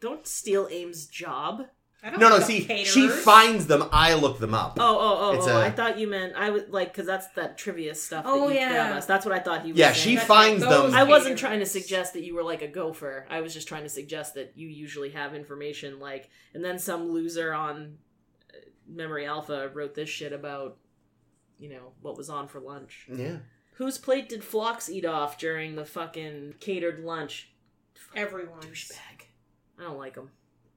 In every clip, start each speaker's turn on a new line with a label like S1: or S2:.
S1: don't steal Aim's job.
S2: I don't
S3: No, no.
S2: like
S3: See,
S2: caterers.
S3: she finds them. I look them up.
S1: Oh, oh, oh,
S3: It's
S1: oh!
S3: a-
S1: I thought you meant I would like because that's that trivia stuff.
S2: Oh,
S1: that you
S2: yeah.
S1: grab us. that's what I thought he was.
S3: Yeah,
S1: saying.
S3: she
S2: That's
S3: finds
S2: like those
S3: them.
S1: I wasn't
S2: caterers.
S1: trying to suggest that you were like a gopher. I was just trying to suggest that you usually have information like, and then some loser on uh, Memory Alpha wrote this shit about, you know, what was on for lunch.
S3: Yeah.
S1: Whose plate did Phlox eat off during the fucking catered lunch?
S2: everyone.
S1: Douchebag. I don't like him.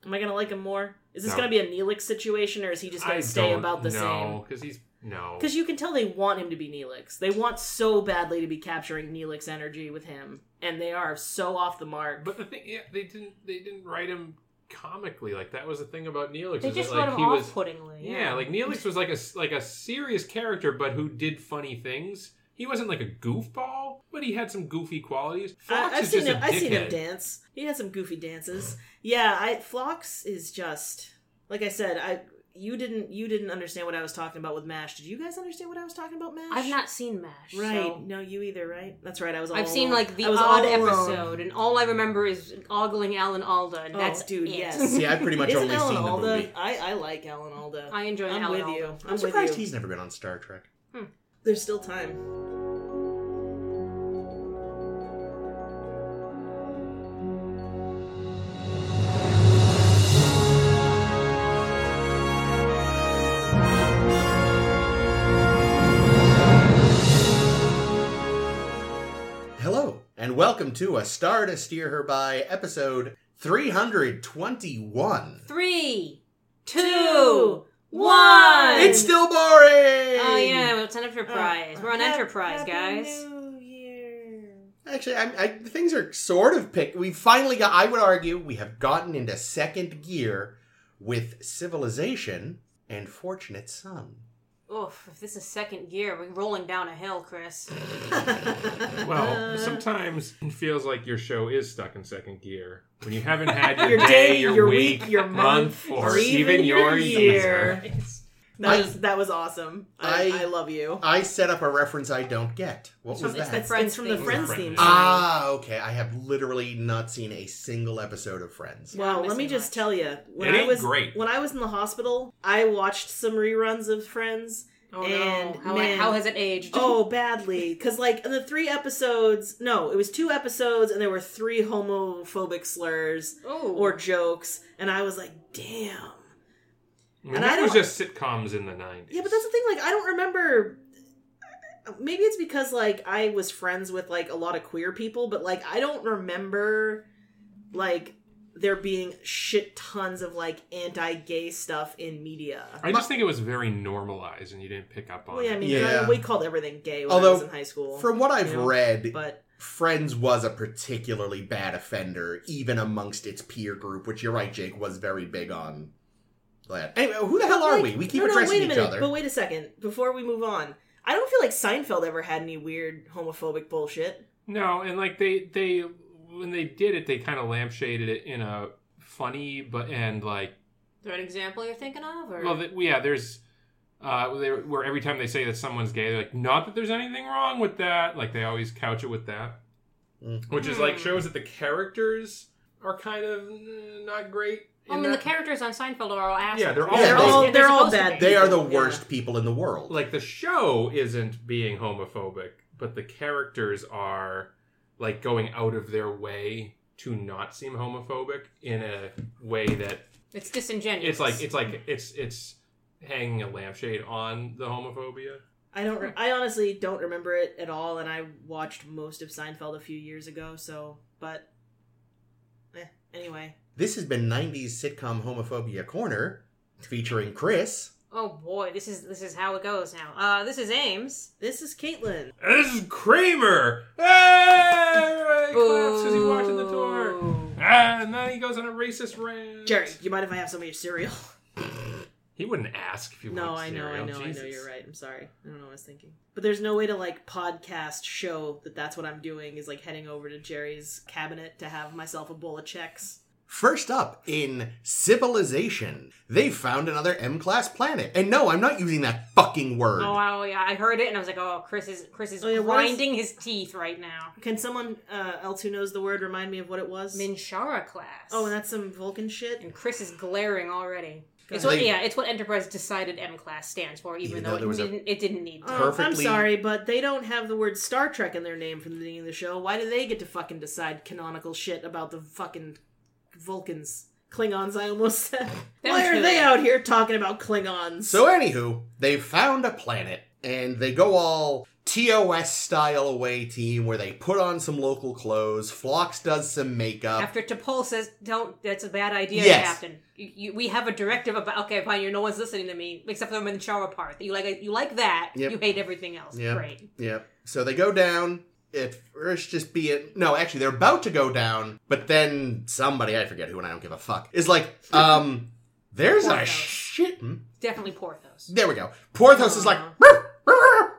S1: Am I gonna like him more? Is this
S4: No.
S1: gonna be a Neelix situation, or is he just gonna
S4: I
S1: stay
S4: don't
S1: about the same?
S4: know, because he's no.
S1: Because you can tell they want him to be Neelix. They want so badly to be capturing Neelix energy with him, and they are so off the mark.
S4: But uh, the thing, yeah, they didn't they didn't write him comically. Like that was the thing about Neelix.
S2: They
S4: is that,
S2: just
S4: like,
S2: wrote him
S4: he was,
S2: off-puttingly.
S4: yeah. like Neelix was like a s- like a serious character, but who did funny things. He wasn't like a goofball, but he had some goofy qualities. Fox
S1: I, I've
S4: is
S1: seen
S4: just
S1: him.
S4: a
S1: I've seen him
S4: dickhead.
S1: dance. He has some goofy dances. Yeah, I Phlox is just like I said. I you didn't you didn't understand what I was talking about with Mash. Did you guys understand what I was talking about Mash?
S5: I've not seen MASH.
S1: Right.
S5: so-
S1: No, you either. Right. That's right. I was. All
S5: I've seen
S1: alone.
S5: like the
S1: I was all
S5: odd
S1: alone.
S5: episode, and all I remember is ogling Alan Alda, and
S1: Oh,
S5: that's
S1: dude,
S5: It.
S1: yes.
S3: See, I've pretty much
S1: Isn't
S3: only
S1: Alan
S3: seen the
S1: Alda?
S3: movie.
S1: I, I like Alan Alda.
S5: I enjoy
S1: I'm
S5: Alan
S1: with
S5: Alda.
S1: you.
S3: I'm
S1: with
S3: surprised
S1: you.
S3: he's never been on Star Trek.
S1: There's still time.
S3: Hello, and welcome to A Star to Steer Her By, episode 321.
S5: Three, two, one.
S1: Two,
S3: It's still boring! Oh,
S5: Oh yeah, well, it's an enterprise. We're on
S1: Hap-
S5: enterprise,
S1: Uh, Happy
S5: guys.
S1: New Year.
S3: Actually, I, I, things are sort of picked. We finally got, I would argue, we have gotten into second gear with Civilization and Fortunate Son.
S5: Oof, if this is second gear, we're rolling down a hill, Chris.
S1: Uh.
S4: Well, sometimes it feels like your show is stuck in second gear when you haven't had your,
S1: Your
S4: day,
S1: day,
S4: your,
S1: your
S4: week,
S1: week, your month,
S4: or
S1: or
S4: even,
S1: even
S4: your
S1: your
S4: year.
S1: That
S3: I-
S1: was that was awesome. I,
S3: I-
S1: I, love you.
S3: I set up a reference I don't get. What was
S5: It's the
S3: that?
S5: Friends
S1: it's from the
S5: theme
S1: Friends
S4: song.
S1: theme. song.
S3: Ah, okay. I have literally not seen a single episode of Friends.
S5: Not
S1: Well, let me
S5: missing
S1: just
S5: much.
S1: tell you, when
S4: It
S1: I
S4: ain't
S1: was
S4: great.
S1: when I was in the hospital, I watched some reruns of Friends.
S5: Oh
S1: And,
S5: no, how,
S1: man.
S5: how has it aged?
S1: Oh, badly, because like in the three episodes, no, it was two episodes, and there were three homophobic slurs
S5: Ooh.
S1: or jokes, and I was like, damn.
S4: I mean,
S1: And
S4: that
S1: I
S4: was
S1: don't-
S4: just sitcoms in the nineties.
S1: Yeah, but that's the thing. Like, I don't remember. Maybe it's because like I was friends with like a lot of queer people, but like I don't remember like there being shit tons of like anti-gay stuff in media.
S4: I just think it was very normalized, and you didn't pick up on.
S1: Well, yeah, I
S4: it.
S1: mean,
S3: Yeah.
S1: uh, we called everything gay when
S3: Although,
S1: I was in high school.
S3: From what I've
S1: Yeah.
S3: read,
S1: but
S3: Friends was a particularly bad offender, even amongst its peer group, which you're right, Jake was very big on. That. Anyway, who the hell are
S1: Like,
S3: we? We keep
S1: no, no,
S3: addressing
S1: wait a
S3: each
S1: minute,
S3: other.
S1: But wait a second, before we move on, I don't feel like Seinfeld ever had any weird homophobic bullshit.
S4: no, and like they they when they did it, they kind of lampshaded it in a funny but and like
S5: Is there an example you're thinking of? Or
S4: well, th- yeah, there's. Uh, they, where every time they say that someone's gay, they're like, not that there's anything wrong with that. Like they always couch it with that.
S3: Mhm.
S4: which is like
S5: Hmm.
S4: shows that the characters are kind of mm, not great.
S5: I
S4: in
S5: mean, the
S4: that-
S5: characters on Seinfeld are all assholes.
S4: Yeah, they're all
S3: They're all-
S1: they're all
S5: supposed to
S1: bad.
S5: be.
S3: They are the
S1: Yeah.
S3: worst people in the world.
S4: like the show isn't being homophobic, but the characters are like going out of their way to not seem homophobic in a way that
S5: It's disingenuous.
S4: it's like it's like it's it's hanging a lampshade on the homophobia.
S1: I don't. Re- I honestly don't remember it at all, and I watched most of Seinfeld a few years ago. So, but eh, anyway,
S3: This has been 90s sitcom homophobia corner featuring Chris.
S5: oh boy, this is this is how it goes now. Uh, this is Ames.
S1: this is Caitlin.
S4: This is Kramer. Hey, claps as he walks in the door.
S5: Boo.
S4: Ah, and then he goes on a racist rant.
S1: Jerry, do you mind if I have some of your cereal?
S4: He wouldn't ask if you
S1: no,
S4: wanted
S1: I know, I
S4: cereal.
S1: know, I
S4: Jesus.
S1: know. You're right. I'm sorry. I don't know what I was thinking. But there's no way to like podcast show that that's what I'm doing is like heading over to Jerry's cabinet to have myself a bowl of checks.
S3: First up in Civilization, they found another M class planet. And no, I'm not using that fucking word.
S5: Oh wow, yeah, I heard it and I was like, oh, Chris is Chris is
S1: Oh, yeah, what is-
S5: grinding his teeth right now.
S1: Can someone uh, else who knows the word remind me of what it was?
S5: Minshara class.
S1: oh, and that's some Vulcan shit.
S5: and Chris is glaring already. It's
S3: ahead.
S5: what, yeah, it's what Enterprise decided M class stands for, even,
S3: Even though
S5: though,
S3: there
S5: it
S3: was a-
S5: didn't. It didn't need.
S1: Oh,
S5: To.
S1: I'm
S3: Perfectly-
S1: sorry, but they don't have the word Star Trek in their name from the beginning of the show. Why do they get to fucking decide canonical shit about the fucking Vulcans? Klingons, I almost said.
S5: Them
S1: Why are
S5: too.
S1: they out here talking about Klingons?
S3: So, anywho, they found a planet and they go all TOS style away team where they put on some local clothes. Flox does some makeup.
S5: After T'Pol says, "Don't," that's a bad idea,
S3: Uh, Yes.
S5: Captain. You, you, we have a directive about. Okay, fine. You, no one's listening to me except for the Minshara part. That you like. You like that.
S3: Yep.
S5: You hate everything else.
S3: Yep.
S5: Great.
S3: Yep. So they go down. At first, just be it. No, actually, they're about to go down, but then somebody, I forget who, and I don't give a fuck, is like, um, there's a
S5: Porthos.
S3: shit. hmm?
S5: Definitely Porthos.
S3: There we go. Porthos is like,
S1: Aw.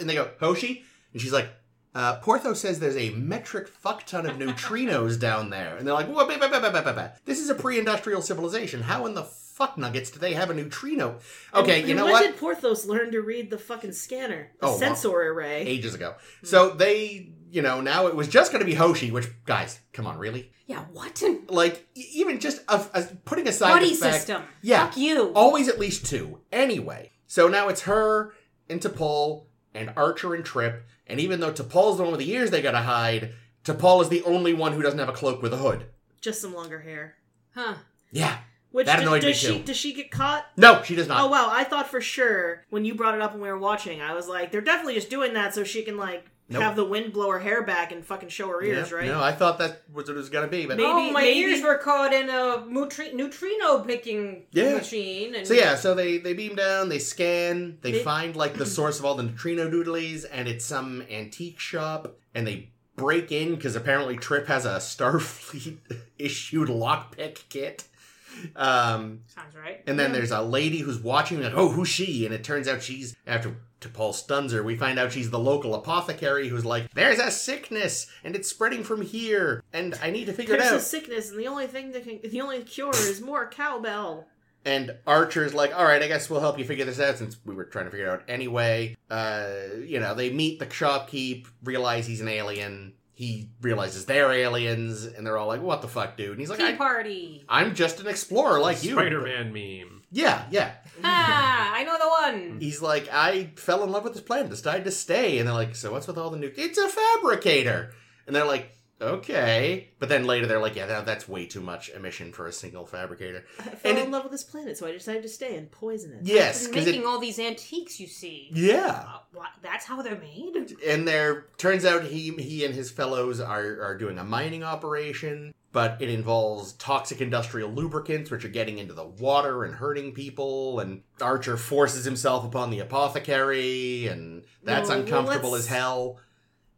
S3: and they go, Hoshi? And she's like, uh, Porthos says there's a metric fuck ton of neutrinos down there. And they're like, "Whoa, bah, bah, bah, bah, bah, bah, bah. this is a pre industrial civilization. How in the fuck nuggets do they have a neutrino? Okay,
S1: And-
S3: you
S1: and
S3: know
S1: when
S3: what?
S1: did Porthos learn to read the fucking scanner? The
S3: Oh, wow.
S1: sensor array.
S3: ages ago. So they, you know, now it was just going to be Hoshi, which, guys, come on, really?
S5: Yeah. What?
S3: Like, e- even just a, a, putting aside
S5: Buddy
S3: the fact,
S5: system.
S3: Yeah. Oh.
S5: Fuck you.
S3: always at least two. Anyway, so now it's her and T'Pol and Archer and Trip, and even though T'Pol's the one with the ears they got to hide, T'Pol is the only one who doesn't have a cloak with a hood.
S1: Just some longer hair.
S5: Huh.
S3: Yeah.
S1: Which
S3: That
S1: does-
S3: annoyed me
S1: does she
S3: too.
S1: does she get caught?
S3: No, she does not.
S1: Oh wow, I thought for sure when you brought it up when we were watching, I was like, they're definitely just doing that so she can like
S3: Nope.
S1: have the wind blow her hair back and fucking show her ears,
S3: Yeah,
S1: right?
S3: No, I thought that was what it was going to be, but
S1: Maybe-
S5: oh, my
S1: maybe-
S5: ears were caught in a mutri- neutrino picking
S3: Yeah.
S5: machine. And
S3: So yeah, so they they beam down, they scan, they
S1: They-
S3: find like the source of all the neutrino doodlies, and it's some antique shop, and they break in because apparently Trip has a Starfleet issued lockpick kit. Um,
S5: sounds right.
S3: and then there's a lady who's watching, like, oh, who's she? And it turns out she's, after T'Pol stuns her, we find out she's the local apothecary who's like, there's a sickness, and it's spreading from here, and I need to figure
S1: There's
S3: it
S1: a
S3: out.
S1: sickness, and the only thing that can, the only cure is more cowbell.
S3: And Archer's like, all right, I guess we'll help you figure this out since we were trying to figure it out anyway. Uh, you know, they meet the shopkeep, realize he's an alien. He realizes they're aliens, and they're all like, what the fuck, dude? And he's like,
S5: Tea
S3: I,
S5: party.
S3: I'm just an explorer like you.
S4: Spider-Man meme.
S3: Yeah, yeah.
S5: ah, I know the one.
S3: He's like, I fell in love with this planet, decided to stay. And they're like, so what's with all the new. It's a fabricator! And they're like, okay. But then later they're like, yeah, that, that's way too much emission for a single fabricator.
S1: I fell
S3: And
S1: in
S3: it-
S1: love with this planet, so I decided to stay and poison it.
S3: Yes,
S5: They're
S3: because
S5: making
S3: it.
S5: all these antiques you see.
S3: Yeah.
S5: Uh, what, that's how they're made.
S3: and there turns out he he and his fellows are are doing a mining operation but it involves toxic industrial lubricants which are getting into the water and hurting people and archer forces himself upon the apothecary and that's
S1: No, well,
S3: uncomfortable
S1: let's-
S3: as hell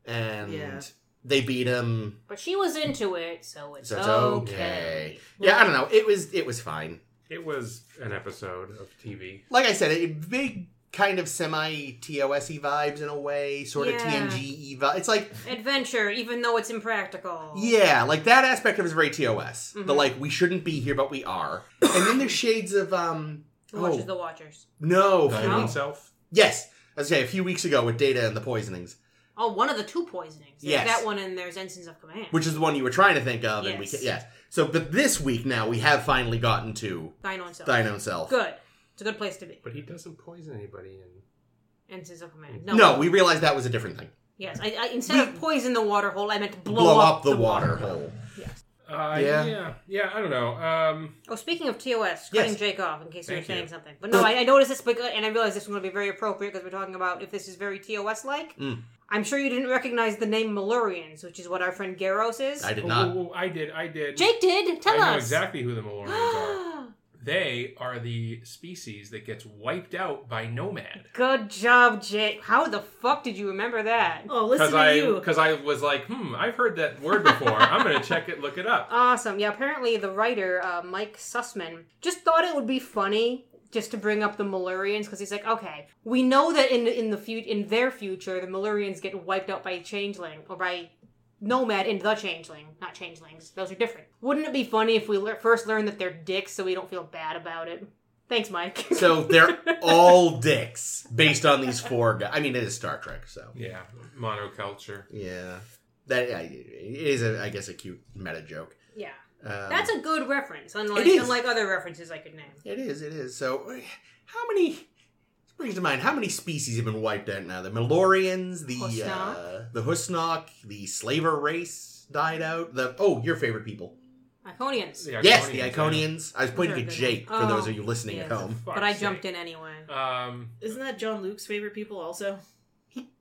S3: and
S1: Yeah.
S3: they beat him
S5: But she was into it, so it's,
S3: So it's okay.
S5: okay.
S3: yeah i don't know it was it was fine
S4: It was an episode of TV.
S3: like i said it big kind of semi tosy vibes in a way sort of
S5: Yeah.
S3: tng vibe E it's like
S5: Adventure, even though it's impractical.
S3: Yeah, like that aspect of his very TOS. The
S5: Mhm.
S3: like we shouldn't be here but we are. And then there's shades of um
S5: Who watches
S3: Oh.
S5: the Watchers?
S3: no.
S4: By
S5: No.
S4: himself.
S3: Yes. I was gonna say a few weeks ago with Data and the Poisonings,
S5: Oh, one of the two poisonings. There's
S3: Yes.
S5: that one and there's Ensigns of Command.
S3: which is the one you were trying to think of and we
S5: Yes.
S3: yes. So but this week now we have finally gotten to
S5: Thine own self.
S3: thine own self.
S5: Good. It's a good place to be.
S4: But he doesn't poison anybody and
S5: Ensigns of Command.
S3: No.
S5: No.
S3: we realized that was a different thing.
S5: Yes. I, I, instead of poison the water hole, I meant to blow,
S3: Blow, up, the, water, hole.
S4: uh,
S3: Yeah.
S4: yeah. yeah. I don't know. Um
S5: Oh, speaking of TOS, cutting
S3: Yes. Oh.
S5: Jake off in case you were
S4: Thank you.
S5: saying something. But no, I, I noticed this, because, and I realized this was going to be very appropriate because we're talking about if this is very TOS like.
S3: Mm.
S5: I'm sure you didn't recognize the name Malurians, which is what our friend Garros is.
S3: I did
S4: oh,
S3: not.
S4: oh, oh, I did, I did.
S5: Jake did. Tell
S4: I
S5: us.
S4: know exactly who the Malorians are. They are the species that gets wiped out by Nomad.
S5: Good job, Jake. How the fuck did you remember that?
S1: Oh, listen to
S4: I
S1: you.
S4: because I was like, hmm, I've heard that word before. I'm gonna check it, look it up.
S5: Awesome. Yeah, apparently the writer, uh, Mike Sussman, just thought it would be funny just to bring up the Malurians because he's like, okay, we know that in in the fut in their future, the Malurians get wiped out by changeling or by Nomad into the Changeling, not Changelings. Those are different. Wouldn't it be funny if we le- first learned that they're dicks so we don't feel bad about it? Thanks, Mike.
S3: So they're all dicks based on these four guys. I mean, it is Star Trek, so
S4: Yeah, monoculture.
S3: yeah, that yeah, it is, a, I guess, a cute meta joke.
S5: yeah,
S3: Um,
S5: that's a good reference. Unlike
S3: It is.
S5: unlike other references I could name.
S3: It is. It is. So, eh, how many? This brings to mind how many species have been wiped out now. The Melorians, the uh,
S5: Husnak.
S3: the Husnak, the Slaver race died out. The oh, your favorite people.
S5: Iconians.
S4: The
S3: yes, the
S4: Iconians,
S3: Iconians. I was pointing
S5: Those are
S3: at
S5: good
S3: Jake
S5: ones.
S3: for
S5: Oh,
S3: those of you listening at
S5: yes.
S3: home.
S4: yeah.
S5: But I
S4: Fuck's
S5: jumped
S4: sake.
S5: in anyway.
S4: Um,
S1: Isn't that John Luke's favorite people also?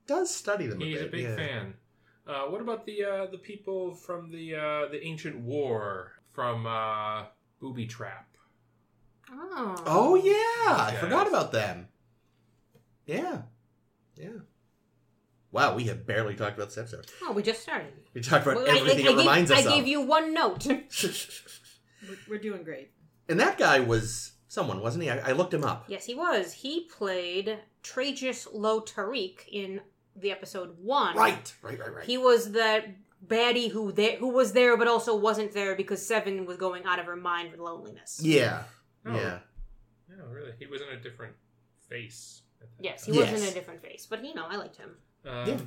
S3: Does study them.
S4: he's
S3: a,
S4: a
S3: bit,
S4: big
S3: yeah.
S4: fan. Uh, what about the uh, the people from the uh, the ancient war from uh, Booby Trap?
S5: Oh.
S3: Oh yeah, I
S4: Yes.
S3: forgot about them. Yeah, yeah. Wow, we have barely talked about this episode.
S5: Oh, we just started.
S3: We talked about
S5: Well,
S3: everything it
S5: gave-
S3: reminds
S5: I
S3: us
S5: gave you one note.
S3: of.
S1: We're, we're doing great.
S3: And that guy was someone, wasn't he? I, I looked him up.
S5: Yes, he was. He played Tragus Lo Tariq in the episode one.
S3: Right, right, right, right.
S5: He was the baddie who there who was there but also wasn't there because Seven was going out of her mind with loneliness.
S3: yeah,
S4: No.
S3: yeah.
S4: No, Oh, really, he was in a different face. at that
S5: Yes, he
S4: time.
S3: Yeah.
S5: was in
S3: Yes.
S5: a different face, but you know, I liked him.
S4: Um,
S3: Yeah.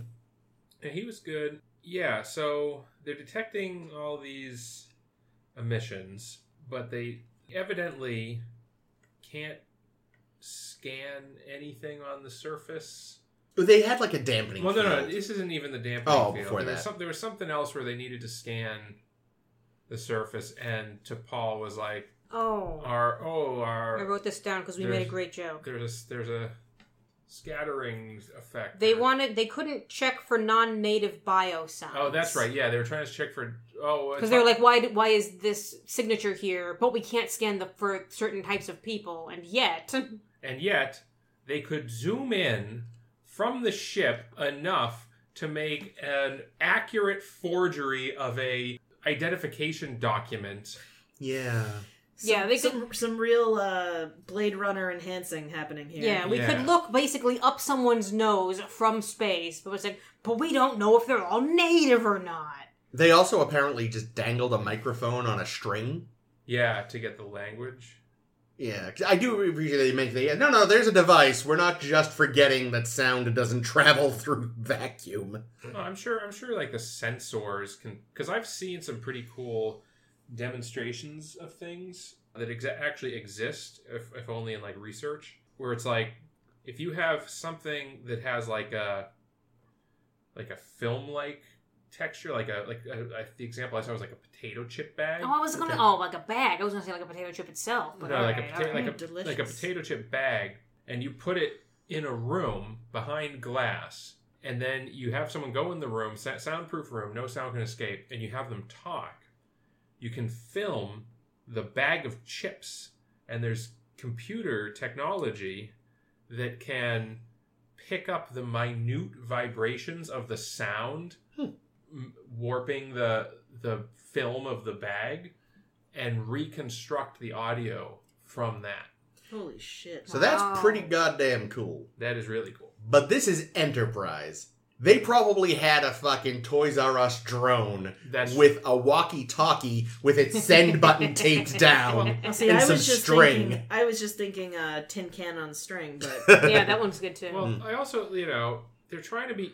S4: And he was good. Yeah, so they're detecting all these emissions, but they evidently can't scan anything on the surface.
S3: They had like a dampening.
S4: Well, no, no,
S3: field.
S4: this isn't even the dampening
S3: Oh,
S4: field.
S3: before
S4: there, Was
S3: that.
S4: some, there was something else where they needed to scan the surface, and to Paul was like,
S5: Oh.
S4: "Our oh,
S5: I
S4: our
S5: wrote this down because we made
S4: There's-
S5: a great joke.
S4: there's a, there's a scattering effect."
S5: They
S4: or-
S5: wanted they couldn't check for non-native bio sounds.
S4: Oh, that's right. Yeah, they were trying to check for oh, it's
S5: Because they're like,
S4: not-
S5: why? Why is this signature here? But we can't scan the for certain types of people, and yet,
S4: and yet they could zoom in from the ship enough to make an accurate forgery of a identification document.
S3: Yeah,
S5: Yeah, they
S1: some, some real uh, Blade Runner enhancing happening here.
S5: yeah, we
S4: Yeah.
S5: could look basically up someone's nose from space, but it's like, but we don't know if they're all native or not.
S3: they also apparently just dangled a microphone on a string.
S4: Yeah, to get the language.
S3: Yeah, 'cause I do appreciate they make the yeah, no, no. There's a device. We're not just forgetting that sound doesn't travel through vacuum.
S4: Oh, I'm sure. I'm sure. Like the sensors can, because I've seen some pretty cool demonstrations of things that exa- actually exist, if, if only in like research, where it's like if you have something that has like a like a film like texture, like a like a, I- the example I saw was like a potato chip bag.
S5: Oh, I was gonna,
S3: Okay.
S5: oh, like a bag. I was gonna say like a potato chip itself, but
S4: No,
S5: all
S4: like a
S5: right,
S4: potato,
S5: all
S4: like
S5: right.
S4: a
S1: Delicious.
S4: like a potato chip bag, and you put it in a room behind glass, and then you have someone go in the room, sa- soundproof room, no sound can escape, and you have them talk. You can film the bag of chips, and there's computer technology that can pick up the minute vibrations of the sound,
S3: Hmm.
S4: m- warping the the film of the bag, and reconstruct the audio from that.
S1: Holy shit.
S3: So that's
S5: Wow.
S3: pretty goddamn cool.
S4: That is really cool.
S3: But this is Enterprise. They probably had a fucking Toys R Us drone
S4: That's
S3: with a walkie-talkie with its send button taped down.
S1: Oh, see,
S3: and
S1: I
S3: some
S1: was just
S3: string.
S1: thinking. I was just thinking uh, tin can on string, but
S5: yeah, that one's good too.
S4: Well,
S3: Mm.
S4: I also, you know, they're trying to be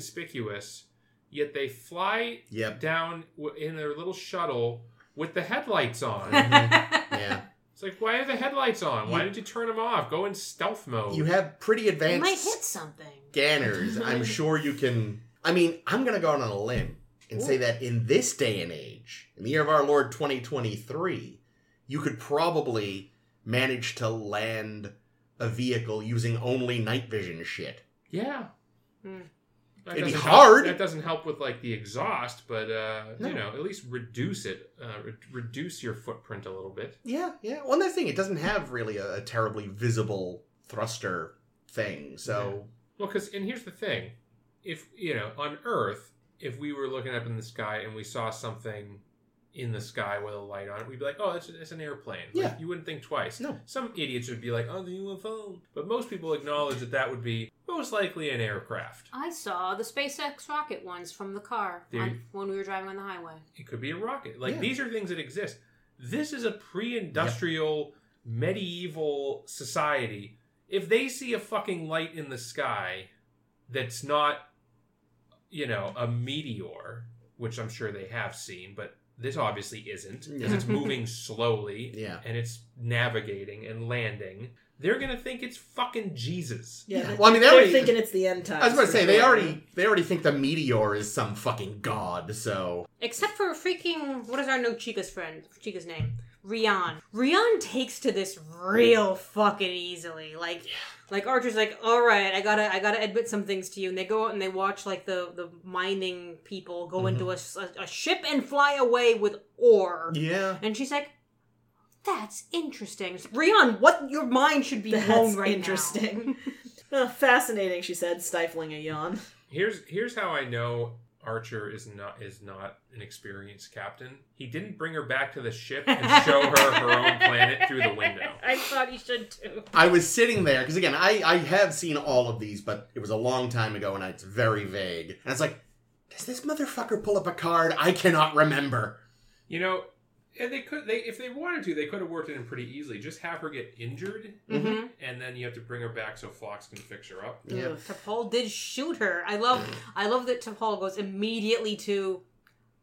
S4: inconspicuous, yet they fly
S3: Yep.
S4: down w- in their little shuttle with the headlights on.
S3: Mhm.
S4: mm-hmm.
S3: Yeah.
S4: it's like, why are the headlights on? Why
S3: You-
S4: did you turn them off? Go in stealth mode.
S3: You have pretty
S5: they might
S3: advanced
S5: hit something.
S3: scanners. I'm sure you can. I mean, I'm going to go out on a limb and say that in this day and age, in the year of our Lord 2023, you could probably manage to land a vehicle using only night vision shit.
S4: yeah.
S5: Hmm.
S4: That
S3: It'd be
S4: doesn't
S3: hard.
S4: Help, that doesn't help with like the exhaust, but uh,
S3: No.
S4: you know, at least reduce it, uh, re- reduce your footprint a little bit.
S3: Yeah, yeah. One other thing, it doesn't have really a, a terribly visible thruster thing. So,
S4: Well, because and here's the thing, if you know on Earth, if we were looking up in the sky and we saw something in the sky with a light on it, we'd be like, oh, it's, it's an airplane. Like,
S3: Yeah.
S4: you wouldn't think twice.
S3: No.
S4: Some idiots would be like, oh, the UFO. But most people acknowledge that that would be most likely an aircraft.
S5: I saw the SpaceX rocket ones from the car
S4: Dude.
S5: on, when we were driving on the highway.
S4: It could be a rocket. Like
S3: Yeah.
S4: these are things that exist. This is a pre-industrial medieval society. If they see a fucking light in the sky that's not you know, a meteor, which I'm sure they have seen, but this obviously isn't because it's
S5: Yeah.
S4: moving slowly
S3: Yeah.
S4: and it's navigating and landing. They're going to think it's fucking Jesus.
S1: Yeah,
S3: Yeah.
S1: they-
S3: Well, I mean, they
S1: they're
S3: already-
S1: thinking it's the end time.
S3: I was about to say they already they already think the meteor is some fucking god. So
S5: Except for freaking what is our new Chica's friend Chica's name? Rion. Rion takes to this real fucking easily. Like like Archer's like, Alright, I gotta I gotta admit some things to you and they go out and they watch like the the mining people go
S1: Mm-hmm.
S5: into a, s- a- a ship and fly away with ore.
S3: yeah,
S5: And she's like that's interesting. It's like, Rion, what your mind should be blown
S1: That's
S5: right now."
S1: interesting. Uh, fascinating, she said, stifling a yawn.
S4: Here's here's how I know Archer is not is not an experienced captain. He didn't bring her back to the ship and show her her own planet through the window.
S5: I thought he should too.
S3: I was sitting there because again, I I have seen all of these, but it was a long time ago, and it's very vague. And it's like, does this motherfucker pull up a card? I cannot remember.
S4: You know, and they could they if they wanted to, they could have worked it in pretty easily. Just have her get injured
S5: Mm-hmm.
S4: and then you have to bring her back so Fox can fix her up.
S3: Yeah.
S1: Ugh.
S5: T'Pol did shoot her. I love I love that T'Pol goes immediately to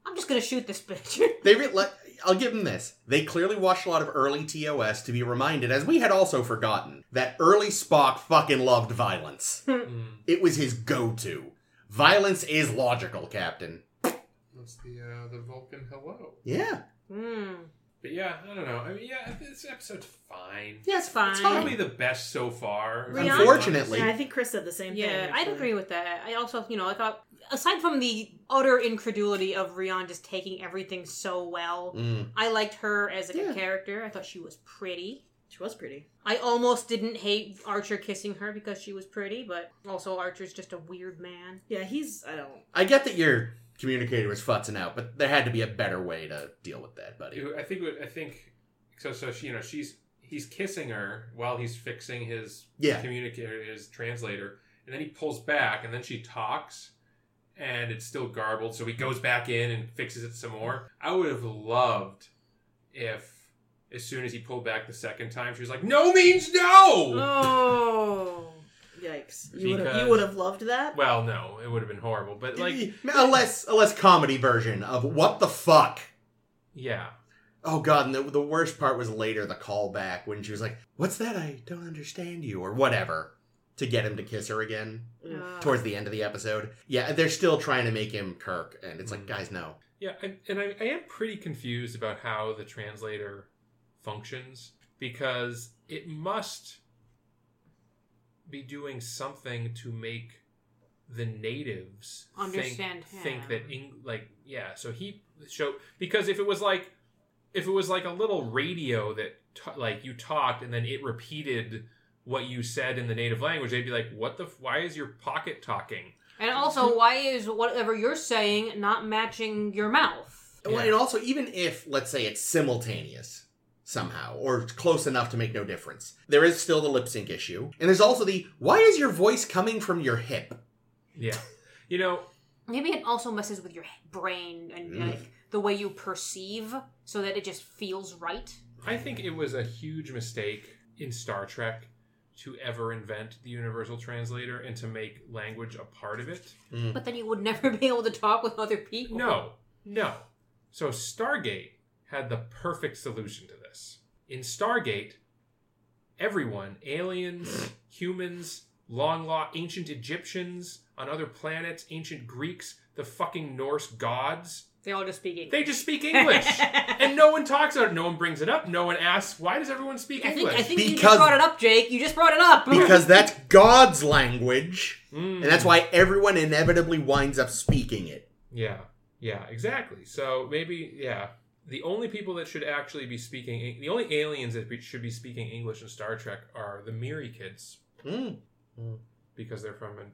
S5: I'm just gonna shoot this bitch.
S3: They re- like, I'll give them this. They clearly watched a lot of early TOS to be reminded, as we had also forgotten, that early Spock fucking loved violence.
S4: Mm.
S3: It was his go-to. Violence is logical, Captain.
S4: That's the uh, the Vulcan hello.
S3: Yeah,
S5: Hmm.
S4: But yeah, I don't know. I mean, yeah, this episode's fine.
S3: yeah, it's
S5: fine.
S3: It's
S4: Probably the best so far.
S5: Rihanna-
S3: Unfortunately.
S1: Yeah, I think Chris said the same thing.
S5: Yeah, I'd
S1: actually.
S5: agree with that. I also, you know, I thought aside from the utter incredulity of Rion just taking everything so well,
S3: Mm.
S5: I liked her as like,
S3: Yeah.
S5: a character. I thought she was pretty.
S1: She was pretty.
S5: I almost didn't hate Archer kissing her because she was pretty, but also Archer's just a weird man.
S1: Yeah, he's. I don't.
S3: I get that your communicator was futzing out, but there had to be a better way to deal with that, buddy.
S4: I think. what- I think. So so she, you know she's he's kissing her while he's fixing his
S3: Yeah.
S4: communicator his translator, and then he pulls back, and then she talks, and it's still garbled. So he goes back in and fixes it some more. I would have loved if. As soon as he pulled back the second time, she was like, "No means no."
S5: Oh.
S1: Yikes! You would have.
S4: Because-
S1: You would have loved that.
S4: Well, no, it would have been horrible. But like,
S3: a less a less comedy version of what the fuck.
S4: yeah,
S3: Oh god, and the, the worst part was later the callback when she was like, "What's that? I don't understand you," or whatever, to get him to kiss her again
S1: Ugh.
S5: Oh.
S3: towards the end of the episode. Yeah, they're still trying to make him Kirk, and it's like,
S4: Mm.
S3: guys, no.
S4: Yeah, and, and I, I am pretty confused about how the translator functions because it must be doing something to make the natives think-
S5: Understand
S4: think,
S5: him.
S4: that Eng- like yeah so he so because if it was like if it was like a little radio that t- like you talked and then it repeated what you said in the native language they'd be like what the f- why is your pocket talking
S5: And also, why is whatever you're saying not matching your mouth?
S3: Well,
S4: Yeah.
S3: and also, even if let's say it's simultaneous somehow or close enough to make no difference, there is still the lip sync issue, and there's also the why is your voice coming from your hip?
S4: yeah you know
S5: Maybe it also messes with your brain and
S3: Mm.
S5: like the way you perceive, so that it just feels right.
S4: I think it was a huge mistake in Star Trek to ever invent the universal translator and to make language a part of it.
S5: But then you would never be able to talk with other people.
S4: No, no. So Stargate had the perfect solution to this. In Stargate, everyone, aliens, humans, long lost ancient Egyptians on other planets, ancient Greeks, the fucking Norse gods,
S5: they all just speak English.
S4: they just speak English. and no one talks about it, no one brings it up, no one asks, why does everyone speak
S5: I think,
S4: English?
S5: I think you just
S3: Because-
S5: brought it up, Jake. You just brought it up
S3: Because that's God's language,
S4: Mm.
S3: and that's why everyone inevitably winds up speaking it.
S4: Yeah, yeah, exactly. So maybe, yeah, the only people that should actually be speaking, the only aliens that be- should be speaking English in Star Trek are the Miri kids
S3: Mm.
S4: because they're from an.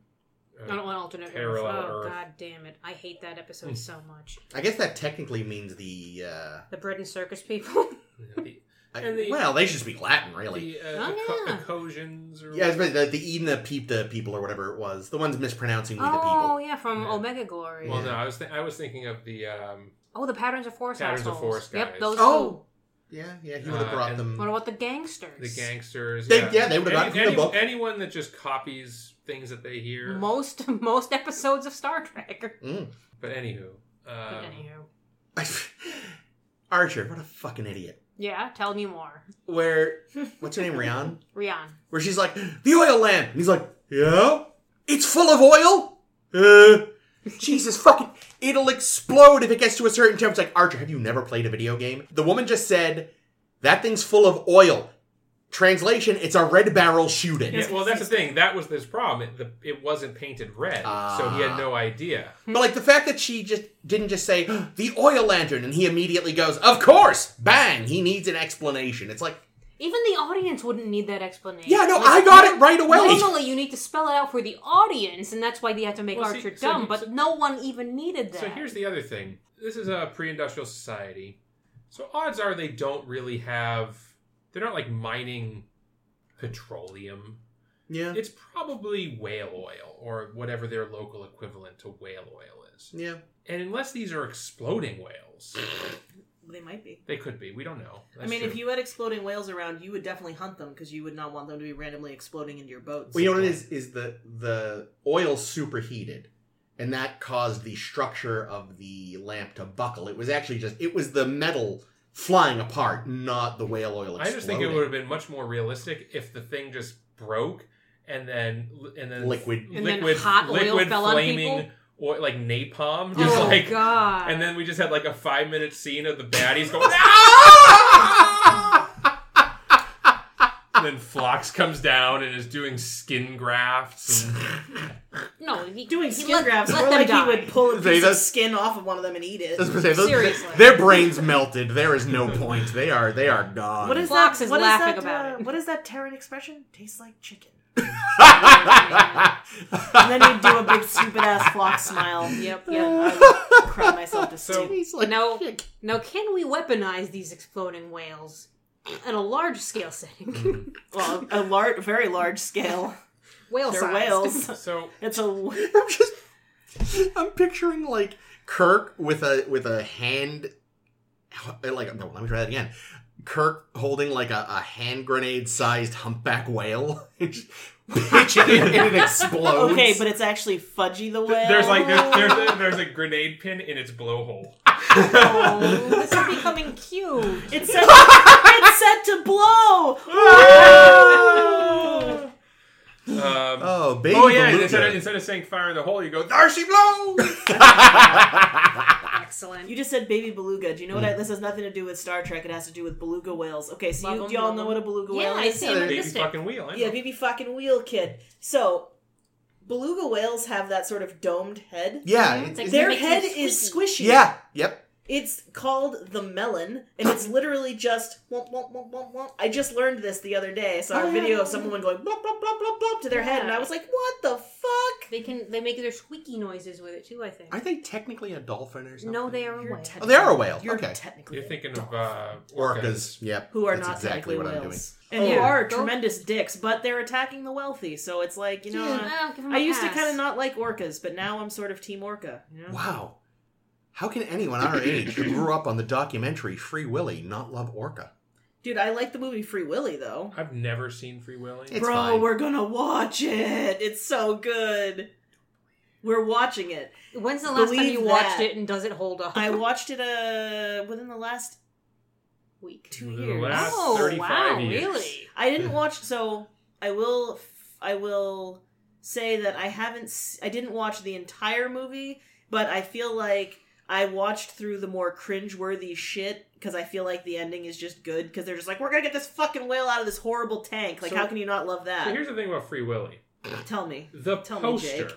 S4: uh,
S5: on, on alternate
S4: Parallel
S5: Earth. Oh
S4: Earth. Mm.
S5: god damn it! I hate that episode so much.
S3: I guess that technically means the uh,
S5: The bread and circus people.
S4: yeah, the,
S3: I-
S4: And the-
S3: well, they should speak Latin, really.
S4: The, uh, the
S5: Oh,
S4: co-
S5: yeah.
S4: Ecosians or
S3: yeah, it's basically the, the Edna Peep the people or whatever it was. The ones mispronouncing we the
S5: Oh
S3: people.
S5: yeah, from
S4: Yeah.
S5: Omega Glory.
S4: Well, no, I was th- I was thinking of the um,
S5: Oh, the patterns of force.
S4: Patterns of
S5: assholes.
S4: Force guys.
S5: Yep, those.
S3: Oh, yeah, yeah. He would have
S4: Uh,
S3: brought
S4: and-
S5: two.
S3: them.
S5: What about the
S4: the
S5: gangsters?
S4: gangsters.
S3: They- yeah, they would've
S4: Any-
S3: gotten the
S4: any-
S3: book.
S4: Anyone that just copies things that they hear.
S5: Most most episodes of Star Trek.
S3: Mm.
S4: but anywho,
S5: But
S4: um,
S5: Anywho,
S3: Archer, what a fucking idiot.
S5: yeah, tell me more,
S3: Where what's her name, Rian?
S5: Rian.
S3: Where she's like, the oil lamp. And he's like, yeah, it's full of oil. Uh, Jesus fucking, it'll explode if it gets to a certain temperature. It's like Archer, have you never played a video game? The woman just said that thing's full of oil. Translation: It's a red barrel shooting.
S4: yeah, well, that's the thing. That was this problem. It, the, it wasn't painted red, so he
S3: Ah.
S4: had no idea.
S3: But like the fact that she just didn't just say "Oh, the oil lantern, and he immediately goes, "Of course!" Bang! He needs an explanation. It's like,
S5: Even the audience wouldn't need that explanation.
S3: yeah, no,
S5: Like,
S3: I got it right away.
S5: Normally, you need to spell it out for the audience, and that's why they had to make
S4: Well, see,
S5: Archer
S4: so
S5: dumb.
S4: he-
S5: but
S4: so-
S5: no one even needed that.
S4: So here's the other thing. This is a pre-industrial society. So odds are they don't really have they're not like mining petroleum.
S3: yeah,
S4: It's probably whale oil or whatever their local equivalent to whale oil is.
S3: yeah.
S4: And unless these are exploding whales,
S1: They might be.
S4: they could be. We don't know.
S1: I
S4: That's
S1: mean,
S4: true.
S1: if you had exploding whales around, you would definitely hunt them because you would not want them to be randomly exploding into your boats.
S3: Well, you know what it is is the the oil superheated, and that caused the structure of the lamp to buckle. It was actually just it was the metal flying apart, not the whale oil.
S4: I
S3: Exploding.
S4: just think it would have been much more realistic if the thing just broke and then and then
S3: Liquid.
S5: And then hot oil fell on people?
S4: oil, like napalm just
S5: oh
S4: like
S5: god!
S4: And then we just had like a five minute scene of the baddies going, "Ah!" and then Phlox comes down and is doing skin grafts. And,
S5: no, he,
S1: Doing
S5: he
S1: skin
S5: let,
S1: grafts,
S5: Let
S1: more
S5: them
S1: like
S5: die.
S1: he would pull a
S3: They
S1: piece of
S3: just-
S1: skin off of one of them and eat it.
S3: I was gonna say, those-
S5: Seriously.
S3: their brains melted. There is no point. They are they are gone.
S1: What is
S5: Fox
S1: that?
S5: is
S1: what is
S5: laughing
S1: that,
S5: about
S1: uh,
S5: it.
S1: What is that Terran expression? Tastes like chicken.
S3: and
S1: And then you do a big stupid ass flock smile.
S5: Yep, yep.
S1: I would cry myself to
S4: So-
S1: sleep.
S5: Now, now, can we weaponize these exploding whales on a large scale
S4: Mm-hmm.
S5: setting?
S1: Well, a large, very large scale.
S5: Whale
S1: They're
S5: sized.
S1: whales.
S4: so
S1: It's a
S3: I'm just I'm picturing like Kirk with a with a hand eh, like no, let me try that again. Kirk holding like a, a hand grenade sized humpback whale. Just Pitch it in and it explodes.
S1: okay, but it's actually Fudgy the whale.
S4: there's like there's, there's, a, there's a grenade pin in its blowhole.
S5: Oh, this is becoming cute.
S1: it's set, it's set to blow. Woo!
S4: Um,
S3: Ah! Oh, baby.
S4: oh yeah,
S3: beluga.
S4: instead of, instead of saying fire in the hole, you go there she blows.
S5: Excellent.
S1: you just said baby beluga. Do you know what? I, this has nothing to do with Star Trek. It has to do with beluga whales. Okay, so
S5: Love
S1: you,
S5: 'em,
S1: do y'all
S5: love
S1: know
S5: 'em.
S1: what a beluga
S5: yeah,
S1: whale
S5: I
S1: is?
S5: see him in
S3: Baby
S4: Baby
S5: this thing.
S4: fucking wheel. I know.
S1: Yeah, baby fucking wheel kid. So beluga whales have that sort of domed head.
S3: Yeah.
S5: Mhm.
S3: it's-
S5: Like-
S3: it's-
S1: Their
S5: It makes them
S1: head is squishy.
S3: yeah. Yep.
S1: It's called the melon, and it's literally just womp womp womp womp womp. I just learned this the other day. I saw
S5: Oh,
S1: a
S5: yeah.
S1: video of someone going blop blop blop blop blop to their head, and I was like, "What the fuck?"
S5: They can they make their squeaky noises with it too. I think.
S3: Aren't they technically a dolphin or something?
S5: No, they are a
S1: You're
S5: whale.
S1: technically-
S3: Oh, they are a whale.
S1: You're
S3: okay.
S1: technically
S4: You're
S1: a
S4: thinking
S1: dog.
S4: of uh,
S3: Orcas. Yep.
S1: who are
S3: That's
S1: not technically
S3: exactly what I'm Oh.
S1: whales, and
S5: Yeah.
S1: who are
S5: Go-
S1: tremendous dicks, but they're attacking the wealthy. So it's like you know,
S3: Yeah.
S1: I-
S5: Ah, give 'em
S1: I
S5: a
S1: used
S5: pass.
S1: to kind of not like orcas, but now I'm sort of team orca. You
S4: Mm-hmm.
S1: know?
S3: Wow. How can anyone our age who grew up on the documentary Free Willy not love Orca?
S1: Dude, I like the movie Free Willy though.
S4: I've never seen Free Willy.
S3: It's
S1: Bro,
S3: fine.
S1: we're gonna watch it. It's so good. We're watching it.
S5: When's the last time
S1: Believe
S5: you watched
S1: that.
S5: it and does it hold up?
S1: I watched it uh within the last
S5: week.
S1: two
S4: Within the
S1: years.
S4: last
S5: Oh
S4: 35
S5: wow!
S4: years.
S5: Really?
S1: I didn't watch. So I will. I will say that I haven't. s- I didn't watch the entire movie, but I feel like I watched through the more cringeworthy shit because I feel like the ending is just good because they're just like, we're gonna get this fucking whale out of this horrible tank. Like,
S4: So-
S1: how can you not love
S4: So
S1: that?
S4: here's the thing about Free Willy.
S1: Tell me.
S4: The
S1: Tell me,
S4: poster
S1: Jake.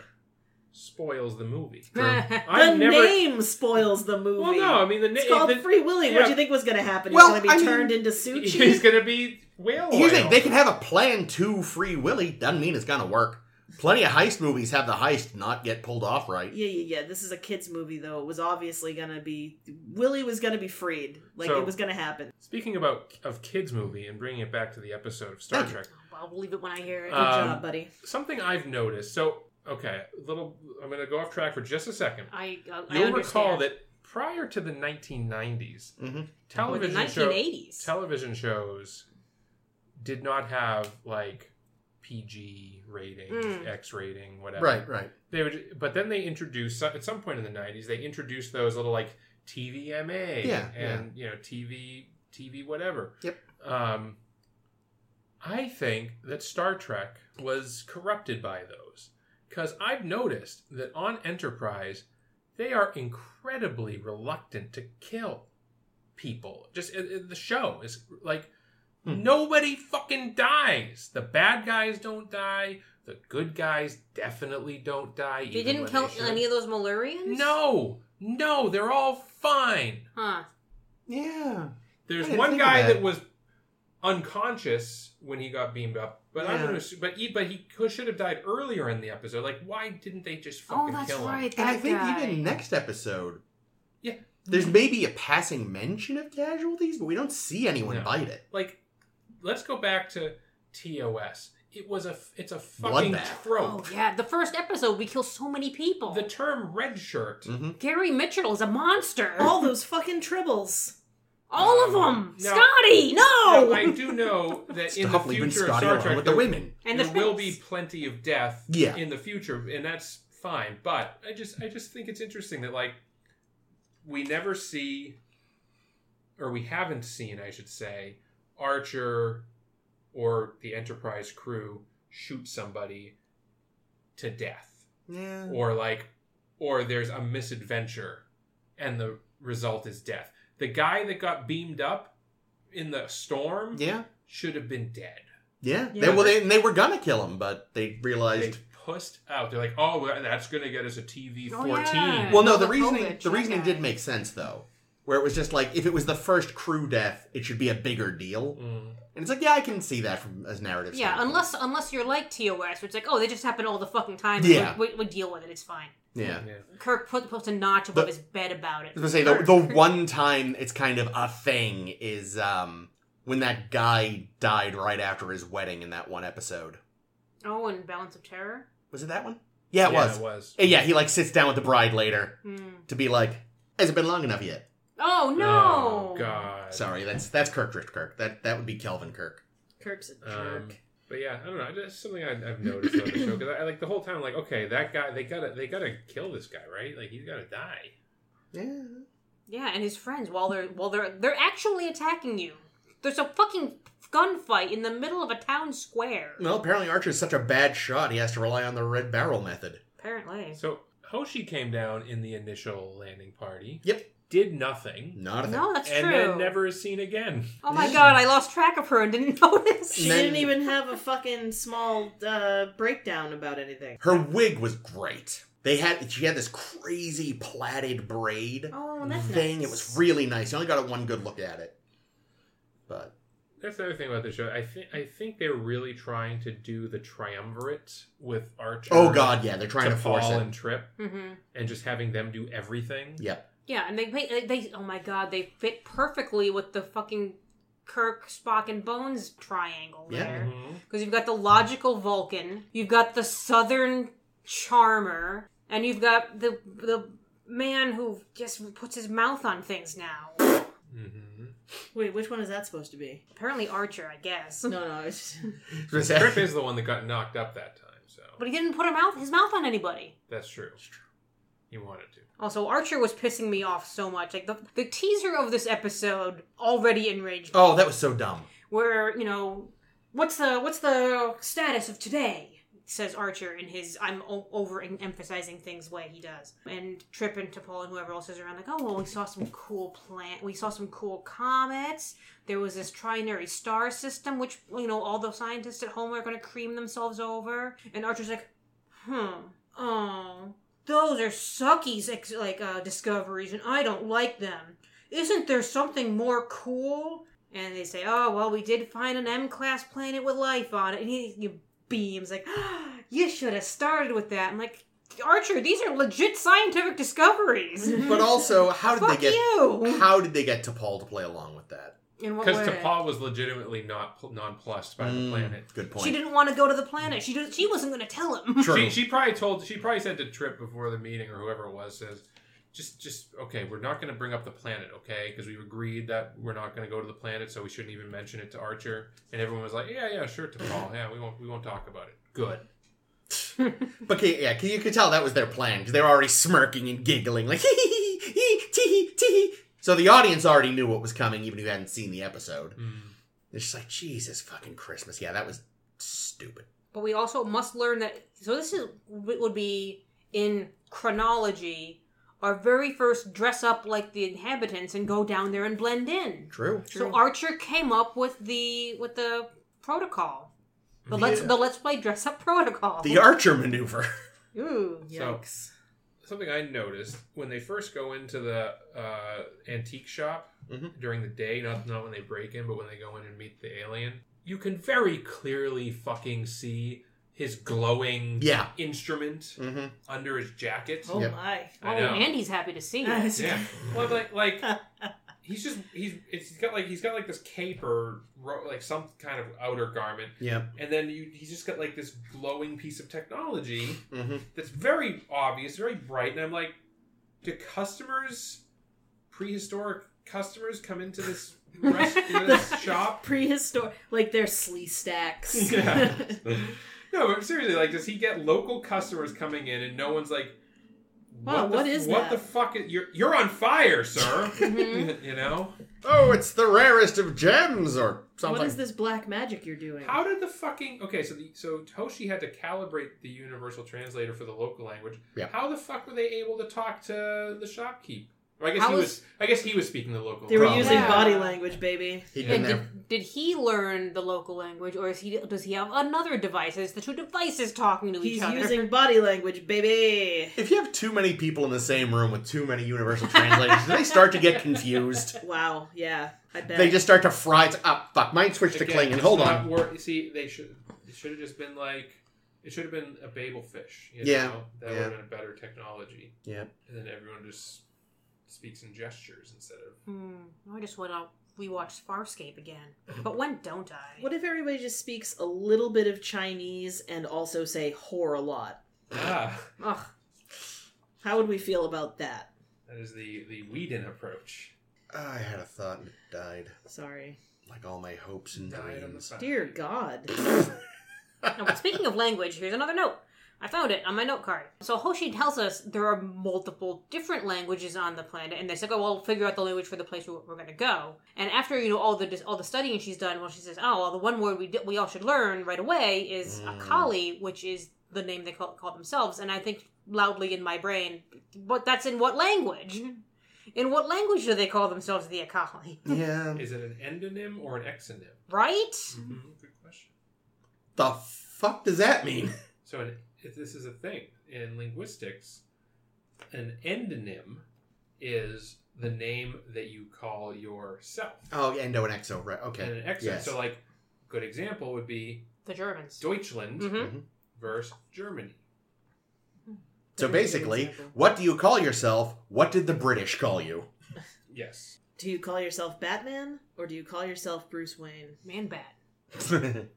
S4: spoils the movie.
S5: True.
S1: The
S4: I've never.
S1: name spoils the movie.
S4: Well, no, I mean the name.
S1: It's called Free Willy. What
S4: yeah.
S1: do you think was going to happen?
S3: Well,
S1: He's going to be
S3: I mean-
S1: turned into sushi.
S4: He's gonna be whale.
S3: Here's the
S4: oil.
S3: thing: they can have a plan to Free Willy. Doesn't mean it's gonna work. Plenty of heist movies have the heist not get pulled off right.
S1: Yeah, yeah, yeah. This is a kids' movie, though. It was obviously gonna be Willie was gonna be freed. Like
S4: So-
S1: it was gonna happen.
S4: Speaking about of kids movie and bringing it back to the episode of Star
S3: Thank you.
S4: Trek,
S5: I'll believe it when I hear it.
S1: Good
S4: Uh, Um,
S1: job, buddy.
S4: something I've noticed. So okay, a little. I'm going to go off track for just a second.
S5: I, I, I
S4: You'll
S5: understand.
S4: recall that prior to the 1990s,
S3: Mhm.
S5: Or the
S4: television show,
S5: 1980s.
S4: television shows did not have like PG rating,
S5: Mm.
S4: X rating, whatever.
S3: Right, right.
S4: They would, but then they introduced so- at some point in the 90s, they introduced those little like TVMA
S3: Yeah,
S4: and you know TV TV whatever.
S3: Yep.
S4: Um, I think that Star Trek was corrupted by those because I've noticed that on Enterprise, they are incredibly reluctant to kill people. Just it, it- the show is like
S3: Hmm.
S4: nobody fucking dies. The bad guys don't die. The good guys definitely don't die.
S5: They didn't kill any of those Malurians?
S4: No, no, they're all fine.
S5: Huh.
S3: Yeah. I
S4: There's
S3: didn't
S4: one
S3: think of
S4: guy
S3: that.
S4: that. was unconscious when he got beamed up, but I'm
S3: Yeah.
S4: gonna assume, but he, but he could, should have died earlier in the episode. Like, why didn't they just
S5: Oh,
S4: fucking
S5: that's
S4: kill him?
S5: right.
S3: And I
S5: that
S3: think
S5: guy.
S3: even next episode,
S4: Yeah.
S3: there's maybe a passing mention of casualties, but we don't see anyone
S4: No.
S3: bite it.
S4: Like, let's go back to TOS. It was a f- it's a fucking
S3: Bloodbath.
S5: Oh,
S4: trope.
S5: yeah. The first episode, we kill so many people.
S4: The term red shirt.
S3: hmm
S5: Gary Mitchell is a monster.
S3: Oh.
S1: All those fucking tribbles.
S5: All of them.
S4: No.
S5: Scotty, no.
S4: Now, I do know that in the
S3: Stop leaving
S4: future of
S3: Scotty
S4: Star
S3: alone
S4: Trek,
S3: with the
S4: there-
S3: women.
S5: and
S4: there
S5: the
S4: will be
S5: face.
S4: plenty of death
S3: Yeah.
S4: in the future, and that's fine. But I just I just think it's interesting that like we never see or we haven't seen, I should say, Archer or the Enterprise crew shoot somebody to death.
S3: Yeah.
S4: Or like or there's a misadventure and the result is death. The guy that got beamed up in the storm
S3: Yeah.
S4: should have been dead.
S3: Yeah.
S5: Yeah.
S3: They, well, they, they were gonna kill him, but they
S4: They
S3: realized.
S4: pussed out. They're like, oh, well, that's going to get us a TV
S5: Oh,
S4: 14. Mm.
S5: yeah.
S3: Well, no,
S5: Well,
S3: the
S5: the
S3: reasoning
S5: Povich,
S3: the
S5: that
S3: reasoning
S5: guy.
S3: did make sense though, where it was just like if it was the first crew death, it should be a bigger deal,
S4: Mm.
S3: and it's like yeah, I can see that from as narrative.
S5: Yeah,
S3: standpoint.
S5: unless unless you're like TOS, where it's like, oh, they just happen all the fucking time.
S3: Yeah.
S5: We, we, we deal with it. It's fine.
S3: yeah.
S4: Yeah.
S5: Kirk put, puts a notch above
S3: The-
S5: his bed about it.
S3: I was gonna say the, the one time it's kind of a thing is um when that guy died right after his wedding in that one episode.
S5: Oh, and Balance of Terror.
S3: Was it that one? Yeah, it
S4: Yeah,
S3: was. And Yeah, he like sits down with the bride later
S5: Hmm.
S3: to be like, "Has it been long enough yet?"
S5: Oh no!
S4: Oh, God.
S3: Sorry, that's that's Kirk Drift Kirk. That that would be Kelvin Kirk.
S1: Kirk's a jerk.
S4: Um, but yeah, I don't know. That's something I, I've noticed about the show because I, I like the whole time, like, okay, that guy, they gotta, they gotta kill this guy, right? Like, he's gotta die.
S3: Yeah.
S5: Yeah, and his friends while they're while they're they're actually attacking you. There's a fucking gunfight in the middle of a town square.
S3: Well, apparently Archer's such a bad shot, he has to rely on the red barrel method.
S5: Apparently.
S4: So Hoshi came down in the initial landing party.
S3: Yep.
S4: Did nothing,
S3: Not a thing.
S5: No, that's
S4: and
S5: true.
S4: then never is seen again.
S5: Oh my god, I lost track of her and didn't notice.
S1: she
S3: then-
S1: didn't even have a fucking small uh, breakdown about anything.
S3: Her wig was great. They had she had this crazy plaited braid
S5: Oh, that's
S3: thing.
S5: nice.
S3: It was really nice. You only got a one good look at it. But
S4: That's the other thing about the show. I think, I think they're really trying to do the triumvirate with Archer.
S3: oh god, yeah, they're trying to,
S4: to
S3: force
S4: Paul
S3: it.
S4: and Trip,
S5: Mm-hmm.
S4: and just having them do everything.
S3: Yep.
S5: Yeah, and they, they they oh my god, they fit perfectly with the fucking Kirk, Spock, and Bones triangle
S3: Yeah.
S5: there.
S4: Mhm.
S5: Because you've got the logical Vulcan, you've got the Southern Charmer, and you've got the the man who just puts his mouth on things now.
S4: Mm-hmm.
S1: Wait, which one is that supposed to be?
S5: Apparently Archer, I guess.
S1: No, no, it's
S4: Trip is the one that got knocked up that time, so
S5: But he didn't put her mouth his mouth on anybody.
S4: that's true. He wanted to.
S5: Also, Archer was pissing me off so much. Like the the teaser of this episode already enraged me.
S3: Oh, that was so dumb.
S5: Where you know, what's the what's the status of today? Says Archer in his I'm o- over emphasizing things way he does. And Trip and T'Pol and whoever else is around like, oh well, we saw some cool plant, we saw some cool comets. There was this trinary star system, which you know all the scientists at home are going to cream themselves over. And Archer's like, hmm, oh, those are Sucky's ex- like uh, discoveries, and I don't like them. Isn't there something more cool? And they say, oh well, we did find an M-class planet with life on it. And he, you beams. Like, "Ah, you should have started with that. I'm like, Archer, these are legit scientific discoveries.
S3: But also, how did
S5: Fuck
S3: they get?
S5: you.
S3: How did they get to Paul to play along with that?
S5: In what
S4: Because
S5: way?
S4: T'Pol was legitimately not pl- nonplussed by the
S3: Mm,
S4: planet.
S3: Good point.
S5: She didn't want to go to the planet. She did, she wasn't going to tell him.
S3: True.
S4: She, she probably told. She probably said to Trip before the meeting or whoever it was says, "Just, just okay. We're not going to bring up the planet, okay? Because we've agreed that we're not going to go to the planet, so we shouldn't even mention it to Archer." And everyone was like, "Yeah, yeah, sure, to Paul. Yeah, we won't, we won't talk about it. Good."
S3: But ca- yeah, ca- you could tell that was their plan because they were already smirking and giggling, like hee hee hee hee tee hee tee. hee." So the audience already knew what was coming, even if you hadn't seen the episode.
S4: Mm.
S3: It's just like Jesus fucking Christmas. Yeah, that was stupid.
S5: But we also must learn that. So this is w- would be in chronology. Our very first dress up like the inhabitants and go down there and blend in.
S3: True.
S5: So Archer came up with the with the protocol. The let's
S3: Yeah.
S5: the let's play dress up protocol.
S3: The Archer maneuver.
S5: Ooh.
S4: So-
S1: Yikes.
S4: Something I noticed when they first go into the uh, antique shop
S3: Mhm.
S4: during the day, not not when they break in, but when they go in and meet the alien, you can very clearly fucking see his glowing
S3: Yeah.
S4: instrument
S3: Mm-hmm.
S4: under his jacket.
S1: oh
S3: Yep.
S1: my.
S5: Oh,
S4: I know.
S5: Andy's happy to see you.
S1: Guys.
S4: Yeah. Well, like, like he's just he's it's, he's got like he's got like this cape or ro- like some kind of outer garment,
S3: Yep.
S4: and then you he's just got like this glowing piece of technology
S3: Mm-hmm.
S4: that's very obvious, very bright, and I'm like, do customers, prehistoric customers, come into this, rest, this shop?
S1: Prehistoric, like they're slee stacks.
S4: Yeah. No, but seriously, like, does he get local customers coming in, and no one's like,
S1: Wow,
S4: the,
S1: what is
S4: what
S1: that? Mm-hmm.
S4: the fuck? Is, you're you're on fire, sir. you know.
S3: Oh, it's the rarest of gems, or something.
S1: what is this black magic you're doing?
S4: How did the fucking okay? So the, so Toshi had to calibrate the universal translator for the local language.
S3: Yeah.
S4: How the fuck were they able to talk to the shopkeep? Or I guess
S5: How
S4: he was,
S5: was-
S4: I guess he was speaking the local.
S1: they were
S3: Probably.
S1: using
S5: Yeah.
S1: body language, baby.
S3: He'd
S5: Yeah,
S3: been there.
S5: did, did he learn the local language, or is he does he have another device? Is the two devices talking to each
S1: He's
S5: other?
S1: using body language, baby.
S3: If you have too many people in the same room with too many universal translators, do they start to get confused.
S1: Wow. Yeah. I bet.
S3: They just start to fry. It's up. fuck. Mine switched to
S4: Again,
S3: Klingon.
S4: it's
S3: Hold
S4: not
S3: on.
S4: wor- you see, they should it should have just been like it should have been a Babel fish. You
S3: Yeah.
S4: know? that
S3: Yeah.
S4: would have been a better technology.
S3: Yeah.
S4: And then everyone just speaks in gestures instead of
S5: Hmm, I just want to rewatch Farscape again. But when don't I?
S1: What if everybody just speaks a little bit of Chinese and also say whore a lot?
S4: ah.
S5: Ugh.
S1: How would we feel about that?
S4: That is the the Whedon approach.
S3: I had a thought and it died,
S1: Sorry.
S3: like all my hopes and
S4: Died on the
S3: dreams.
S4: side.
S1: Dear God.
S5: No, but speaking of language, here's another note. I found it on my note card. So Hoshi tells us there are multiple different languages on the planet, and they said, "Oh, we'll figure out the language for the place we're, we're going to go." And after you know all the dis- all the studying she's done, well, she says, "Oh, well, the one word we di- we all should learn right away is
S3: Mm.
S5: Akali, which is the name they call, call themselves." And I think loudly in my brain, "But that's in what language? In what language do they call themselves the Akali?
S3: yeah.
S4: Is it an endonym or an exonym?
S5: right?
S4: Good question.
S3: The fuck does that mean?
S4: So, an, if this is a thing in linguistics, an endonym is the name that you call yourself.
S3: Oh, yeah, endo and exo, right? Okay.
S4: And an exonym.
S3: Yes.
S4: So, like, good example would be
S5: The Germans."
S4: Deutschland
S3: Mm-hmm.
S5: hmm
S4: versus Germany.
S3: So basically,
S1: Example.
S3: what do you call yourself? What did the British call you?
S4: Yes.
S1: Do you call yourself Batman or do you call yourself Bruce Wayne?
S5: Man bat.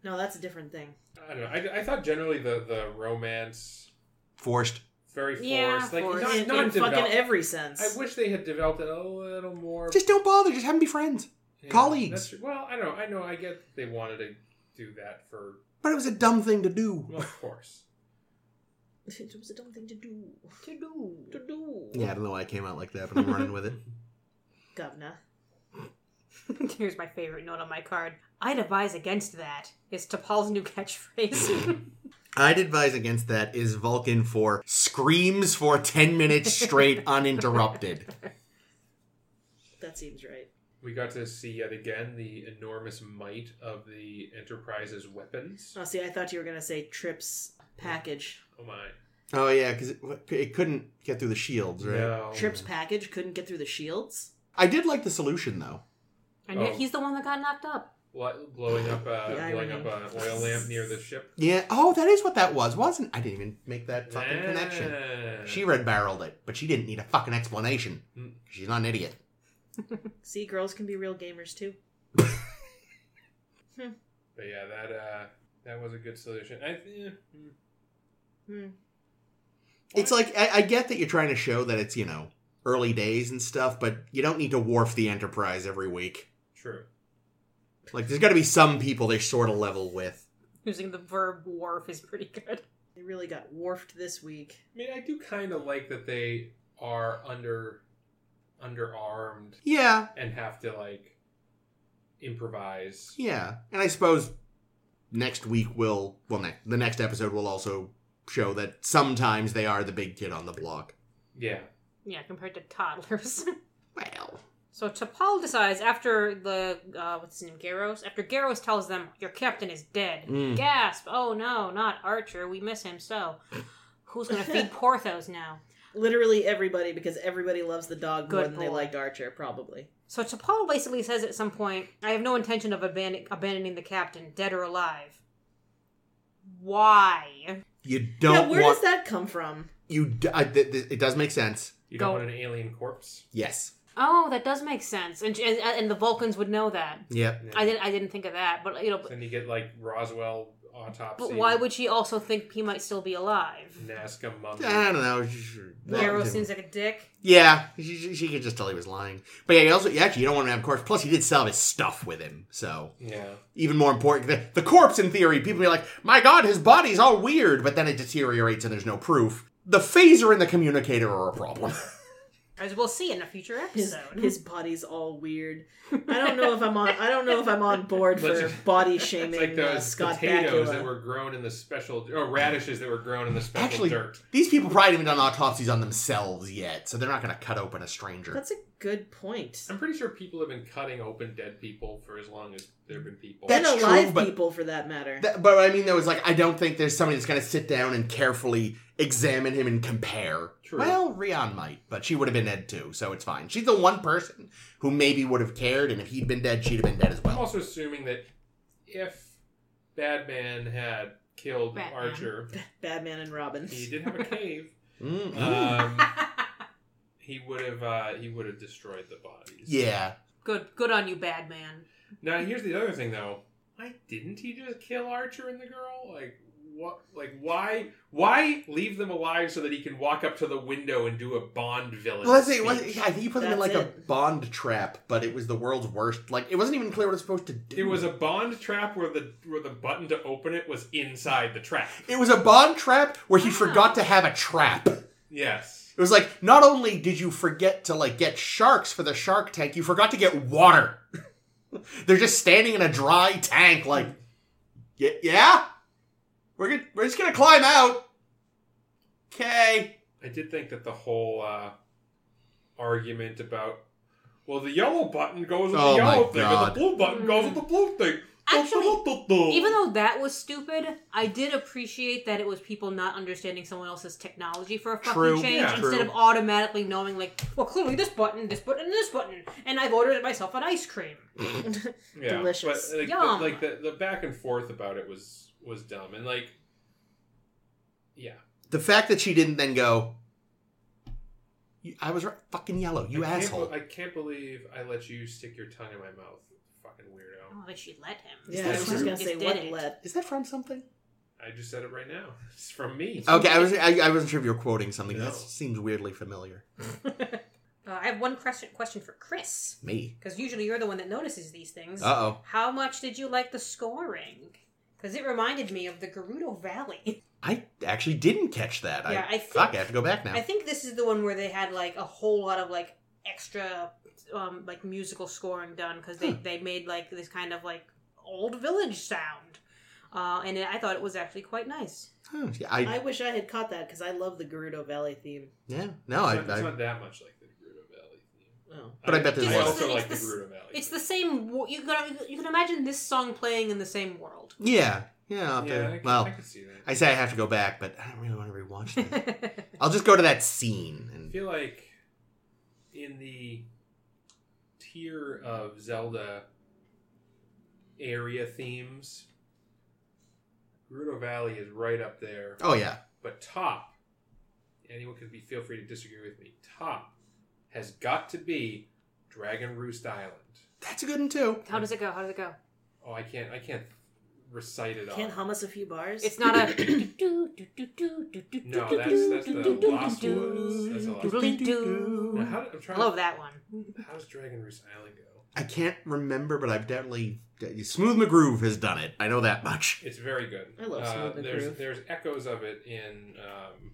S1: No, that's a different thing.
S4: I don't know. I, I thought generally the the romance
S3: Forced.
S4: very forced,
S5: Yeah,
S4: like
S5: forced.
S4: not,
S1: In,
S4: not
S1: in
S4: developed.
S1: fucking every sense.
S4: I wish they had developed it a little more.
S3: Just don't bother. Just have them be friends.
S4: Yeah,
S3: colleagues.
S4: that's true. well, I don't know. I know. I get they wanted to do that for,
S3: But it was a dumb thing to do.
S4: well, of course.
S1: it was a dumb thing to do.
S5: To do.
S1: To do.
S3: Yeah, I don't know why I came out like that, but I'm running with it.
S1: Governor.
S5: Here's my favorite note on my card. I'd advise against that. Is T'Pol's new catchphrase.
S3: I'd advise against that is Vulcan for screams for 10 minutes straight uninterrupted.
S1: That seems right.
S4: We got to see yet again the enormous might of the Enterprise's weapons.
S1: Oh, see, I thought you were going to say Trips package.
S4: Oh my!
S3: Oh, yeah, because it, it couldn't get through the shields, right?
S4: No.
S3: Oh.
S1: Trips package couldn't get through the shields?
S3: I did like the solution, though.
S5: and yet
S4: Oh.
S5: he's the one that got knocked up.
S4: li- blowing up a
S1: The
S4: blowing up
S1: irony.
S4: an oil lamp near the ship.
S3: Yeah. Oh, that is what that was, wasn't? I didn't even make that fucking connection.
S4: Yeah.
S3: She red barreled it, but she didn't need a fucking explanation.
S4: Mm.
S3: She's not an idiot.
S1: See, girls can be real gamers too.
S4: But yeah, that uh, that was a good solution. I, yeah, mm.
S1: Hmm.
S3: It's like I, I get that you're trying to show that it's you know early days and stuff, but you don't need to wharf the Enterprise every week.
S4: true.
S3: Like, there's got to be some people they sort of level with.
S5: Using the verb wharf is pretty good.
S1: They really got wharfed this week.
S4: I mean, I do kind of like that they are under underarmed
S3: Yeah,
S4: and have to like improvise.
S3: yeah, and I suppose next week will well ne- the next episode will also show that sometimes they are the big kid on the block.
S4: Yeah.
S5: Yeah, compared to toddlers.
S3: Well,
S5: so T'Pol decides after the uh, what's his name, Garros. After Garros tells them your captain is dead.
S3: Mm.
S5: Gasp! Oh no, not Archer. We miss him so. Who's gonna feed Porthos now?
S1: Literally everybody, because everybody loves the dog more
S5: Good
S1: than they
S5: boy.
S1: liked Archer, probably.
S5: So T'Pol basically says at some point, "I have no intention of aban- abandoning the captain, dead or alive." Why?
S3: you
S1: Yeah,
S3: don't
S1: where
S3: want
S1: does that come from?
S3: you. D- I, th- th- it does make sense.
S4: You don't
S5: Go.
S4: want an alien corpse.
S3: Yes.
S5: Oh, that does make sense, and and, and the Vulcans would know that.
S3: Yep.
S5: I didn't. I didn't think of that, but you know. But,
S4: Then you get like Roswell autopsy.
S5: but why would she also think he might still be alive?
S4: Nazca mummy?
S3: I don't know.
S5: Yarrow seems like a dick.
S3: Yeah, she, she- she could just tell he was lying. But yeah, you also yeah, actually you don't want to have a corpse. Plus, he did sell his stuff with him, so
S4: yeah.
S3: even more important. The, the corpse, in theory, people be like, "My God, his body's all weird," but then it deteriorates and there's no proof. The phaser and the communicator are a problem.
S5: As we'll see in a future
S1: His,
S5: episode.
S1: his body's all weird. I don't know if I'm on. I don't know if I'm on board
S4: Let's
S1: for
S4: just-
S1: body
S4: It's
S1: shaming
S4: like
S1: uh,
S4: those
S1: Scott
S4: potatoes
S1: Bakula.
S4: that were grown in the special, or radishes that were grown in the special
S3: Actually-
S4: dirt.
S3: These people probably haven't done autopsies on themselves yet, so they're not going to cut open a stranger.
S1: That's a good point.
S4: I'm pretty sure people have been cutting open dead people for as long as there have been people.
S3: That-
S1: And
S3: that's true,
S1: alive
S3: but-
S1: people, for that matter.
S3: That- but what I mean, though, is like I don't think there's somebody that's going to sit down and carefully examine him and compare.
S4: True.
S3: Well, Rion might, but she would have been dead too, so it's fine. She's the one person who maybe would have cared, and if he'd been dead, she'd have been dead as
S4: I'm
S3: well.
S4: also assuming that if Badman had killed
S5: Batman.
S4: Archer,
S1: Batman and Robin.
S4: he did have a cave.
S3: Mm, mm.
S4: um, he would have uh, he would have destroyed the bodies.
S3: yeah.
S5: good, good on you, bad man.
S4: Now here's the other thing though. Why didn't he just kill Archer and the girl? Like what? Like why? Why leave them alive so that he can walk up to the window and do a Bond villain?
S3: Well, that's it. it
S4: speech?
S3: wasn't- yeah, I think you put them in like
S1: That's
S3: a Bond trap, but it was the world's worst. Like it wasn't even clear what it was supposed to do.
S4: It was a Bond trap where the where the button to open it was inside the trap.
S3: It was a Bond trap where he
S5: Wow.
S3: forgot to have a trap. It
S4: Yes.
S3: was like not only did you forget to like get sharks for the Shark Tank, you forgot to get water. They're just standing in a dry tank, like, y- yeah, we're gonna, we're just gonna climb out. Okay.
S4: I did think that the whole uh, argument about well, the yellow button goes with
S3: Oh
S4: the
S3: my
S4: yellow thing, and
S3: God.
S4: the blue button goes with the blue thing.
S5: Actually,
S4: Du-du-du-du-du.
S5: even though that was stupid, I did appreciate that it was people not understanding someone else's technology for a fucking
S3: True,
S5: change
S4: yeah.
S5: instead of
S3: True.
S5: automatically knowing, like, well, clearly this button, this button, and this button, and I've ordered myself an ice cream.
S4: yeah,
S1: Delicious.
S4: But like,
S5: Yum.
S4: The, like the, the back and forth about it was was dumb, and like, yeah,
S3: The fact that she didn't then go, "You- I was right, fucking yellow, you
S4: I can't
S3: asshole.
S4: be- I can't believe I let you stick your tongue in my mouth, fucking
S5: I
S4: weirdo.
S5: don't think she let him.
S1: yeah, I was
S3: true?
S1: just gonna
S5: Just
S1: say
S5: did
S1: what
S5: it.
S1: let.
S3: Is that from something?
S4: I just said it right now. It's from me.
S3: Okay, I was I, I wasn't sure if you were quoting something.
S4: No.
S3: That seems weirdly familiar.
S5: Uh, I have one question question for Chris
S3: Me.
S5: because usually you're the one that notices these things.
S3: Uh oh.
S5: How much did you like the scoring? Because it reminded me of the Gerudo Valley.
S3: I actually didn't catch that.
S5: Yeah,
S3: I,
S5: I
S3: fuck.
S5: think-
S3: I have to go back now.
S5: I think this is the one where they had like a whole lot of like extra, um, like musical scoring done because they
S3: Hmm.
S5: they made like this kind of like old village sound, uh, and it, I thought it was actually quite nice.
S3: Huh, yeah,
S1: I
S3: I,
S1: wish I had caught that because I love the Gerudo Valley theme.
S3: yeah, no, I,
S4: it's, not, it's
S3: I
S4: not that much like the Gerudo Valley theme.
S1: Oh.
S3: But I bet there's
S4: I
S3: one.
S4: also
S5: It's
S4: like the
S5: the s-
S4: Gerudo Valley.
S5: It's
S4: theme.
S5: the same. wo- You can you can imagine this song playing in the same world.
S3: yeah, yeah. I'll have to-
S4: yeah, I, can-
S3: well,
S4: I
S3: I,
S4: can see that.
S3: say I have to go back, but I don't really want to rewatch that. I'll just go to that scene
S4: I
S3: and
S4: feel like in the tier of Zelda area themes. Gerudo Valley is right up there.
S3: Oh yeah,
S4: But top, anyone could be feel free to disagree with me. Top has got to be Dragon Roost Island.
S3: that's a good one too.
S5: How does it go? How does it go?
S4: Oh, I can't. I can't recite it all.
S1: Can't hum us a few bars.
S5: It's not a.
S4: No,
S5: no,
S4: that's- that's the Lost Woods. That's the Lost Now, how, I'm
S5: I
S4: trying.
S5: love that one.
S4: To, how does Dragon Roost Island go?
S3: I can't remember, but I've definitely uh, Smooth McGroove has done it. I know that much.
S4: It's very good.
S1: I love Smooth
S4: uh,
S1: and
S4: there's
S1: Groove.
S4: there's echoes of it in um,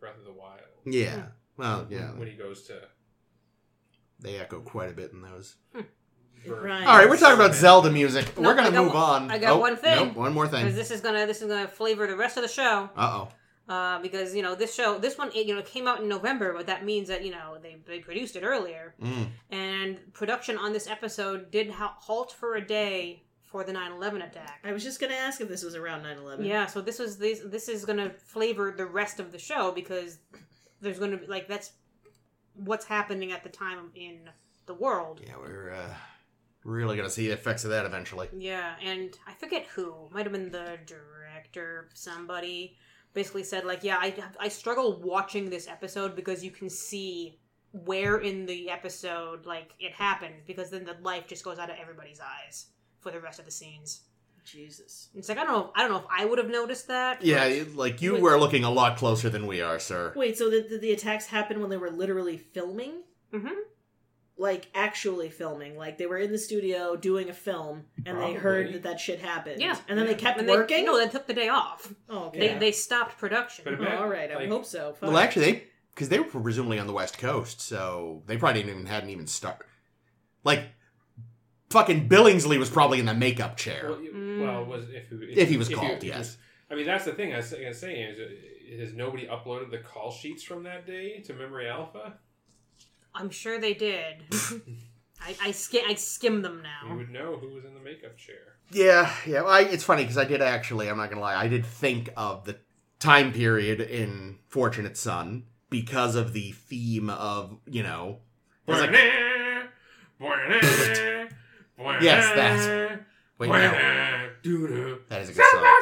S4: Breath of the Wild.
S3: Yeah.
S5: Hmm.
S3: Well, Oh, yeah,
S4: When he goes to.
S3: they echo quite a bit in those.
S4: Ver-
S1: Right.
S3: All right, we're talking about
S4: Seven.
S3: Zelda music.
S5: No,
S3: we're gonna
S5: I got
S3: move
S5: one-
S3: on.
S5: I got
S3: Oh,
S5: one thing.
S3: Nope, one more
S5: Because
S3: thing.
S5: this is gonna this is gonna flavor the rest of the show.
S3: Uh oh.
S5: Uh, because you know this show this one it, you know came out in November, but that means that you know they they produced it earlier.
S3: Mm.
S5: And production on this episode did ha- halt for a day for the 9/11 attack.
S1: I was just gonna ask if this was around 9-11.
S5: Yeah, so this was this this is gonna flavor the rest of the show because there's gonna be like that's what's happening at the time in the world.
S3: Yeah, we're uh, really gonna see the effects of that eventually.
S5: Yeah, and I forget who might have been the director, somebody basically said like, yeah, I I struggle watching this episode because you can see where in the episode like it happened because then the light just goes out of everybody's eyes for the rest of the scenes.
S1: Jesus.
S5: It's like I don't know, I don't know if I would have noticed that.
S3: Yeah, you- like you
S1: Wait.
S3: were looking a lot closer than we are, sir.
S1: Wait, so the, the, the attacks happened when they were literally filming?
S5: hmm
S1: Like, actually filming. Like, they were in the studio doing a film, and they heard
S4: Probably.
S1: that that shit happened.
S5: Yeah.
S1: And then they kept
S5: And they,
S1: working?
S5: no, they took the day off.
S1: oh, okay.
S5: They, they stopped production.
S4: But it-
S1: oh, all right, I
S4: Like-
S1: hope so. Fuck.
S3: Well, actually, they because they were presumably on the West Coast, so they probably didn't even hadn't even started. Like, fucking Billingsley was probably in the makeup chair.
S4: Well, you-
S5: Mm.
S4: well, was if, you-
S3: If he was
S4: you-
S3: called,
S4: if you-
S3: yes.
S4: I mean, that's the thing. I was, I was saying is, uh, has nobody uploaded the call sheets from that day to Memory Alpha?
S5: I'm sure they did. I I, skim, I skim them
S4: We
S5: now.
S4: would know who was in the makeup chair.
S3: Yeah, yeah. well, I, it's funny because I did actually. I'm not gonna lie. I did think of the time period in Fortunate Son because of the theme of you know. it was like-
S4: Buena, buena, buena,
S3: Yes, that's- wait, no,
S4: buena, doo-doo.
S3: that is a good song.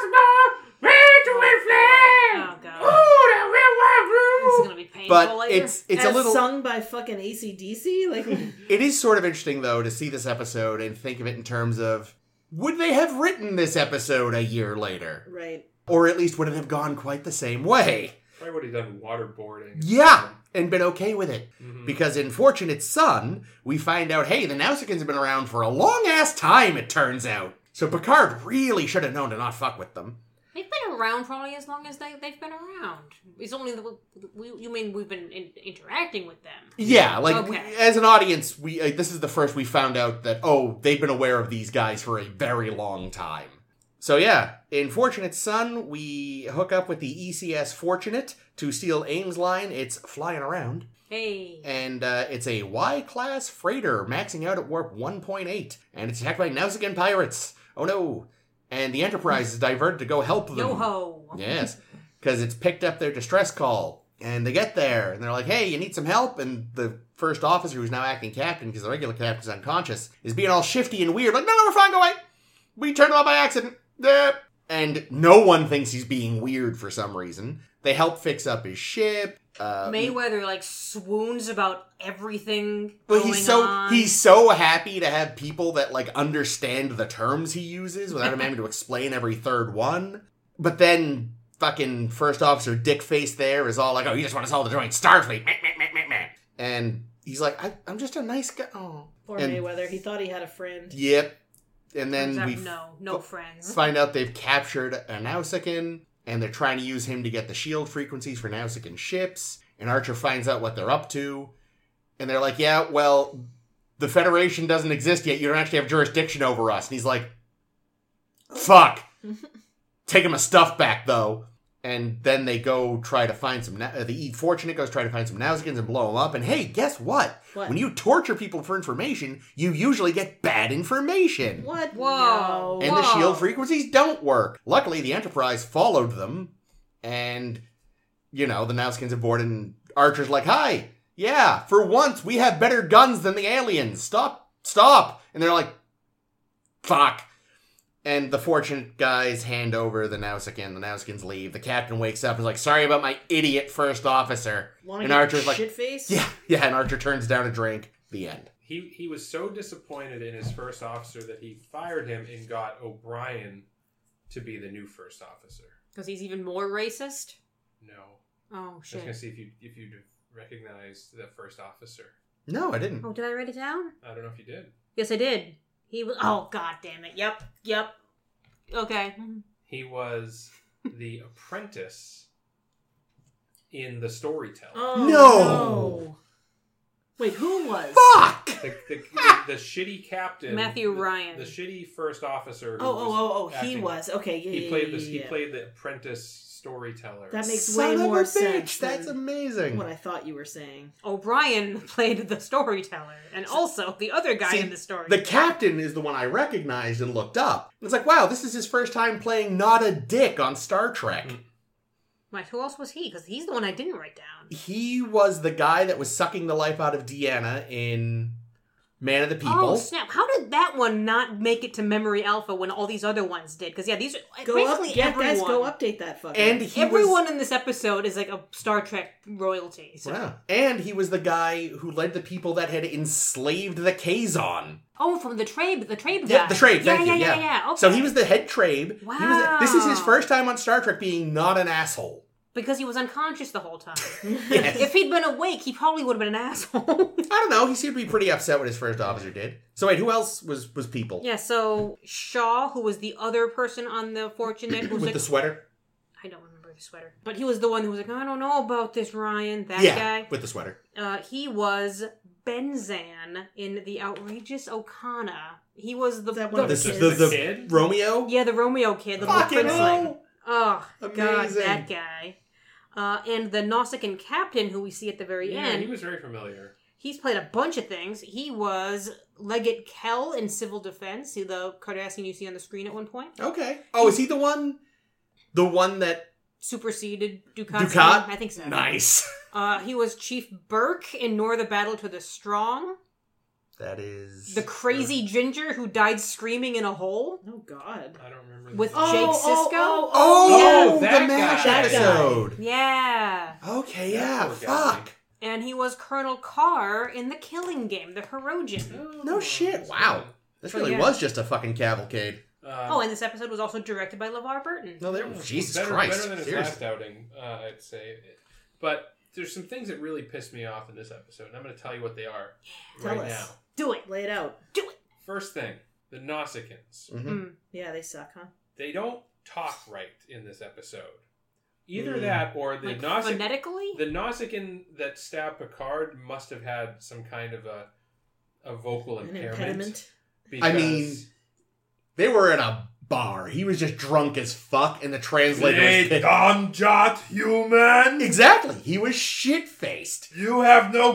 S5: Oh god, this is Oh, gonna be painful
S3: But
S5: later.
S3: it's it's
S1: As
S3: a little
S1: sung by fucking ACDC? Like,
S3: It is sort of interesting, though, to see this episode and think of it in terms of would they have written this episode a year later?
S1: right.
S3: Or at least would it have gone quite the same way?
S4: Probably would have done waterboarding.
S3: Yeah, and been okay with it.
S4: Mhm.
S3: Because in Fortunate Son, we find out hey, the Nausicaans have been around for a long ass time, it turns out. So Picard really should have known to not fuck with them.
S5: They've been around probably as long as they, they've been around. It's only the, we, you mean we've been in, interacting with them.
S3: Yeah, like we,
S5: Okay.
S3: as an audience, we uh, this is the first we found out that oh, they've been aware of these guys for a very long time. So yeah, in Fortunate Son, we hook up with the ECS Fortunate to steal Ames Line. It's flying around,
S5: Hey.
S3: and uh, it's a Y-class freighter maxing out at warp 1.8, and it's attacked by Nausican pirates. Oh no! And the Enterprise is diverted to go help them.
S5: Yo ho.
S3: Yes, because it's picked up their distress call, and they get there, and they're like, "Hey, you need some help?" And the first officer, who's now acting captain, because the regular captain's unconscious, is being all shifty and weird, like, "No, no, we're fine. Go away. We turned it on by accident." Yeah. And no one thinks he's being weird for some reason. They help fix up his ship. Uh,
S5: Mayweather like swoons about everything.
S3: but
S5: going
S3: he's so
S5: on.
S3: he's so happy to have people that like understand the terms he uses without him having to explain every third one. But then fucking first officer Dick Face there is all like, "Oh, you just want us all to join Starfleet," meh, meh, meh, meh, meh." and he's like, I, "I'm just a nice guy." Oh,
S1: Poor
S3: And-
S1: Mayweather. He thought he had a friend.
S3: yep. And then
S5: Except
S3: we
S5: no no
S3: f-
S5: friends.
S3: find out they've captured a Nausican and they're trying to use him to get the shield frequencies for Nausican ships. And Archer finds out what they're up to. And they're like, yeah, well, the Federation doesn't exist yet. You don't actually have jurisdiction over us. And he's like, fuck. Take him a stuff back, though. And then they go try to find some. Na- uh, the E Fortunate goes try to find some Nausicaans and blow them up. And hey, guess what?
S1: What?
S3: When you torture people for information, you usually get bad information.
S1: What?
S5: Whoa.
S1: No.
S3: And the
S5: Whoa.
S3: shield frequencies don't work. Luckily, the Enterprise followed them, and you know the Nauskins aboard, and Archer's like, "Hi, yeah, for once we have better guns than the aliens. Stop, stop!" And they're like, fuck. And the fortunate guys hand over the Nausican. The Nausikins leave. The captain wakes up and is like, sorry about my idiot first officer.
S1: Wanna
S3: And
S1: get
S3: Archer's like,
S1: shit face?
S3: Yeah, yeah, and Archer turns down a drink. The end.
S4: He he was so disappointed in his first officer that he fired him and got O'Brien to be the new first officer.
S5: Because he's even more racist.
S4: No,
S5: Oh
S4: I was gonna
S5: shit.
S4: see if you if you recognized the first officer.
S3: No, I didn't.
S5: Oh, did I write it down?
S4: I don't know if you did.
S5: Yes, I did. He was. Oh god damn it. Yep. Yep. Okay.
S4: He was the apprentice in the storyteller.
S1: Oh,
S3: No.
S1: no. Wait, who was?
S3: Fuck!
S4: The, the, the shitty captain,
S5: Matthew
S4: the-
S5: Ryan.
S4: the shitty first officer.
S1: Oh,
S4: who
S1: oh,
S4: was
S1: oh, oh. He
S4: acting-
S1: was. Okay, yeah,
S4: He
S1: yeah,
S4: played
S1: yeah,
S4: this. He
S1: yeah.
S4: played the apprentice storyteller.
S1: That makes
S3: Son
S1: way
S3: of a
S1: more
S3: bitch,
S1: sense
S3: That's
S1: than
S3: amazing.
S1: What I thought you were saying.
S5: O'Brien played the storyteller, and also the other guy
S3: See,
S5: in the story.
S3: The captain is the one I recognized and looked up. It's like, wow, this is his first time playing not a dick on Star Trek.
S4: Mm.
S5: Wait, who else was he? Because he's the one I didn't write down.
S3: He was the guy that was sucking the life out of Deanna in Man of the People.
S5: Oh snap! How did that one not make it to Memory Alpha when all these other ones did? Because yeah, these are
S1: Go up,
S5: basically
S1: yeah,
S5: everyone.
S1: guys, go update that fucker.
S3: and he
S5: everyone
S3: was
S5: in this episode is like a Star Trek royalty. So.
S3: Wow. and he was the guy who led the people that had enslaved the Kazon.
S5: Oh, from the Trabe, the Trabe guy.
S3: Yeah, the Trabe,
S5: Yeah,
S3: thank
S5: yeah,
S3: you,
S5: yeah,
S3: yeah.
S5: yeah. Okay.
S3: So he was the head trabe. He was the- this is his
S5: Wow.
S3: first time on Star Trek being not an asshole.
S5: because he was unconscious the whole time.
S3: Yes.
S5: if he'd been awake, he probably would have been an asshole.
S3: I don't know. He seemed to be pretty upset when his first officer did. So wait, who else was was people
S5: yeah. So Shaw, who was the other person on the fortunate, who was
S3: with
S5: like,
S3: the sweater?
S5: I don't remember the sweater, but he was the one who was like, I don't know about this, Ryan. That
S3: yeah,
S5: guy.
S3: with the sweater.
S5: Uh, he was Benzan in the outrageous O'Connor. He was the,
S1: Is that
S5: the-
S1: one of
S3: The,
S1: The
S3: the,
S1: kid.
S3: the,
S4: The kid?
S3: Romeo.
S5: yeah the Romeo kid, the
S3: Fucking
S5: little princeling.
S3: hell.
S5: Oh god,
S3: Amazing.
S5: that guy. Uh, and the Nausicaan captain who we see at the very
S4: Yeah,
S5: end,
S4: he was very familiar.
S5: he's played a bunch of things. He was Leggett Kell in Civil Defense, who the Cardassian you see on the screen at one point.
S3: Okay. Oh, is he the one? The one that
S5: Superseded Ducat's
S3: Ducat?
S5: name? I think so.
S3: nice.
S5: Uh, he was Chief Burke in Nor the Battle to the Strong.
S3: That is
S5: The crazy ginger who died screaming in a hole.
S1: oh God.
S4: I don't remember.
S5: With
S4: the-
S1: Oh,
S5: Jake
S1: oh,
S5: Sisko?
S1: oh,
S3: Oh,
S4: yeah,
S3: the
S4: that
S3: Mash
S4: guy.
S1: That guy.
S3: episode.
S5: Yeah.
S3: Okay,
S4: That
S3: yeah.
S4: poor guy.
S3: Fuck.
S5: And he was Colonel Carr in The Killing Game, the Herogen.
S4: Oh,
S3: No shit.
S4: that's
S3: Wow. This
S5: But
S3: really
S5: yeah.
S3: was just a fucking cavalcade.
S4: good. Uh,
S5: Oh, and this episode was also directed by LeVar Burton.
S3: No, they
S4: It
S3: were
S4: was
S3: Jesus
S4: better,
S3: Christ.
S4: Better than his
S3: Seriously.
S4: last outing, uh, I'd say. But there's some things that really pissed me off in this episode, and I'm going to tell you what they are
S1: Tell
S4: right
S1: us.
S4: now.
S5: Do it.
S1: Lay it out.
S4: First thing, the Nausicaans.
S3: Mhm.
S5: Mm.
S1: Yeah, they suck, huh?
S4: They don't talk right in this episode. Either
S3: Mm.
S4: that or the
S5: Like,
S4: Nausicaan.
S5: phonetically?
S4: The Nausicaan that stabbed Picard must have had some kind of a a vocal
S1: An
S4: impairment.
S1: impediment.
S4: because-
S3: I mean, They were in a bar. He was just drunk as fuck, and the translator was pissed.
S4: Ganjat human,
S3: Exactly. He was shit faced.
S4: you have no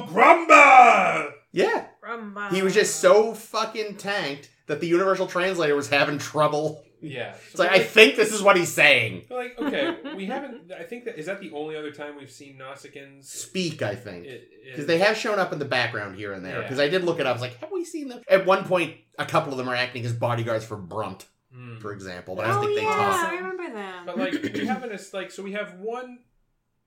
S4: grumble.
S3: Yeah.
S5: uh,
S3: He was just so fucking tanked that the universal translator was having trouble.
S4: Yeah,
S3: It's like, I think this is what he's saying.
S4: Like, okay, we haven't. I think that is that the only other time we've seen Nausicaans.
S3: Speak, I
S4: It-
S3: think.
S4: it-
S3: Because they have shown up in the background here and there.
S4: Yeah.
S3: Because I did look it up. I was like, have we seen them? At one point, a couple of them are acting as bodyguards for Brunt,
S4: Hmm.
S3: for example. But I don't
S5: Oh,
S3: think
S5: yeah,
S3: they talk.
S5: I remember them.
S4: But like we haven't as like so we have one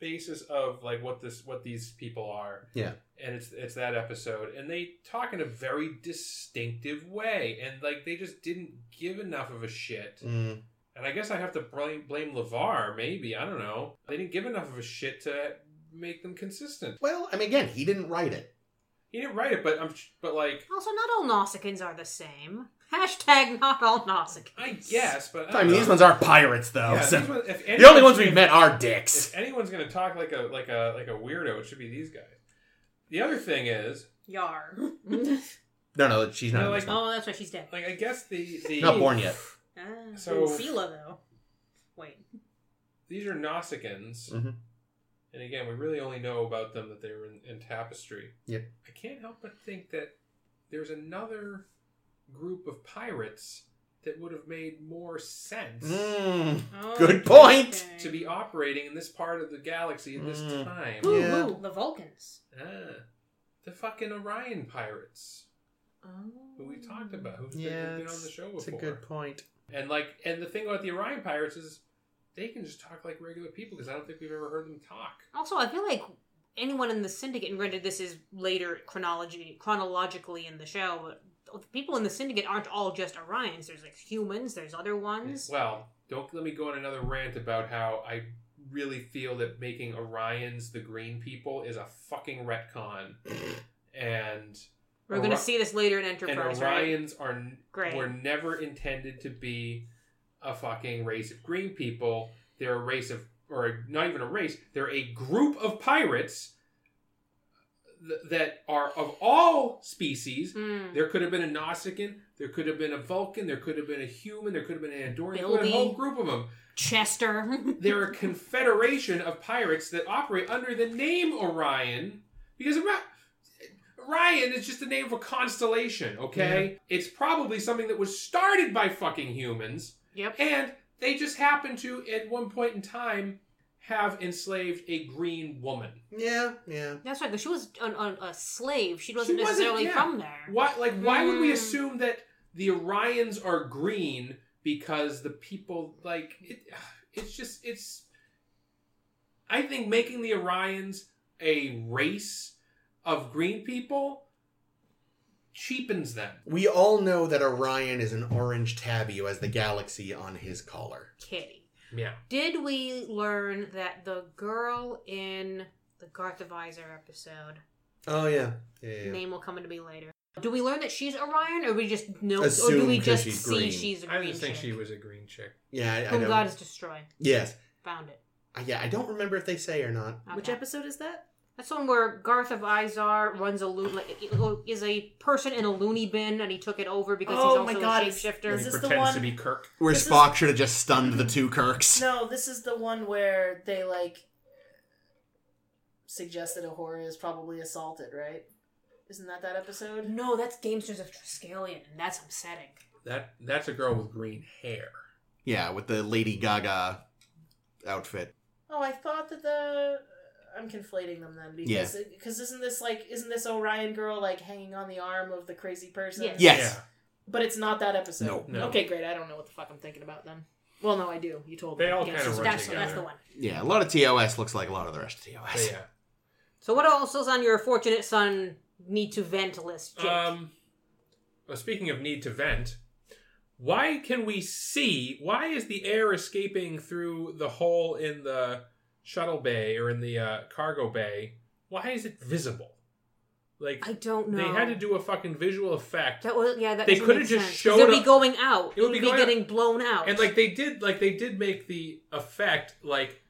S4: basis of like what this what these people are.
S3: Yeah.
S4: And it's it's that episode and they talk in a very distinctive way and like they just didn't give enough of a shit.
S3: Mm.
S4: And I guess I have to blame blame LeVar maybe, I don't know. They didn't give enough of a shit to make them consistent.
S3: Well, I mean, again, he didn't write it.
S4: He didn't write it, but I'm but like
S5: also, not all Nausicaans are the same. Hashtag not all Nausicaans.
S4: I guess, but
S3: I mean, these ones are pirates, though.
S4: Uh, yeah,
S3: so-
S4: these ones, if
S3: the only
S4: anyone's-
S3: ones we've met are dicks.
S4: If anyone's gonna talk like a like a like a weirdo, it should be these guys. The other thing is,
S5: Yar.
S3: No, no, she's not.
S4: No,
S3: in
S4: like-
S3: this one.
S5: Oh, that's right, she's dead.
S4: like, I guess the the
S3: not born yet.
S5: Ah,
S4: So-
S5: Sela, though. Wait.
S4: these are Nausicaans,
S3: Mhm.
S4: and again, we really only know about them that they were in, in Tapestry.
S3: Yep.
S4: I can't help but think that there's another group of pirates that would have made more sense
S3: Mm.
S5: Oh,
S3: Good point.
S5: okay.
S4: to be operating in this part of the galaxy at this
S3: Mm.
S4: time.
S5: Ooh,
S3: Yeah.
S5: ooh, the Vulcans.
S4: Ah, the fucking Orion pirates. who we talked about, who's been-
S3: Yeah,
S4: who's been,
S3: it's,
S4: on the show
S3: it's a
S4: before.
S3: good point.
S4: And like, and the thing about the Orion Pirates is they can just talk like regular people because I don't think we've ever heard them talk.
S5: Also, I feel like anyone in the syndicate, and granted, this is later chronology chronologically in the show, but the people in the syndicate aren't all just Orions. There's like humans. There's other ones.
S4: Well, don't let me go on another rant about how I really feel that making Orions the green people is a fucking retcon, and
S5: We're gonna
S4: Ori-
S5: see this later in
S4: and
S5: Enterprise, right?
S4: Orions are n-
S5: Great.
S4: were never intended to be a fucking race of green people. They're a race of, or not even a race. They're a group of pirates th- that are of all species.
S5: Mm.
S4: There could have been a Nausicaan. There could have been a Vulcan. There could have been a human. There could have been an Andorian. There could have been
S5: Bilby.
S4: a whole group of them.
S5: Chester.
S4: They're a confederation of pirates that operate under the name Orion because Ori- Orion is just the name of a constellation, okay? It's probably something that was started by fucking humans
S5: yep.
S4: and they just happened to, at one point in time, have enslaved a green woman.
S3: Yeah, yeah.
S5: That's right. Because she was an, an, a slave. She wasn't
S4: wasn't-
S5: necessarily
S4: yeah.
S5: from there.
S4: Why, like, why would we
S5: Hmm.
S4: assume that the Orions are green because the people like it? It's just it's. I think making the Orions a race of green people cheapens them.
S3: We all know that Orion is an orange tabby who has the galaxy on his collar.
S5: Kitty.
S4: Yeah,
S5: Did we learn that the girl in the Garth Visor episode?
S3: Oh yeah, yeah. yeah.
S5: Name will come into me later. Do we learn that she's Orion, or we just know, or do
S3: Assume
S5: we
S3: 'cause
S5: just
S3: she's
S5: see
S3: green.
S5: she's a green?
S4: I just think
S5: chick?
S4: she was a green chick.
S3: Yeah, I, I
S5: Whom
S3: don't-
S5: Oh, God has destroyed.
S3: Yes,
S5: Found it.
S3: Uh, yeah. I don't remember if they say or not.
S5: Okay.
S1: Oh. Which episode is that?
S5: That's one where Garth of Izar runs a loon, like, is a person in a loony bin, and he took it over because he's
S1: Oh
S5: also
S1: my God,
S5: a
S1: it's-
S5: shapeshifter.
S1: Is
S4: he
S1: this the
S4: pretends to
S1: one-
S4: be Kirk.
S3: Where
S1: This is-
S3: Spock should have just stunned the two Kirks.
S1: No, this is the one where they like suggest that Ahura is probably assaulted, right? Isn't that that episode?
S5: No, that's Gamesters of Triskelion, and that's upsetting.
S4: That that's a girl with green hair.
S3: Yeah, with the Lady Gaga outfit.
S1: Oh, I thought that the I'm conflating them then because because isn't this like isn't this Orion girl like hanging on the arm of the crazy person?
S5: Yes.
S3: Yes.
S1: But it's not that episode.
S3: No.
S4: No.
S1: Okay, great. I don't know what the fuck I'm thinking about then. Well, no, I do. You told me.
S4: They all
S1: Yes,
S4: kinda
S1: it's
S4: run
S1: that's-
S5: That's,
S4: together.
S5: that's the one.
S3: Yeah, a lot of TOS looks like a lot of the rest of
S4: But
S3: TOS.
S5: So what else is on your fortunate son need to vent list, Jake?
S4: yeah. Um. Well, speaking of need to vent, why can we see? Why is the air escaping through the hole in the shuttle bay or in the uh, cargo bay? Why is it visible? Like
S5: I don't know.
S4: they had to do a fucking visual effect,
S5: That was yeah. That
S4: They
S5: doesn't
S4: coulda
S5: make
S4: just
S5: sense. 'Cause
S4: showed
S5: It would
S4: up-
S5: be going out.
S4: It would be going out.
S5: getting blown out.
S4: and like they did, like they did make the effect like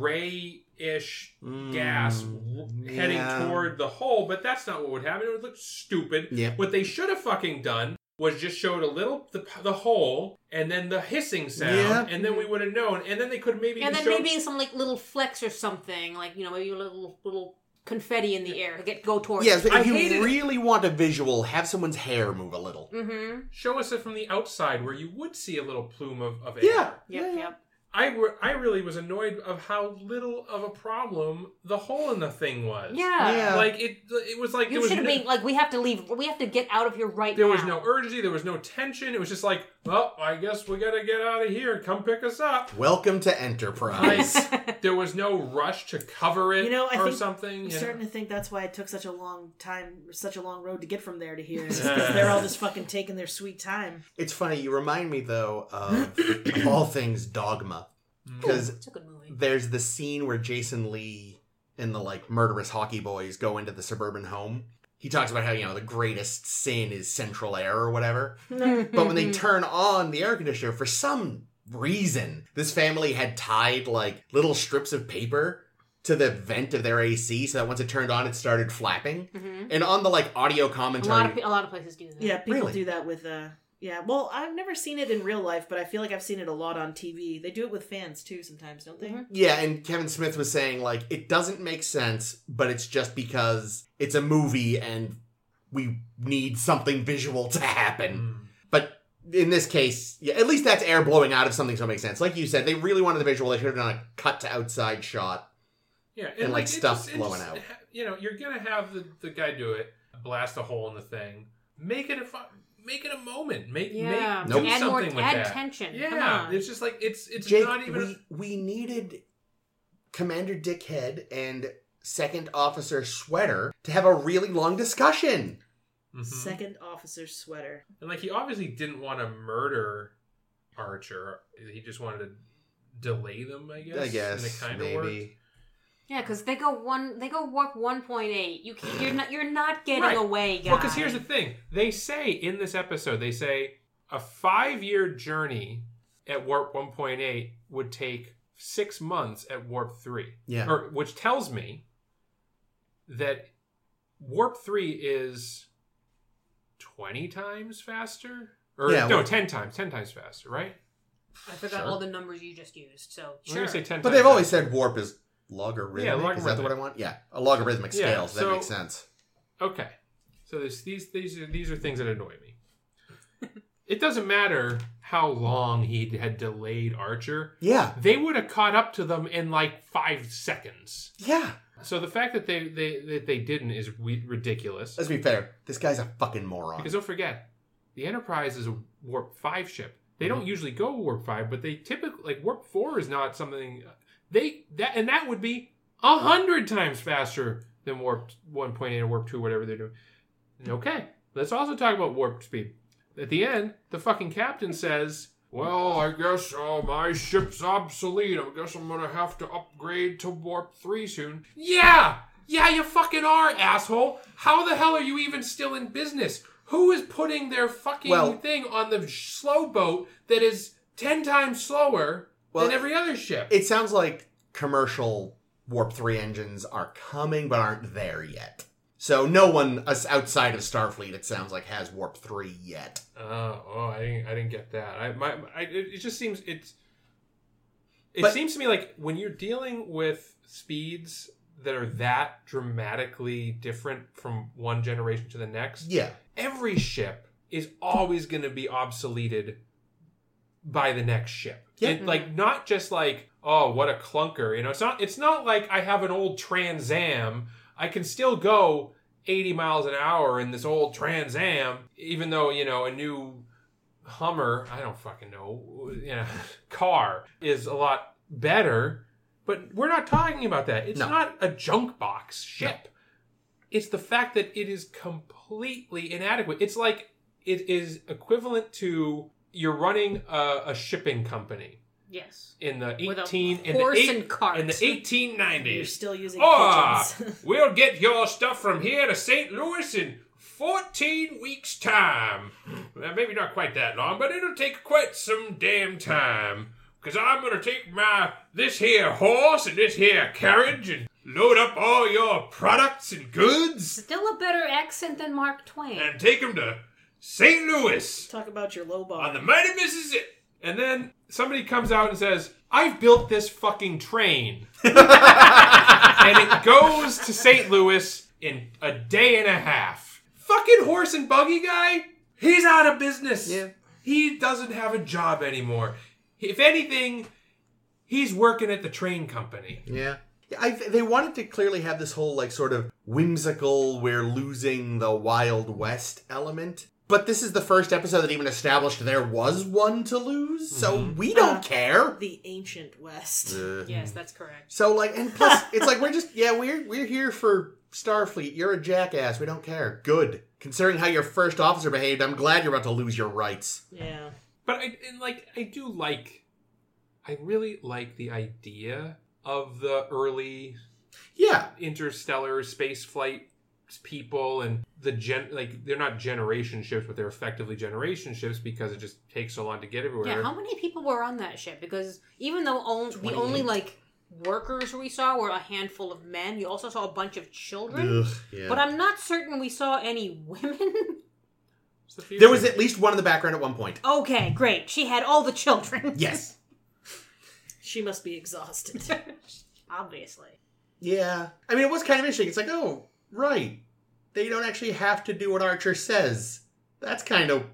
S4: grayish
S3: Mm,
S4: gas w-
S3: yeah.
S4: heading toward the hole, but that's not what would happen. It would look stupid.
S3: Yeah.
S4: What they should have fucking done was just showed a little the, the hole and then the hissing sound,
S3: Yeah.
S4: and then we would have known. And then they could maybe
S5: and
S4: even
S5: then
S4: show-
S5: maybe some like little flecks or something, like you know, maybe a little little confetti in the air to get go towards.
S3: Yes,
S4: I
S3: if
S4: hated it.
S3: you really want a visual, have someone's hair move a little.
S5: Mm-hmm.
S4: show us it from the outside where you would see a little plume of, of air.
S3: Yeah.
S5: Yep. Yep.
S4: I, re- I really was annoyed of how little of a problem the hole in the thing was.
S5: Yeah.
S3: Yeah.
S4: Like it it was like there
S5: You
S4: was
S5: should have
S4: no-
S5: been like, we have to leave. We have to get out of here right
S4: There
S5: now.
S4: was no urgency. There was no tension. It was just like, well, I guess we gotta get out of here. Come pick us up.
S3: Welcome to Enterprise.
S4: There was no rush to cover it
S1: You know, I
S4: or
S1: think-
S4: something.
S1: I'm
S4: you know?
S1: starting to think that's why it took such a long time, such a long road to get from there to here. is 'cause
S4: Yeah.
S1: they're all just fucking taking their sweet time.
S3: it's funny, you remind me though of, of all things Dogma.
S4: Mm.
S3: Because
S5: It's a good movie.
S3: there's the scene where Jason Lee and the like murderous hockey boys go into the suburban home. He talks about how, you know, the greatest sin is central air or whatever. But when
S5: Mm-hmm.
S3: they turn on the air conditioner, for some reason, this family had tied like little strips of paper to the vent of their AC so that once it turned on, it started flapping.
S5: Mhm.
S3: And on the like audio
S5: a lot of
S3: commentary,
S5: pe- a lot of places do that.
S1: Yeah, people
S3: Really?
S1: do that with. uh Yeah, well, I've never seen it in real life, but I feel like I've seen it a lot on TV. They do it with fans too sometimes, don't they?
S5: Mhm.
S3: yeah, and Kevin Smith was saying like it doesn't make sense, but it's just because it's a movie and we need something visual to happen.
S4: Mm.
S3: But in this case, yeah, at least that's air blowing out of something, so it makes sense. Like you said, they really wanted the visual. They should have done a cut to outside shot.
S4: Yeah, and,
S3: And, like,
S4: it
S3: stuff
S4: just- it
S3: blowing
S4: just-
S3: out.
S4: You know, you're gonna have the, the guy do it, blast a hole in the thing. Make it a fu- make it a moment. Make
S5: Yeah.
S4: make
S3: Nope.
S4: do
S5: Add more
S4: something with
S5: add
S4: that.
S5: tension. Come
S4: Yeah,
S5: on.
S4: it's just like it's it's
S3: Jake,
S4: not even.
S3: we, we needed Commander Dickhead and Second Officer Sweater to have a really long discussion.
S4: Mhm.
S3: Mm-hmm.
S1: Second officer sweater.
S4: And like he obviously didn't want to murder Archer. He just wanted to delay them, I guess.
S3: I guess
S4: And it kind of worked.
S3: maybe.
S5: Yeah, because they go one, they go warp one point eight. You can't, you're not, you're not getting
S4: Right.
S5: away, guys.
S4: Well, because here's the thing: they say in this episode, they say a five-year journey at warp 1.8 would take six months at warp three,
S3: Yeah.
S4: or which tells me that warp three is 20 times faster, or
S3: Yeah,
S4: no,
S3: well-
S4: 10 times, 10 times faster, right?
S5: I forgot
S3: Sure.
S5: all the numbers you just used. So
S4: I'm gonna
S5: sure.
S4: say 10.
S3: But
S4: times
S3: they've always
S4: faster.
S3: said warp is logarithmic.
S4: Yeah,
S3: Is that
S4: logarithmic.
S3: what I want? Yeah, a logarithmic
S4: Yeah,
S3: scale. so
S4: so-
S3: that makes sense.
S4: Okay. So this, these these are these are things that annoy me. it doesn't matter how long he had delayed Archer.
S3: Yeah,
S4: They would have caught up to them in like five seconds.
S3: yeah.
S4: So the fact that they they that they didn't is we- ridiculous.
S3: Let's be fair. This guy's a fucking moron.
S4: Because don't forget, the Enterprise is a warp five ship. They don't usually go warp five, but they typically like warp four is not something uh, they that and that would be a hundred times faster than warp one point eight or warp two, whatever they're doing. Okay, let's also talk about warp speed. At the end, the fucking captain says. Well, I guess uh, my ship's obsolete. I guess I'm gonna have to upgrade to warp three soon. Yeah, yeah, you fucking are, asshole. How the hell are you even still in business? Who is putting their fucking
S3: Well-
S4: thing on the sh- slow boat that is ten times slower
S3: Well,
S4: than every other ship?
S3: It sounds like commercial warp three engines are coming but aren't there yet. So no one us outside of Starfleet, it sounds like, has warp three yet.
S4: Oh, oh, I didn't, I didn't get that. I, my, I, it it just seems it's. It
S3: But-
S4: seems to me like when you're dealing with speeds that are that dramatically different from one generation to the next,
S3: Yeah.
S4: every ship is always going to be obsoleted by the next ship.
S3: Yeah.
S4: It, like not just like oh what a clunker, you know. It's not it's not like I have an old Trans Am. I can still go 80 miles an hour in this old Trans Am, even though you know a new Hummer, I don't fucking know, you know, car is a lot better. But we're not talking about that. It's
S3: No.
S4: not a junk box ship. It's the fact that it is completely inadequate. It's like it is equivalent to you're running a, a shipping company
S5: yes.
S4: in the
S5: With a
S4: 18 in the
S5: horse
S4: eight,
S5: and cart.
S4: in the
S1: You're
S4: 1890s.
S1: still using
S4: Ah,
S1: pigeons.
S4: we'll get your stuff from here to St. Louis in 14 weeks' time. Well, maybe not quite that long, but it'll take quite some damn time. Because I'm going to take my this here horse and this here carriage and load up all your products and goods
S5: Still a better accent than Mark Twain.
S4: and take 'em to St. Louis
S1: Talk about your low bar.
S4: on the mighty Mississippi. And then somebody comes out and says, I've built this fucking train. and it goes to St. Louis in a day and a half. Fucking horse and buggy guy, he's out of business.
S3: Yeah.
S4: He doesn't have a job anymore. If anything, he's working at the train company.
S3: Yeah. I, they wanted to clearly have this whole like sort of whimsical we're losing the wild west element but this is the first episode that even established there was one to lose so we don't
S1: Uh,
S3: care
S1: the ancient west.
S5: yes, that's correct.
S3: so like and plus it's like we're just yeah we're we're here for starfleet you're a jackass we don't care good considering how your first officer behaved i'm glad you're about to lose your rights
S1: Yeah.
S4: But I and like I do like I really like the idea of the early
S3: yeah
S4: interstellar space flight people and the gen like they're not generation ships but they're effectively generation ships because it just takes so long to get everywhere
S5: Yeah, how many people were on that ship? Because even though on, the
S3: 28.
S5: only like workers we saw were a handful of men, you also saw a bunch of children.
S3: Ugh, yeah.
S5: But I'm not certain we saw any women.
S4: It's the future.
S3: there was at least one in the background at one point
S5: okay, great. She had all the children.
S3: yes
S1: She must be exhausted.
S5: Obviously.
S3: Yeah. I mean, it was kind of interesting. It's like, oh, right. They don't
S4: Mm-hmm.
S3: actually have to do what Archer says. That's kind of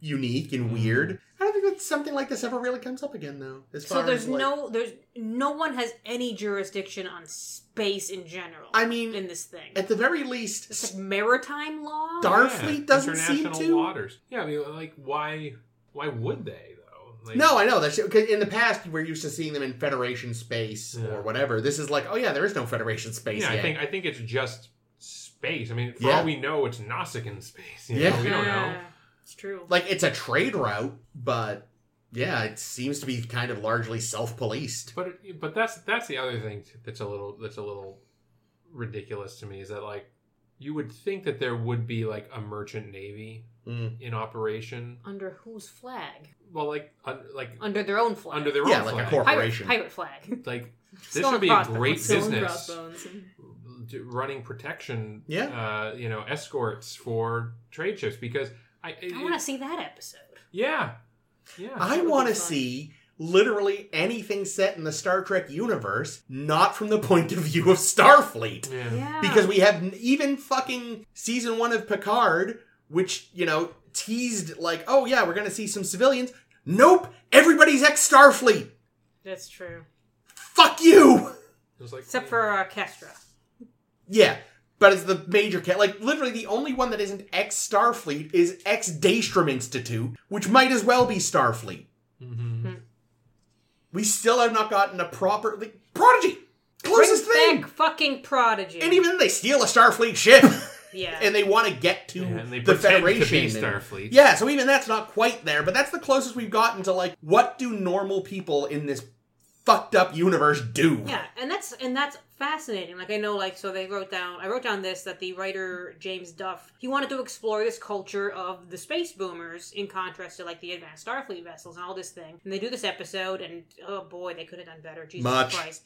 S3: unique and weird. I don't think something like this ever really comes up again, though. As
S5: So
S3: far
S5: there's
S3: as, like-
S5: no there's no one has any jurisdiction on space in general.
S3: I mean,
S5: in this thing,
S3: At the very least,
S5: it's
S3: s-
S5: like maritime law.
S3: Dark- Starfleet doesn't seem
S4: international
S3: to-
S4: waters. Yeah, I mean, like why? Why would they though? Like,
S3: no, I know that's because in the past we're used to seeing them in Federation space
S4: Yeah.
S3: or whatever. This is like, oh yeah, there is no Federation space
S4: Yeah,
S3: yet.
S4: I think I think it's just space. I mean, for
S3: Yeah.
S4: all we know, it's Nausicaa in space. You
S3: Yeah.
S4: know? we don't know.
S5: Yeah, It's true.
S3: like it's a trade route, but yeah, it seems to be kind of largely self-policed.
S4: But it, but that's that's the other thing that's a little that's a little ridiculous to me is that like you would think that there would be like a merchant navy
S3: Mm.
S4: in operation.
S5: Under whose flag?
S4: Well, like un, like
S5: Under their own flag.
S4: under their
S3: Yeah,
S4: own
S3: like a
S4: flag.
S3: corp-
S5: pirate,
S3: corporation.
S5: pirate flag.
S4: Like this
S5: Skull
S4: would
S5: and
S4: be a
S5: crossbones.
S4: great
S5: Skull and
S4: business.
S1: Crossbones.
S4: d- running protection,
S3: Yeah.
S4: uh, you know, escorts for trade ships because I, it-
S5: I want to see that episode.
S4: yeah, yeah,
S3: I
S1: Oh, would be
S3: want to
S1: fun.
S3: see literally anything set in the Star Trek universe, not from the point of view of Starfleet.
S4: yeah.
S5: Yeah.
S3: because we have n- even fucking season one of Picard, which you know teased like, oh yeah, we're gonna see some civilians. Nope, everybody's ex Starfleet.
S5: that's true.
S3: Fuck you.
S4: It was like
S5: Except for uh, Kestra.
S3: Yeah, but it's the major cat. Like literally, the only one that isn't ex Starfleet is ex Daystrom Institute, which might as well be Starfleet.
S4: Mhm.
S3: We still have not gotten a proper like, prodigy. Closest
S5: Bring
S3: thing.
S5: back fucking prodigy.
S3: And even then, they steal a Starfleet ship,
S5: yeah.
S3: and they want to get to
S4: Yeah, and they
S3: the
S4: pretend
S3: Federation.
S4: to be
S3: and-
S4: Starfleet.
S3: Yeah, so even that's not quite there, but that's the closest we've gotten to like what do normal people in this fucked up universe do?
S5: Yeah, and that's and that's fascinating. Like I know, like so they wrote down. I wrote down this that the writer James Duff he wanted to explore this culture of the space boomers in contrast to like the advanced Starfleet vessels and all this thing. And they do this episode, and oh boy, they could have done better. Jesus
S3: Much.
S5: Christ!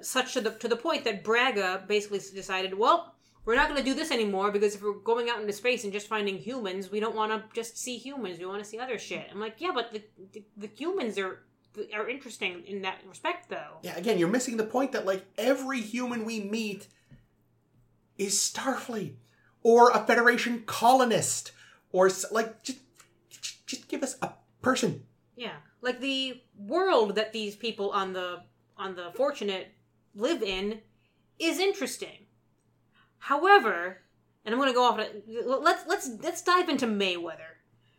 S5: Such to the to the point that Braga basically decided, well. We're not going to do this anymore because if we're going out into space and just finding humans, we don't want to just see humans. We want to see other shit. I'm like, yeah, but the, the, the humans are are interesting in that respect, though.
S3: Yeah, again, you're missing the point that like every human we meet is Starfleet or a Federation colonist or s- like just just- just give us a person.
S5: Yeah, like the world that these people on the on the fortunate live in is interesting. However, and I'm going to go off. Let's let's let's dive into Mayweather,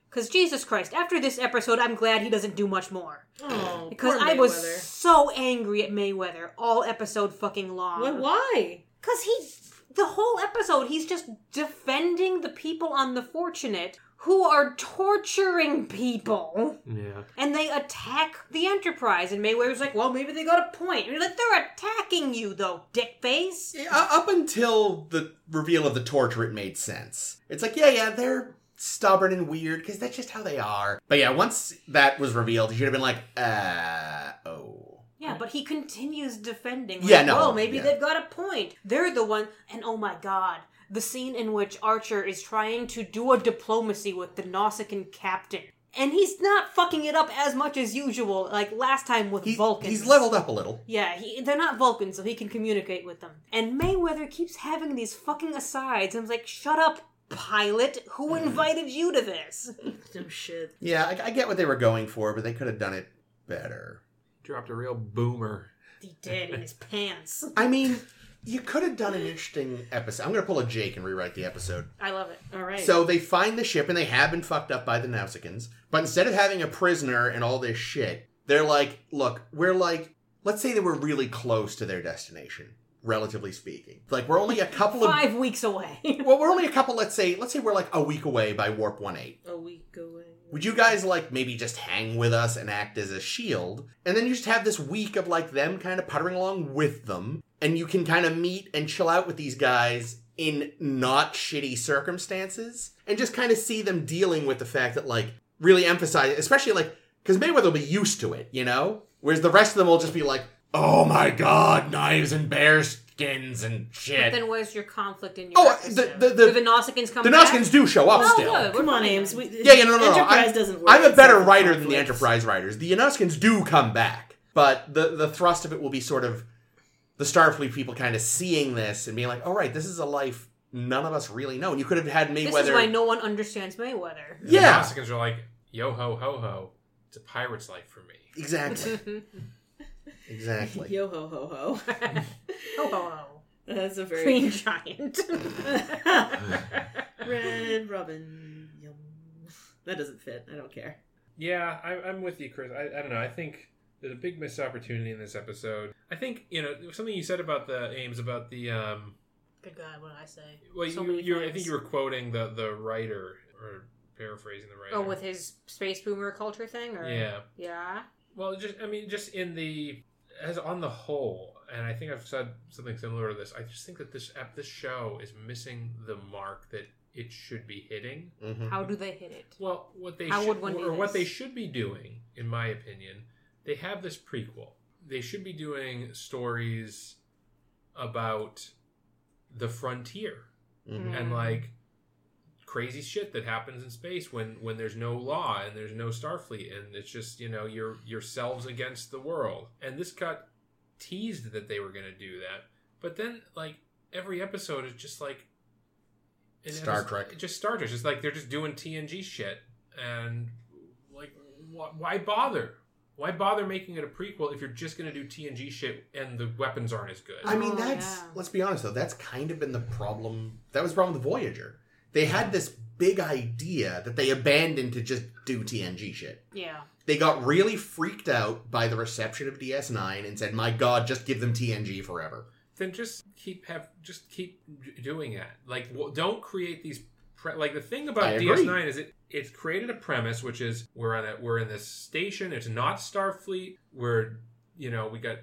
S5: because Jesus Christ, after this episode, I'm glad he doesn't do much more.
S1: Oh,
S5: Because
S1: poor
S5: I was
S1: Mayweather.
S5: so angry at Mayweather all episode fucking long.
S1: Why? why?
S5: Because he, the whole episode, he's just defending the people on the fortunate who are torturing people
S4: yeah.
S5: and they attack the Enterprise. And Mayweather's like, well, maybe they got a point. And you're like, they're attacking you, though, dickface.
S3: Yeah, u- up until the reveal of the torture, it made sense. It's like, yeah, yeah, they're stubborn and weird because that's just how they are. But yeah, once that was revealed, you should have been like, uh, oh.
S5: Yeah, but he continues defending.
S3: Yeah, no,
S5: Well, maybe
S3: yeah.
S5: they've got a point. They're the one. And oh my god, the scene in which Archer is trying to do a diplomacy with the Nausicaan captain. And he's not fucking it up as much as usual, like last time with
S3: He-
S5: Vulcan.
S3: He's leveled up a little.
S5: Yeah, he, they're not Vulcans, so he can communicate with them. And Mayweather keeps having these fucking asides. I'm like, shut up, pilot. Who invited you to this?
S1: Some shit.
S3: Yeah, I, I get what they were going for, but they could have done it better.
S4: Dropped a real boomer.
S5: He did in his pants.
S3: I mean, you could have done an interesting episode. I'm going to pull a Jake and rewrite the episode.
S5: I love it.
S1: All right.
S3: So they find the ship, and they have been fucked up by the Nausicaans. But instead of having a prisoner and all this shit, they're like, look, we're like, let's say they were really close to their destination, relatively speaking. Like, we're only a couple of.
S5: Five weeks away.
S3: Well, we're only a couple, let's say, let's say we're like a week away by Warp 18.
S1: a week away.
S3: Would you guys like maybe just hang with us and act as a shield? And then you just have this week of like them kind of puttering along with them, and you can kind of meet and chill out with these guys in not shitty circumstances, and just kind of see them dealing with the fact that like really emphasize, especially like because Mayweather will be used to it, you know, whereas the rest of them will just be like, "Oh my god, knives and bear skins and shit."
S5: then where's your conflict in your
S3: Oh,
S5: episode?
S3: the- the- the-
S5: Do the Nausicaans come
S3: the
S5: back?
S3: Nausicaans do show up
S5: Oh,
S3: still.
S5: good.
S1: Come on,
S5: We're
S1: Ames.
S5: fine.
S1: We,
S3: Yeah, yeah, no, no, no.
S1: Enterprise
S3: I'm,
S1: doesn't work.
S3: I'm a
S1: except
S3: better
S1: for
S3: writer than the
S1: conflicts.
S3: Enterprise writers. The Anuskins do come back, but the the thrust of it will be sort of the Starfleet people kind of seeing this and being like, "All right, this is a life none of us really know." And you could have had
S5: This
S3: Mayweather.
S5: is why no one understands Mayweather.
S4: The
S3: yeah,
S4: Nausicaans are like yo ho ho ho. It's a pirate's life for me.
S3: Exactly. Exactly.
S1: Yo ho ho ho.
S5: oh, oh, oh.
S1: That's a very
S5: Green giant.
S1: Red Robin. Yum. That doesn't fit. I don't care.
S4: Yeah, I, I'm with you, Chris. I, I don't know. I think there's a big missed opportunity in this episode. I think you know something you said about the Ames about the um.
S5: Good God, what did I say?
S4: Well,
S5: So
S4: you,
S5: many
S4: you I
S5: things.
S4: think you were quoting the the writer or paraphrasing the writer.
S5: Oh, with his space boomer culture thing, or
S4: yeah.
S5: yeah.
S4: Well, just I mean, just in the as on the whole, and I think I've said something similar to this. I just think that this app, this show, is missing the mark that it should be hitting.
S3: Mhm.
S5: How do they hit it?
S4: Well, what they
S5: How
S4: should,
S5: would one do
S4: or what
S5: this?
S4: they should be doing, in my opinion, they have this prequel. They should be doing stories about the frontier
S3: Mhm.
S5: Mm.
S4: and like crazy shit that happens in space when when there's no law and there's no Starfleet and it's just you know your yourselves against the world. And this got teased that they were going to do that, but then like every episode is just like an
S3: Star
S4: episode-
S3: Trek.
S4: just Star Trek. It's like they're just doing TNG shit and like wh- why bother? Why bother making it a prequel if you're just going to do TNG shit and the weapons aren't as good?
S3: I mean,
S5: Oh,
S3: that's
S5: yeah.
S3: let's be honest though. That's kind of been the problem. That was the problem with Voyager. They had this big idea that they abandoned to just do TNG shit.
S5: Yeah,
S3: They got really freaked out by the reception of DS9 and said, "My God, just give them TNG forever."
S4: then just keep have just keep d- doing it. Like w- don't create these pre- like the thing
S3: I
S4: about
S3: agree.
S4: DS9 is it it's created a premise which is we're on a we're in this station. It's not Starfleet. We're you know we got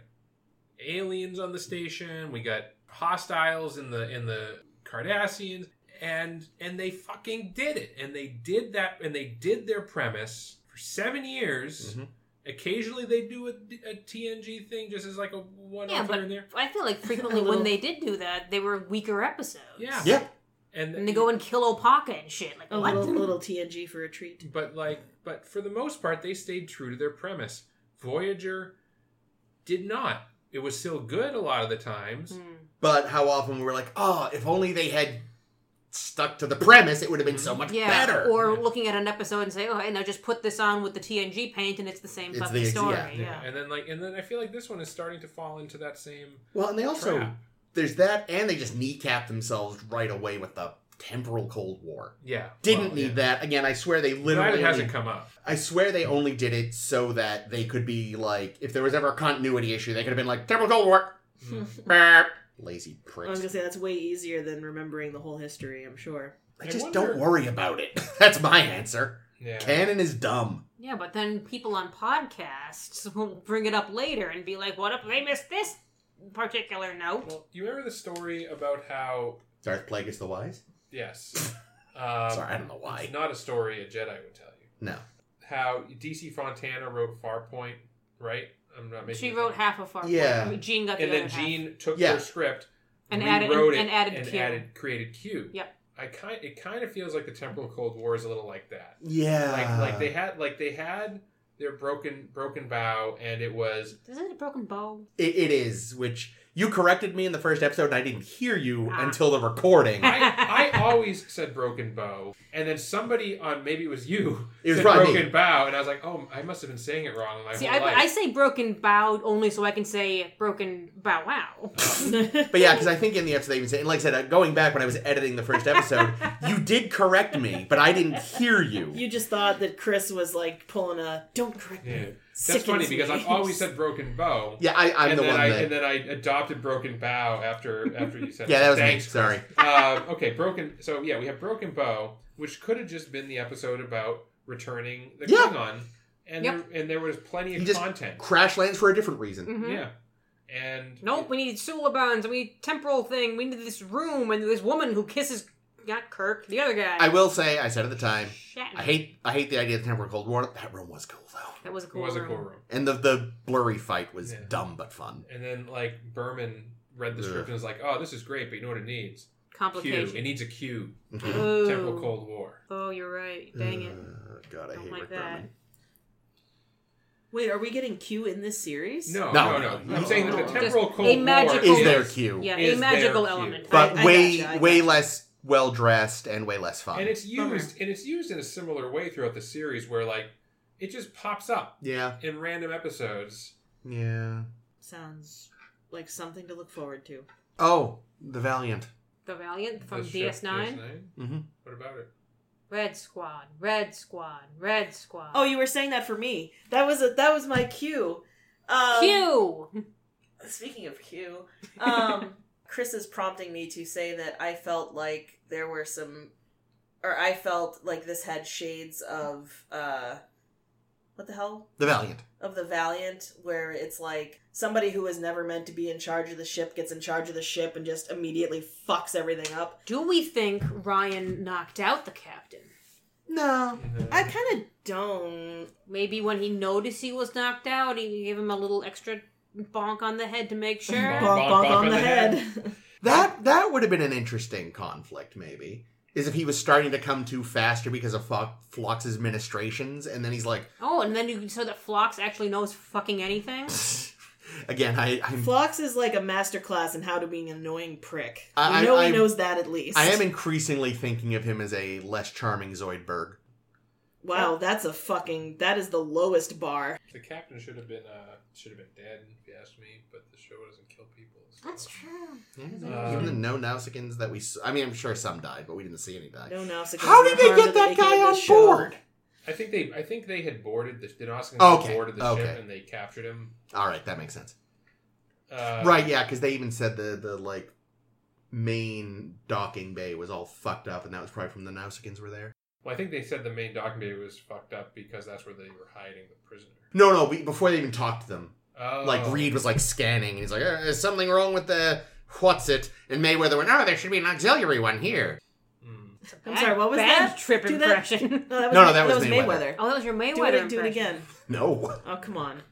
S4: aliens on the station. We got hostiles in the in the Cardassians and and they fucking did it and they did that and they did their premise for seven years.
S3: Mhm.
S4: Occasionally they do a, a TNG thing just as like a one
S5: yeah.
S4: off
S5: But
S4: in there.
S5: I feel like frequently
S1: little-
S5: when they did do that, they were weaker episodes.
S4: Yeah.
S3: Yeah,
S4: And,
S5: and they go and kill Opaka and shit. Like
S1: A
S5: what?
S1: little, little TNG for a treat.
S4: But like, but for the most part, they stayed true to their premise. Voyager did not. It was still good a lot of the times.
S5: Hmm.
S3: but how often we were like, "Oh, if only they had stuck to the premise, it would have been
S4: Mm-hmm.
S3: so much
S5: Yeah,
S3: better."
S5: or
S4: Yeah.
S5: looking at an episode and say, "Oh, hey, now just put this on with the TNG paint, and it's the same
S3: It's
S5: fucking
S3: the ex-
S5: story."
S3: yeah.
S5: Yeah,
S4: And then like, and then I feel like this one is starting to fall into that same.
S3: well, and they also
S4: Trap.
S3: there's that, and they just kneecap themselves right away with the temporal Cold War.
S4: Yeah,
S3: Didn't
S4: well,
S3: need
S4: yeah.
S3: that. Again, I swear they literally
S4: Glad
S3: only
S4: it hasn't come up.
S3: I swear they only did it so that they could be like, if there was ever a continuity issue, they could have been like, terrible gold work.
S5: Hmm.
S4: Mm.
S3: Burp. Lazy
S1: I was
S3: pricks.
S1: gonna say that's way easier than remembering the whole history. I'm sure.
S3: I
S4: I
S3: just
S4: wonder-
S3: don't worry about it. That's my answer.
S4: Yeah.
S3: Canon is dumb.
S5: But then people on podcasts will bring it up later and be like, "What if they missed this particular note?"
S4: well, you remember the story about how?
S3: Darth Plagueis the Wise?
S4: Yes. Um,
S3: Sorry, I don't know why.
S4: It's not a story a Jedi would tell you.
S3: No.
S4: How DC Fontana wrote Farpoint, right? I'm not making.
S5: She
S4: it
S5: wrote
S4: up.
S5: half of our.
S3: Yeah.
S5: Gene got the
S4: and
S5: other
S4: then
S5: half.
S4: Gene took
S3: Yeah.
S4: their script
S5: And added-
S4: rewrote
S5: and
S4: it
S5: added
S4: and
S5: Q.
S4: added created Q.
S5: Yep.
S4: I kind it kind of feels like the temporal Cold War is a little like that.
S3: Yeah.
S4: Like like they had like they had their broken broken bow and it was
S5: Isn't it a broken bow?
S3: It, it is, which you corrected me in the first episode and I didn't hear you
S5: Ah.
S3: until the recording.
S4: I, I always said broken bow and then somebody on maybe it was you
S3: It was
S4: said
S3: probably me.
S4: broken bow and I was like oh I must have been saying it wrong my
S5: See,
S4: whole
S5: I,
S4: life.
S5: I say broken bow only so I can say broken bow wow.
S3: But yeah, because I think in the episode they even said, and like I said, uh, going back when I was editing the first episode, you did correct me, but I didn't hear you.
S1: you just thought that Chris was like pulling a "Don't correct
S4: Yeah.
S1: me."
S4: that's
S1: Sickens
S4: funny because
S1: me.
S4: I've always said broken bow.
S3: yeah, I, I'm
S4: and
S3: the
S4: then
S3: one
S4: I,
S3: that.
S4: and then I adopted broken bow after after you said
S3: Yeah, that was me.
S4: Thanks,
S3: Sorry.
S4: um, okay, broken. So yeah, we have broken bow, which could have just been the episode about returning the
S3: Yeah.
S4: Klingon, and
S5: Yep.
S4: there, and there was plenty
S3: You
S4: of
S3: just-
S4: content.
S3: Crash lands for a different reason.
S5: Mhm.
S4: Yeah, and
S5: Nope, we need Sulabans, and we need temporal thing, we need this room, and this woman who kisses, not Kirk, the other guy.
S3: I will say, I said at the time,
S5: Shatner.
S3: I hate I hate the idea of the temporal cold war. That room was cool though,
S5: That was a
S4: it
S5: cool
S4: was a
S5: room.
S4: cool room.
S3: and the the blurry fight was
S4: Yeah.
S3: dumb but fun.
S4: And then like Berman read the
S3: Ugh.
S4: script and was like, "Oh, this is great, but you know what it needs? Q.
S5: Complication.
S4: It needs a Q.
S5: oh.
S4: Temporal Cold Mm. War."
S5: Oh, you're right. Dang it.
S3: Uh, God, I
S5: Don't
S3: hate
S5: like
S3: Rick
S5: that.
S3: Berman.
S1: Wait, are we getting Q in this series?
S4: No,
S3: No,
S4: no, no.
S3: no,
S4: I'm
S3: no.
S4: saying that the
S5: Just
S4: temporal Cold
S5: a
S4: War
S5: magical-
S3: Is their cue,
S5: Yeah,
S4: Is
S5: a
S4: there
S5: magical
S4: cute?
S5: element.
S3: but
S1: I- I
S3: way
S1: gotcha, I
S3: way
S1: gotcha.
S3: less well dressed and way less fun.
S4: and it's
S5: Bummer.
S4: used and it's used in a similar way throughout the series where like It just pops up
S3: Yeah.
S4: in random episodes.
S3: Yeah.
S1: Sounds like something to look forward to.
S3: Oh, the Valiant.
S5: The Valiant from
S4: That's true.
S5: DS9.
S3: Mm-hmm.
S4: What about it?
S5: Red Squad, Red Squad, Red Squad.
S1: Oh, you were saying that for me. That was a that was my cue. Um,
S5: Q.
S1: Speaking of Q, um, Chris is prompting me to say that I felt like there were some, or I felt like this had shades of uh, what the hell
S3: The Valiant.
S1: of the Valiant, where it's like somebody who was never meant to be in charge of the ship gets in charge of the ship and just immediately fucks everything up.
S5: Do we think Ryan knocked out the captain?
S1: No,
S4: No.
S1: I kind of don't.
S5: Maybe when he noticed he was knocked out, he gave him a little extra bonk on the head to make sure.
S4: Bonk,
S1: Bonk, bonk
S4: bonk
S1: on
S4: on
S1: the
S4: the
S1: head.
S3: That that would have been an interesting conflict, maybe. Is if he was starting to come too faster because of Fo- Flox's ministrations, and then he's like,
S5: Oh, and then you so that Phlox actually knows fucking anything.
S3: again, I, I'm,
S1: Flox is like a masterclass in how to be an annoying prick.
S3: I-
S1: I know
S3: I-
S1: he
S3: I'm-
S1: knows that at least.
S3: I am increasingly thinking of him as a less charming Zoidberg.
S1: Wow, that's a fucking. That is the lowest bar.
S4: The captain should have been uh, should have been dead if you ask me, but the show doesn't kill people. so-
S5: true.
S4: Um,
S3: Even the no Nausicaans that we, s- I mean, I'm sure some died, but we didn't see any die.
S1: No Nausicaans
S3: How did
S1: were
S3: they
S1: harmed
S3: get
S1: at the
S3: that
S1: making
S3: guy
S1: of
S3: on
S1: this show.
S3: board?
S4: I think they I think they had boarded the the Nausicaans
S3: Okay,
S4: had boarded the
S3: okay.
S4: ship and they captured him.
S3: All right, that makes sense.
S4: Uh,
S3: right, yeah, because they even said the the like main docking bay was all fucked up, and that was probably from the Nausicaans were there.
S4: Well, I think they said the main docking bay was fucked up because that's where they were hiding the prisoner.
S3: No, no, we, before they even talked to them,
S4: Oh.
S3: like Reed was like scanning, and he's like, "Uh, "There's something wrong with the what's it?" And Mayweather went, "Oh, there should be an auxiliary one here."
S4: Mm.
S1: I'm sorry, what was
S5: bad
S1: that?
S5: Trip
S1: Do that-
S5: impression.
S1: No, that was,
S3: No, no,
S1: Ma-
S3: that was
S1: Mayweather.
S5: oh, that was your Mayweather
S1: Do it, do it
S5: impression.
S1: again.
S3: No,
S1: Oh, come on.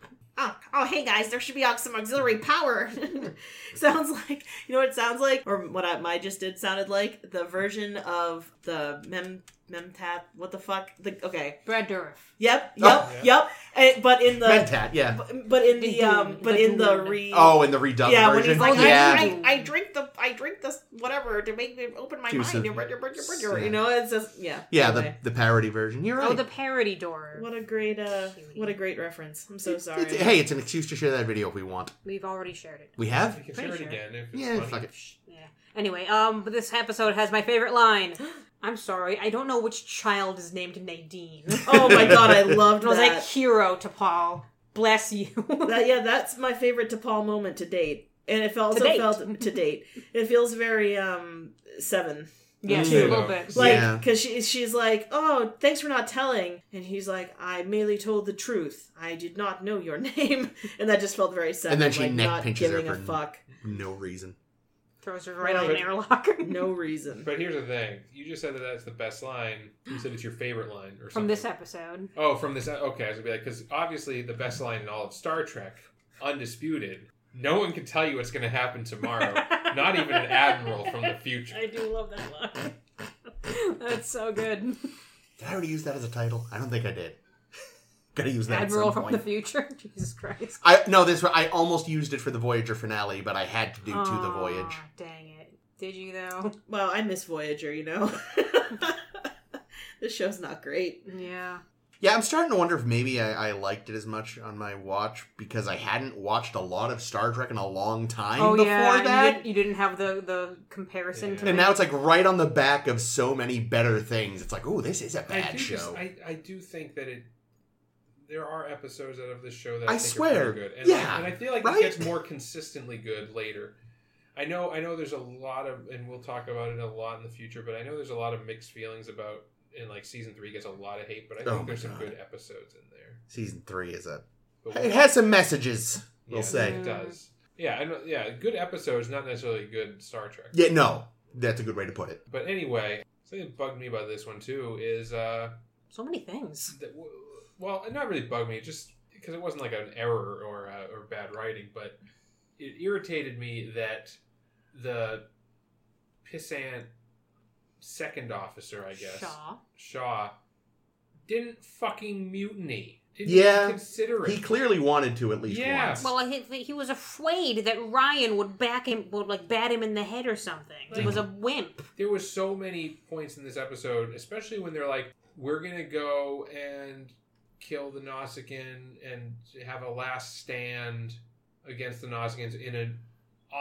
S1: Oh, oh, hey guys, there should be aux- some auxiliary power. sounds like, you know what it sounds like? Or what I, my just did sounded like? The version of the mem, memtat, what the fuck? The, okay.
S5: Brad Dourif.
S1: Yep, yep,
S3: Oh.
S1: yep. Eh, but in the,
S3: Mentat, yeah.
S1: but in the, um, but in the re.
S3: Oh, in the redone
S1: yeah, when
S3: version,
S1: he's like,
S5: Oh,
S3: yeah.
S1: I, I, I drink the, I drink this whatever to make me open my
S3: Juice
S1: mind.
S3: of-
S1: You know, it's just yeah,
S3: yeah, the,
S1: anyway.
S3: the parody version. You're right.
S5: Oh, the parody Dourif.
S1: What a great, uh, what a great reference. I'm so
S3: It's-
S1: sorry.
S3: it's- hey, it's an excuse to share that video if we want.
S5: We've already shared it.
S3: We have.
S4: You can
S5: Pretty
S4: share it
S5: sure.
S4: again if it's
S3: Yeah,
S4: funny.
S3: fuck it.
S5: Yeah. Anyway, um, but this episode has my favorite line. I'm sorry, I don't know which child is named Nadine. It
S1: Oh my god, I loved
S5: was like
S1: that.
S5: hero to Paul. Bless you.
S1: that. Yeah, that's my favorite to Paul moment to date, and it felt-
S5: To
S1: also
S5: date.
S1: felt to date. It feels very um seven,
S5: yeah,
S3: Mm.
S5: a little bit.
S1: like
S3: Yeah.
S1: because she she's like, oh, thanks for not telling, and he's like, I merely told the truth. I did not know your name, and that just felt very seven.
S3: And then she
S1: like,
S3: neck
S1: not
S3: pinches her
S1: giving a
S3: for-
S1: fuck,
S3: No reason.
S5: Throws her right
S1: No,
S5: on an
S4: but-
S5: airlock.
S1: no reason.
S4: But here's the thing: you just said that that's the best line. You said it's your favorite line, or
S5: From
S4: something.
S5: this episode.
S4: Oh, from this. Okay, I was gonna be like, because obviously the best line in all of Star Trek, undisputed. No one can tell you what's going to happen tomorrow. Not even an admiral from the future.
S5: I do love that line. That's so good.
S3: Did I already use that as a title? I don't think I did. Gotta use that.
S5: Admiral
S3: at some
S5: from the
S3: point.
S5: future. Jesus Christ.
S3: I no, this I almost used it for the Voyager finale, but I had to do to the
S5: Aw,
S3: Voyage.
S5: Dang it. Did you though?
S1: Well, I miss Voyager, you know. this show's not great.
S5: Yeah.
S3: Yeah, I'm starting to wonder if maybe I, I liked it as much on my watch because I hadn't watched a lot of Star Trek in a long time
S5: oh
S3: before
S5: yeah. and You,
S3: that.
S5: didn't, you didn't have the the comparison to
S4: Yeah.
S3: And
S5: make.
S3: now it's like right on the back of so many better things. It's like, oh, this is a
S4: I
S3: bad
S4: do
S3: show.
S4: Just, I, I do think that it. There are episodes out of this show that
S3: I
S4: I, think
S3: swear.
S4: are pretty good, and,
S3: Yeah,
S4: and I feel like
S3: right?
S4: it gets more consistently good later. I know, I know. There's a lot of, and we'll talk about it a lot in the future. But I know there's a lot of mixed feelings about, and like season three gets a lot of hate. But I
S3: Oh
S4: think
S3: my
S4: there's some
S3: God.
S4: good episodes in there.
S3: Season three is a.
S4: But
S3: It has some messages.
S4: yeah,
S3: we'll say.
S4: it does. Yeah, I know, yeah. Good episodes, not necessarily good Star Trek.
S3: Yeah, no, that's a good way to put it.
S4: But anyway, something that bugged me about this one too is uh,
S5: so many things.
S4: that, w- well, it not really bugged me, just because it wasn't like an error or uh, or bad writing, but it irritated me that the pissant second officer, I guess
S5: Shaw.
S4: Shaw, didn't fucking mutiny. Didn't
S3: Yeah.
S4: even consider it.
S3: He clearly wanted to at least
S4: Yeah.
S3: once.
S5: Well, he, he was afraid that Ryan would back him, would like bat him in the head or something. He
S4: Like-
S5: was a wimp.
S4: there was so many points in this episode, especially when they're like, "We're gonna go and kill the Nausicaan and have a last stand against the Nausicaans in an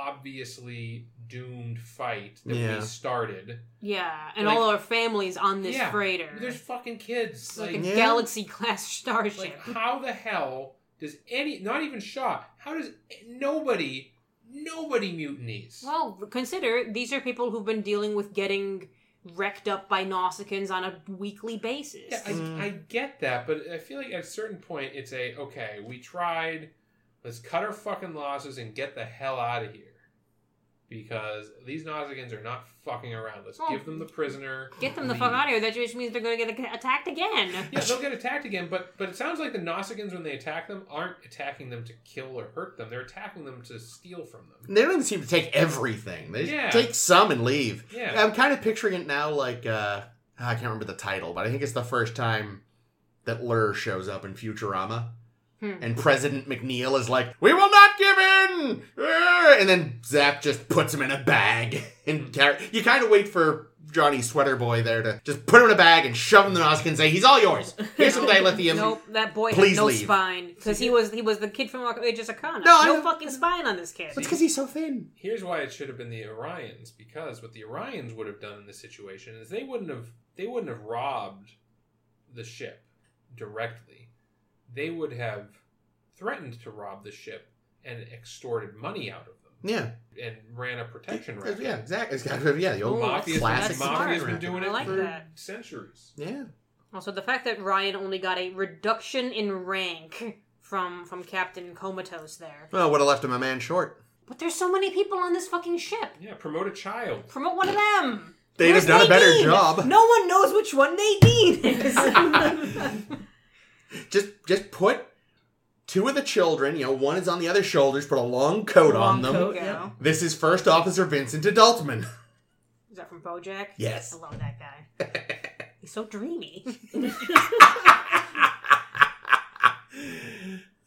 S4: obviously doomed fight that
S3: Yeah.
S4: we started.
S5: Yeah, and
S4: Like-
S5: all our families on this
S4: Yeah,
S5: freighter.
S4: There's fucking kids.
S5: It's like,
S4: like
S5: a
S3: Yeah.
S5: galaxy class starship.
S4: Like, how the hell does any, not even Shaw, how does nobody, nobody mutinies?
S5: Well, consider these are people who've been dealing with getting wrecked up by Nausicaans on a weekly basis.
S4: yeah, I,
S3: Mm.
S4: I get that, but I feel like at a certain point it's a, okay, we tried, let's cut our fucking losses and get the hell out of here. Because these Nausicaans are not fucking around. Let's
S5: Oh.
S4: give them the prisoner.
S5: Get them the fuck out of here. That just means they're going to get attacked again.
S4: Yeah, they'll get attacked again, but but it sounds like the Nausicaans, when they attack them, aren't attacking them to kill or hurt them. They're attacking them to steal from them.
S3: They don't even seem to take everything. They just
S4: Yeah.
S3: take some and leave.
S4: Yeah.
S3: I'm kind of picturing it now like uh I can't remember the title, but I think it's the first time that Lur shows up in Futurama.
S5: Hmm.
S3: And President McNeil is like, "We will not give in," Arr! and then Zap just puts him in a bag and car- you kind of wait for Johnny Sweater Boy there to just put him in a bag and shove him in the Nazca and say, "He's all yours. Here's some dilithium."
S5: Nope, that boy
S3: Please
S5: had no
S3: leave.
S5: spine because he was he was the kid from Age of Sakana.
S3: No, I
S5: No,
S3: know.
S5: fucking spine on this kid.
S3: It's because he's so thin.
S4: Here's why it should have been the Orions, because what the Orions would have done in this situation is they wouldn't have they wouldn't have robbed the ship directly. They would have threatened to rob the ship and extorted money out of them
S3: Yeah,
S4: and ran a protection racket.
S3: yeah, exactly. It's kind of- yeah, the old
S5: Ooh,
S4: Mafia's been-
S3: classic
S5: that's smart.
S4: mafia's
S3: protection
S4: been
S3: racket.
S4: doing
S5: I
S4: it
S5: like
S4: for
S5: that.
S4: centuries.
S3: Yeah,
S5: Also, the fact that Ryan only got a reduction in rank from from Captain Comatose there.
S3: well, would have left him a man short.
S5: But there's so many people on this fucking ship.
S4: Yeah, promote a child.
S5: Promote one of them.
S3: They'd
S5: Where's
S3: have done a better
S5: Nadine?
S3: job.
S5: No one knows which one Nadine is.
S3: just just put two of the children, you know, one is on the other shoulders, put a long coat
S1: Long
S3: on them.
S1: coat,
S5: Go.
S1: yeah.
S3: This is First Officer Vincent Adultman.
S5: Is that from BoJack?
S3: Yes.
S5: I love that guy. He's so dreamy.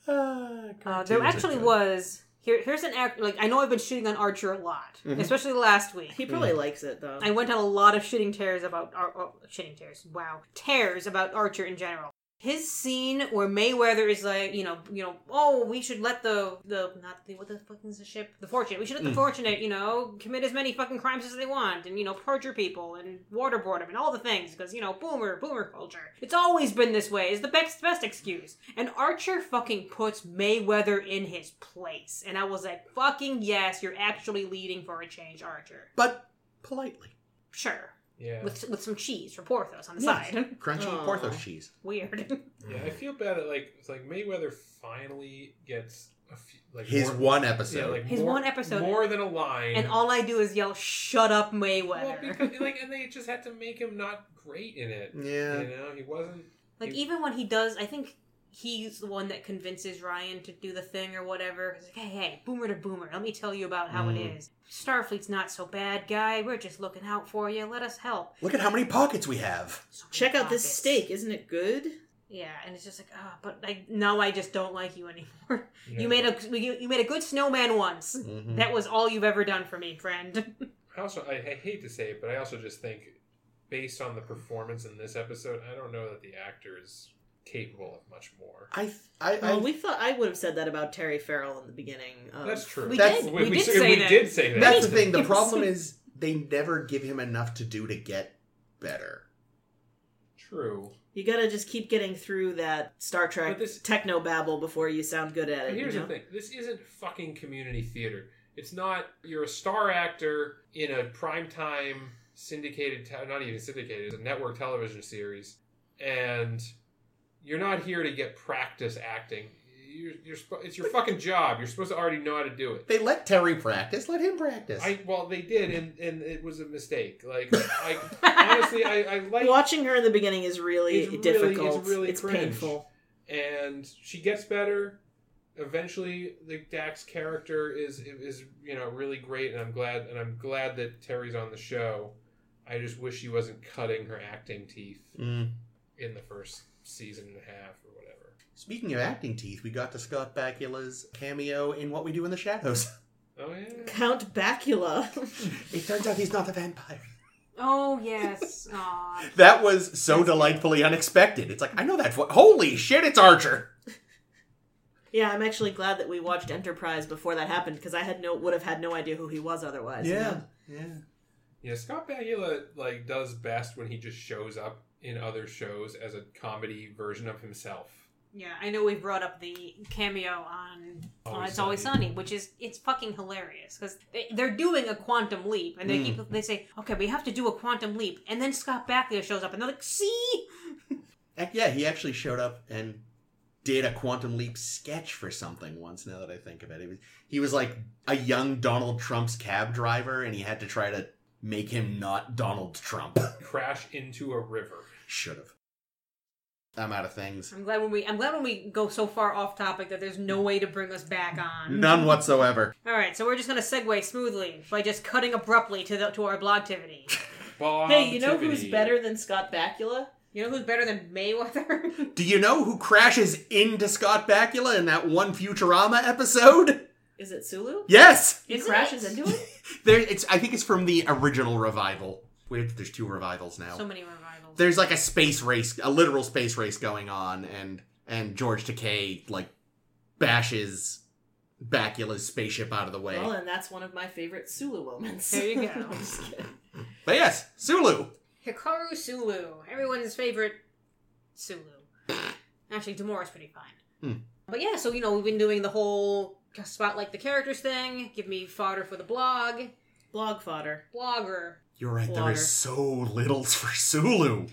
S3: Ah,
S5: Uh, there actually was here. Here's an act. Like I know I've been shooting on Archer a lot,
S3: Mm-hmm.
S5: especially last week.
S1: He probably likes it though.
S5: I went on a lot of shitting tears about Ar- oh, shitting tears. Wow, tears about Archer in general. His scene where Mayweather is like, you know, you know, oh, we should let the the not the what the fuck is the ship, the fortunate. We should let the fortunate, you know, commit as many fucking crimes as they want, and you know, torture people and waterboard them and all the things because you know, boomer, boomer culture. It's always been this way. Is the best best excuse. And Archer fucking puts Mayweather in his place, and I was like, fucking yes, you're actually leading for a change, Archer.
S3: but politely.
S5: Sure
S4: Yeah.
S5: with with some cheese from Porthos on the
S3: Yes.
S5: side.
S3: Crunchy
S1: Aw.
S3: Porthos cheese.
S5: Weird.
S4: Yeah, I feel bad that like it's like Mayweather finally gets a few, like
S3: His
S4: more-
S3: one
S4: yeah,
S3: episode.
S4: like
S5: His
S4: more-
S5: one episode.
S4: more than a line,
S5: and all I do is yell, "Shut up,
S4: well,
S5: Mayweather!"
S4: because, like and they just had to make him not great in it.
S3: yeah.
S4: You know, he wasn't.
S5: like even when he does, I think he's the one that convinces Ryan to do the thing or whatever. He's like, "Hey, hey, boomer to boomer, let me tell you about how
S3: Mm.
S5: it is. Starfleet's not so bad, guy. We're just looking out for you. Let us help."
S3: Look at how many pockets we have.
S5: So many
S1: Check out this
S5: pockets.
S1: steak, isn't it good?
S5: Yeah, and it's just like, ah, but I no, I just don't like you anymore.
S4: know.
S5: You made a you, you made a good snowman once.
S3: Mhm.
S5: That was all you've ever done for me, friend.
S4: I also I, I hate to say it, but I also just think, based on the performance in this episode, I don't know that the actor is capable of much more.
S3: I, I, I
S1: Well, we thought I would have said that about Terry Farrell in the beginning. Um, Of,
S4: That's true.
S5: Uh, we
S3: That's-
S5: did- we did
S4: say-
S5: say
S4: we
S5: that.
S4: did say that.
S3: that's the thing. The
S5: Yes.
S3: problem is they never give him enough to do to get better.
S4: True.
S1: You gotta just keep getting through that Star Trek
S4: But this-
S1: techno babble before you sound good at it.
S4: But here's
S1: Uh, you
S4: the
S1: know?
S4: thing: this isn't fucking community theater. It's not. You're a star actor in a primetime syndicated, te- not even syndicated, it's a network television series, and you're not here to get practice acting. You're, you're sp- it's your fucking job. You're supposed to already know how to do it.
S3: They let Terry practice. Let him practice.
S4: I well, they did, and and it was a mistake. Like, I honestly, I, I like
S1: Watching her in the beginning is really
S4: It's really- it's
S1: difficult.
S4: really
S1: it's
S4: cringe.
S1: painful.
S4: and she gets better. Eventually, the Dax character is is you know really great, and I'm glad and I'm glad that Terry's on the show. I just wish she wasn't cutting her acting teeth
S3: Mm.
S4: in the first season and a half or whatever.
S3: Speaking of acting teeth, we got to Scott Bakula's cameo in What We Do in the Shadows.
S4: Oh yeah,
S1: Count Bacula.
S3: it turns out he's not a vampire.
S5: Oh yes. Aw.
S3: That was so delightfully unexpected. It's like, I know that. Vo- Holy shit, it's Archer.
S1: Yeah, I'm actually glad that we watched Enterprise before that happened because I had no would have had no idea who he was otherwise. you know?
S3: Yeah.
S4: Yeah, Scott Bakula like does best when he just shows up in other shows as a comedy version of himself.
S5: Yeah, I know we brought up the cameo on on
S4: Always
S5: It's Always
S4: Sunny.
S5: Sunny, which is it's fucking hilarious because they, they're doing a quantum leap and they
S3: Mm.
S5: keep they say, okay, we have to do a quantum leap, and then Scott Bakula shows up and they're like, see,
S3: Heck, Yeah, he actually showed up and did a quantum leap sketch for something once. Now that I think of it, it was, he was like a young Donald Trump's cab driver, and he had to try to make him not Donald Trump.
S4: Crash into a river.
S3: Should have. I'm out of things.
S5: I'm glad when we I'm glad when we go so far off topic that there's no way to bring us back on.
S3: None whatsoever.
S5: All right, so we're just gonna segue smoothly by just cutting abruptly to the, to our blogtivity.
S4: Bob
S1: Hey, you know who's
S4: Tiffany.
S1: better than Scott Bakula?
S5: You know who's better than Mayweather?
S3: Do you know who crashes into Scott Bakula in that one Futurama episode?
S1: Is it Sulu?
S3: Yes,
S1: He
S5: Is it?
S1: crashes into him.
S3: there. It's. I think it's from the original revival. Wait, there's two revivals now.
S5: so many revivals.
S3: there's like a space race, a literal space race going on, and and George Takei like bashes Bakula's spaceship out of the way.
S1: Well, and that's one of my favorite Sulu moments.
S5: There you go.
S1: I'm just kidding.
S3: But yes, Sulu.
S5: Hikaru Sulu, everyone's favorite Sulu. Actually, Demora's pretty fine.
S3: Hmm.
S5: But yeah, so you know we've been doing the whole spotlight the characters thing. Give me fodder for the blog,
S1: Blog fodder.
S5: blogger.
S3: You're right. There
S1: Water.
S3: is so little for Sulu.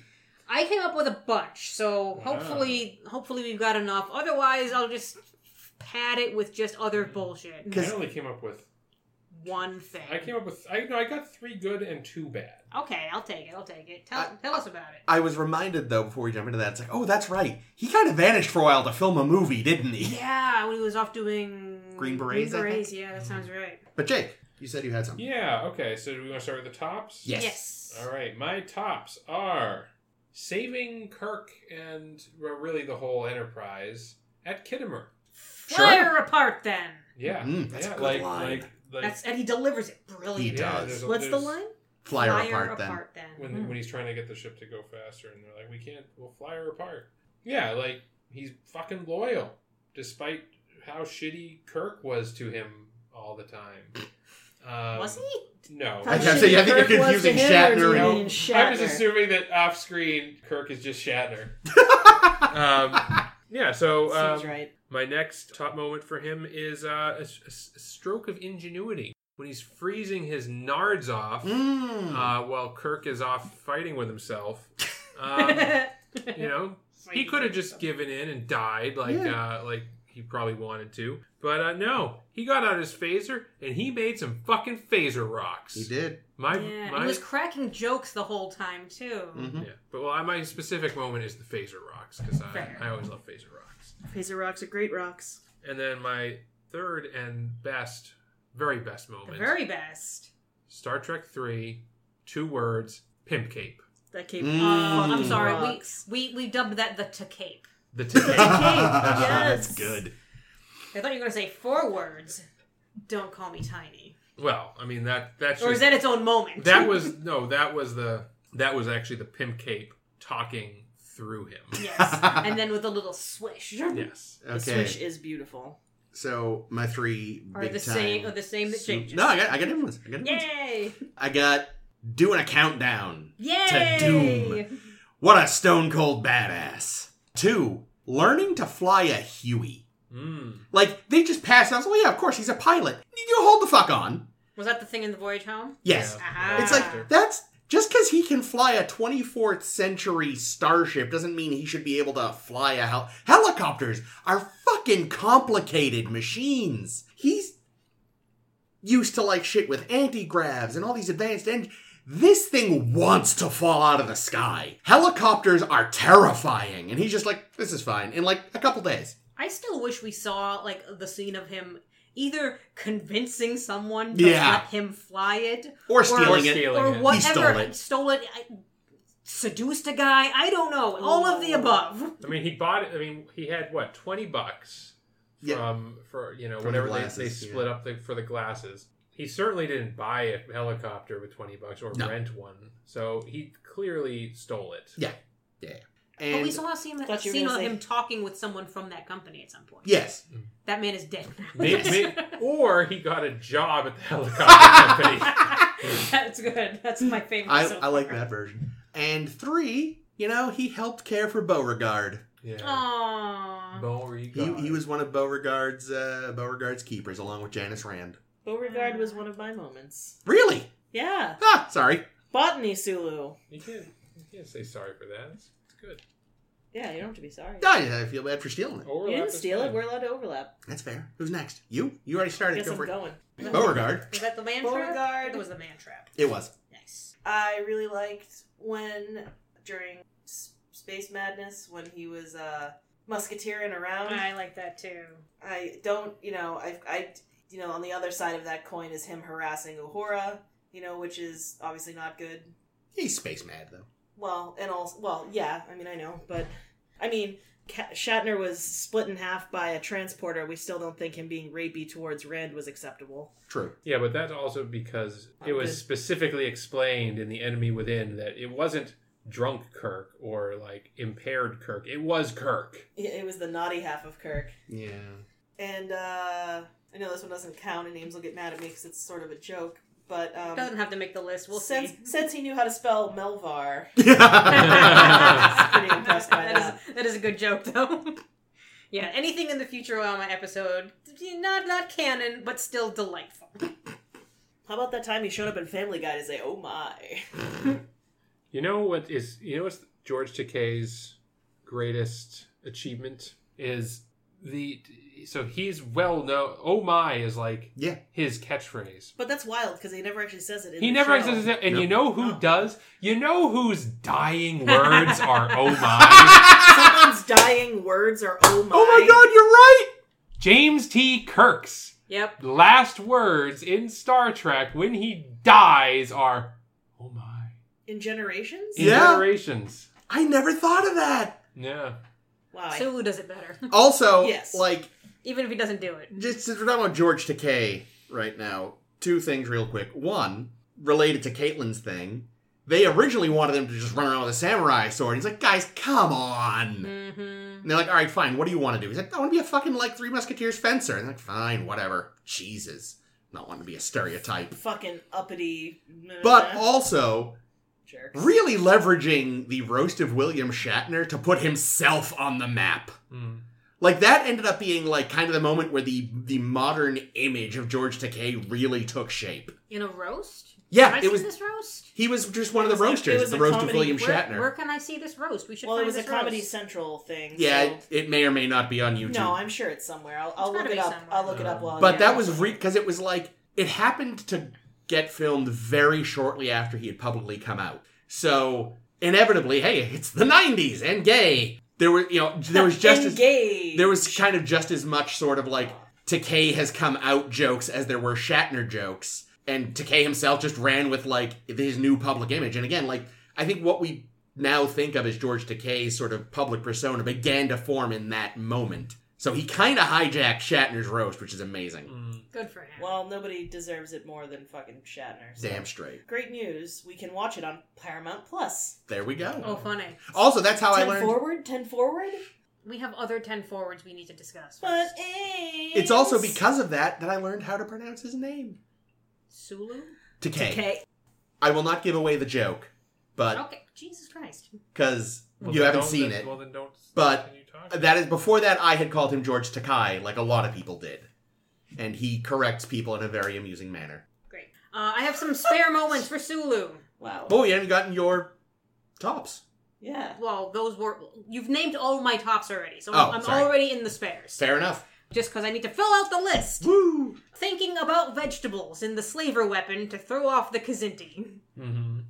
S5: I came up with a bunch, so
S4: Wow.
S5: hopefully, hopefully we've got enough. Otherwise, I'll just pad it with just other bullshit.
S4: I only came up with
S5: One thing.
S4: I came up with I no, I got three good and two bad.
S5: Okay, I'll take it. I'll take it. Tell
S3: I-
S5: tell us about it.
S3: I was reminded though before we jump into that. It's like, oh, that's right. He kind of vanished for a while to film a movie, didn't he?
S5: Yeah, when he was off doing
S3: Green Berets, I
S5: Berets, yeah, that sounds right.
S3: But Jake, you said you had something.
S4: Yeah, okay, so do we want to start with the tops?
S3: Yes.
S4: All right, my tops are saving Kirk and well, really the whole Enterprise at Kittimer.
S5: Fly her apart then.
S4: Yeah,
S3: Mm, that's a
S4: yeah,
S3: good
S4: like,
S3: line.
S4: like like
S5: That's and he delivers it brilliantly.
S3: He
S4: yeah,
S3: does.
S4: there's a-
S1: What's the
S4: there's-
S1: line?
S3: Fly her
S5: Fly
S3: apart then.
S5: then.
S4: when
S1: Hmm.
S4: when he's trying to get the ship to go faster, and they're like, "We can't, we'll fly her apart." Yeah, like he's fucking loyal, despite how shitty Kirk was to him all the time. Um,
S5: was he?
S4: No,
S1: How
S3: I was gonna say, I think
S1: Kirk
S3: you're
S1: was to
S3: confusing
S1: him, or do you
S3: Shatner and-
S1: mean
S4: I was
S1: Shatner?
S4: assuming that off screen Kirk is just Shatner. um, yeah, so um,
S1: Seems right.
S4: my next top moment for him is uh, a, s- a s- a stroke of ingenuity when he's freezing his nards off
S3: Mm.
S4: uh, while Kirk is off fighting with himself.
S5: Hmm.
S4: Um, you know, he could have just given in and died like uh, like he probably wanted to, but uh, no, he got out his phaser and he made some fucking phaser rocks.
S3: he did.
S4: My,
S5: yeah, and
S4: my
S5: he was cracking jokes the whole time too.
S3: Mhm.
S4: yeah, but well, I- my specific moment is the phaser rocks because I,
S5: Fair.
S4: I always love phaser rocks.
S1: Phaser rocks are great rocks.
S4: And then my third and best, very best moment,
S5: The very best.
S4: Star Trek Three, two words, pimp cape.
S1: That cape.
S3: Mm.
S5: Uh, I'm sorry,
S1: Rocks.
S5: we, we we dubbed that the to cape.
S4: The t-
S1: yes.
S3: That's good.
S5: I thought you were gonna say four words. Don't call me tiny.
S4: well, I mean that that's
S5: Or is
S4: just,
S5: that its own moment?
S4: that was no, that was the that was actually the pimp cape talking through him.
S5: yes. And then with a little swish.
S4: Yes.
S1: The
S3: Okay.
S1: swish is beautiful.
S3: So my three
S5: Or
S3: big
S5: the
S3: time
S5: same or the same that
S3: Su-
S5: Jake just
S3: No, I got I got everyone's. I got everyone's.
S5: Yay!
S3: I got doing a countdown.
S5: Yay!
S3: doom. What a stone cold badass. Two, learning to fly a Huey.
S4: Mm.
S3: Like they just passed out. Well, yeah, of course he's a pilot. You hold the fuck on.
S5: Was that the thing in the voyage home?
S3: Yes,
S5: Yeah.
S3: it's
S5: Ah.
S3: like that's just because he can fly a 24th century starship doesn't mean he should be able to fly a hel- helicopters are fucking complicated machines he's used to like shit with anti-gravs and all these advanced engines this thing wants to fall out of the sky helicopters are terrifying and he's just like this is fine in like a couple days
S5: I still wish we saw like the scene of him either convincing someone to
S3: Yeah.
S5: let him fly it
S3: or stealing
S4: Or
S3: it
S4: stealing
S5: or
S4: it.
S5: whatever.
S3: stole it.
S5: Stole it, I, seduced a guy. I don't know. All of the above.
S4: I mean, he bought it. I mean, he had what twenty bucks
S3: Yeah.
S4: from for you know
S3: From the
S4: whatever they, they
S3: glasses, yeah.
S4: split up the, for the glasses. He certainly didn't buy a helicopter with twenty bucks or
S3: No.
S4: rent one, so he clearly stole it.
S3: And
S5: but we saw seen,
S1: Thought you were
S5: seen
S1: gonna say-
S5: him talking with someone from that company at some point.
S3: yes,
S5: That man is dead.
S4: May- may- or he got a job at the helicopter company.
S5: That's good. That's my favorite.
S3: I,
S5: so
S3: I like
S5: far.
S3: that version. And three, you know, he helped care for Beauregard.
S4: Yeah,
S5: Aww.
S3: He,
S4: Beauregard.
S3: he was one of Beauregard's uh, Beauregard's keepers, along with Janice Rand.
S1: Beauregard was one of my moments.
S3: Really?
S1: Yeah.
S3: Ah, sorry.
S1: Botany Sulu.
S4: You can't. You can't say sorry for that. It's it's good.
S1: Yeah, you don't have to be sorry.
S3: I, I feel bad for stealing it.
S1: You
S4: Overlap
S1: didn't
S4: is
S1: steal it.
S4: fine.
S1: We're allowed to overlap.
S3: That's fair. Who's next? You? You already
S1: I
S3: started.
S1: guess
S3: Go
S1: I'm
S3: for it.
S1: going.
S3: Beauregard.
S5: Was that the man trap?
S1: Beauregard.
S5: It was the man trap.
S3: It was.
S5: Nice.
S1: I really liked when during S- Space Madness when he was uh, musketeering around.
S5: I like that too.
S1: I don't, you know, I, I, you know, on the other side of that coin is him harassing Uhura, you know, which is obviously not good.
S3: He's space mad though.
S1: Well, and also, well, yeah, I mean, I know, but I mean, Ka- Shatner was split in half by a transporter. We still don't think him being rapey towards Rand was acceptable.
S3: True.
S4: Yeah, but that's also because it
S1: Good.
S4: was specifically explained in The Enemy Within that it wasn't drunk Kirk or like impaired Kirk. It was Kirk.
S1: Yeah, It was the naughty half of Kirk.
S3: Yeah.
S1: And uh, I know this one doesn't count, and Ames will get mad at me because it's sort of a joke, but um,
S5: Doesn't have to make the list. We'll
S1: since,
S5: see.
S1: since he knew how to spell Melvar,
S5: That
S1: pretty impressed by
S5: is- that is a good joke, though. yeah, anything in the future on my episode, not not canon, but still delightful.
S1: how about that time he showed up in Family Guy to say, "Oh my"?
S4: You know what is you know what's George Takei's greatest achievement is the so he's well known. Oh my is like
S3: Yeah.
S4: his catchphrase.
S1: But that's wild because he never actually says it. In
S4: He
S1: the
S4: never
S1: show.
S4: says it, and you
S3: Nope.
S4: know who
S1: No.
S4: does? You know whose dying words are "Oh my."
S1: Someone's dying words are "Oh my."
S3: Oh my god, you're right!
S4: James T. Kirk's
S5: Yep.
S4: last words in Star Trek when he dies are, oh my.
S1: In generations.
S4: In
S3: Yeah.
S4: generations.
S3: I never thought of that.
S4: Yeah.
S1: Wow. I-
S5: Sulu does it better,
S3: Also,
S1: Yes.
S3: like,
S5: even if he doesn't do it.
S3: just since we're talking about George Takei right now, two things real quick. One, related to Caitlin's thing, they originally wanted him to just run around with a samurai sword. He's like, guys, come on.
S5: Mm-hmm.
S3: And they're like, all right, fine. What do you want to do? He's like, I want to be a fucking like Three Musketeers fencer. And they're like, fine, whatever. Jesus, not wanting to be a stereotype.
S1: Fucking uppity.
S3: But also,
S1: jerk.
S3: really leveraging the roast of William Shatner to put himself on the map.
S4: Mm.
S3: Like that ended up being like kind of the moment where the the modern image of George Takei really took shape.
S5: In a roast?
S3: Yeah,
S5: Have I
S3: it was
S5: seen this roast?
S3: he was just one of
S1: It was
S3: the
S1: a- it
S3: roasters,
S1: was
S3: at the
S1: a
S3: roast of
S1: comedy-
S3: William
S5: Where,
S3: Shatner.
S5: where can I see this roast? We should
S1: Well, it
S5: find
S1: was a
S5: this
S1: Comedy
S5: roast.
S1: Central thing.
S3: yeah,
S1: so-
S3: it, it may or may not be on YouTube.
S1: No, I'm sure it's somewhere. I'll, I'll
S5: It's
S1: look
S5: gotta
S1: it
S5: be
S1: up.
S5: somewhere.
S1: I'll look it up while.
S3: Um, But
S1: I'm
S3: that
S1: here.
S3: was because it was like it happened to get filmed very shortly after he had publicly come out. So inevitably, hey, it's the '90s and gay. There were you know there was just as,
S1: engaged.
S3: there was kind of just as much sort of like Takei has come out jokes as there were Shatner jokes, and Takei himself just ran with like his new public image. And again, like I think what we now think of as George Takei's sort of public persona began to form in that moment. So he kind of hijacked Shatner's roast, which is amazing.
S4: Mm.
S5: Good for him.
S1: Well, nobody deserves it more than fucking Shatner. so-
S3: Damn straight.
S1: Great news! We can watch it on Paramount Plus.
S3: There we go.
S5: oh, funny.
S3: Also, that's how Oh, I
S1: ten
S3: learned.
S1: forward, ten forward.
S5: We have other 10 forwards we need to discuss.
S1: But
S5: first.
S2: eh,
S3: It's also because of that that I learned how to pronounce his name.
S5: Sulu?
S3: Takei. I will not give away the joke, but
S5: Okay. Jesus Christ.
S3: because
S4: Well,
S3: you
S4: then
S3: haven't
S4: don't-
S3: seen
S4: then-
S3: it.
S4: Well, then don't.
S3: But
S4: continue talking.
S3: That is before that I had called him George Takai, like a lot of people did, and he corrects people in a very amusing manner.
S5: Great. Uh, I have some spare moments for Sulu.
S1: wow.
S3: Oh, you haven't gotten your tops.
S1: Yeah.
S5: Well, those were. You've named all my tops already, so
S3: Oh,
S5: I'm
S3: sorry.
S5: already in the spares.
S3: Fair enough.
S5: Just because I need to fill out the list.
S3: Woo!
S5: Thinking about vegetables in the slaver weapon to throw off the Kazinti.
S4: Mhm.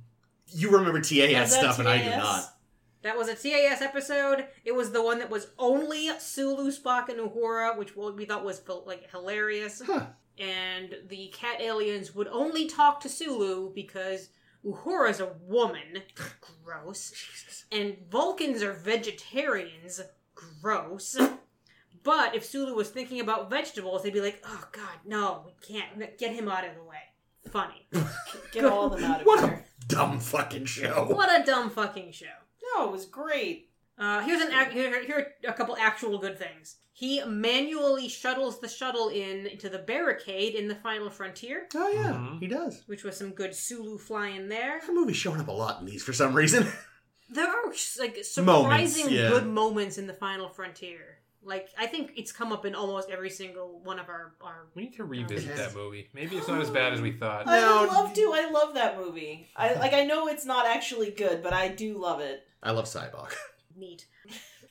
S3: You remember TAS
S1: Was that
S3: stuff, and I do
S2: E
S1: TAS?
S3: not.
S5: That was a CAS episode. It was the one that was only Sulu, Spock, and Uhura, which what we thought was fil- like hilarious.
S3: Huh.
S5: And the cat aliens would only talk to Sulu because Uhura's a woman. Gross. And Vulcans are vegetarians. Gross. But if Sulu was thinking about vegetables, they'd be like, "Oh God, no, we can't get him out of the way." Funny.
S2: Get all of them out of
S3: What a-
S2: here.
S3: Dumb fucking show.
S5: what a dumb fucking show.
S2: No, it was great.
S5: Uh, here's an ac- here, here are a couple actual good things. He manually shuttles the shuttle in to the barricade in the final frontier,
S3: Oh yeah,
S4: Mhm.
S3: he does.
S5: which was some good Sulu flying there.
S3: That movie's showing up a lot in these for some reason.
S5: There are like surprising
S3: yeah.
S5: good moments in the final frontier. Like I think it's come up in almost every single one of our our.
S4: We need to revisit
S3: Yes.
S4: that movie. Maybe it's not as bad as we thought.
S5: Oh,
S2: I would
S3: No.
S2: love to. I love that movie. I like. I know it's not actually good, but I do love it.
S3: I love Cyborg.
S5: Neat.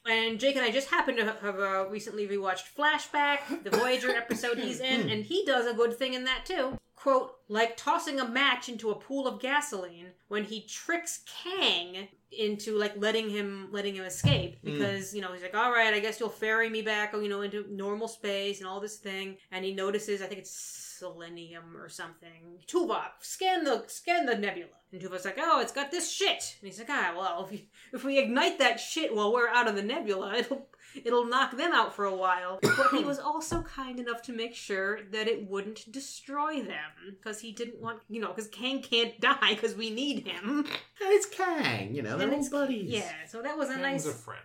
S5: And Jake and I just happened to ha- have uh, recently rewatched Flashback, the Voyager episode he's in, and he does a good thing in that too. Quote, like tossing a match into a pool of gasoline when he tricks Kang into like letting him letting him escape
S3: Mm.
S5: because you know he's like all right I guess you'll ferry me back you know into normal space and all this thing and he notices I think it's selenium or something Tuvok scan the scan the nebula and Tuvok's like oh it's got this shit and he's like ah well if you if we ignite that shit while we're out of the nebula, it'll it'll knock them out for a while. But he was also kind enough to make sure that it wouldn't destroy them because he didn't want, you know, because Kang can't die because we need him.
S3: And it's Kang, you know, they're
S5: And
S3: all
S5: it's-
S3: buddies.
S5: Yeah, so that was a
S4: Kang's
S5: nice,
S4: a friend.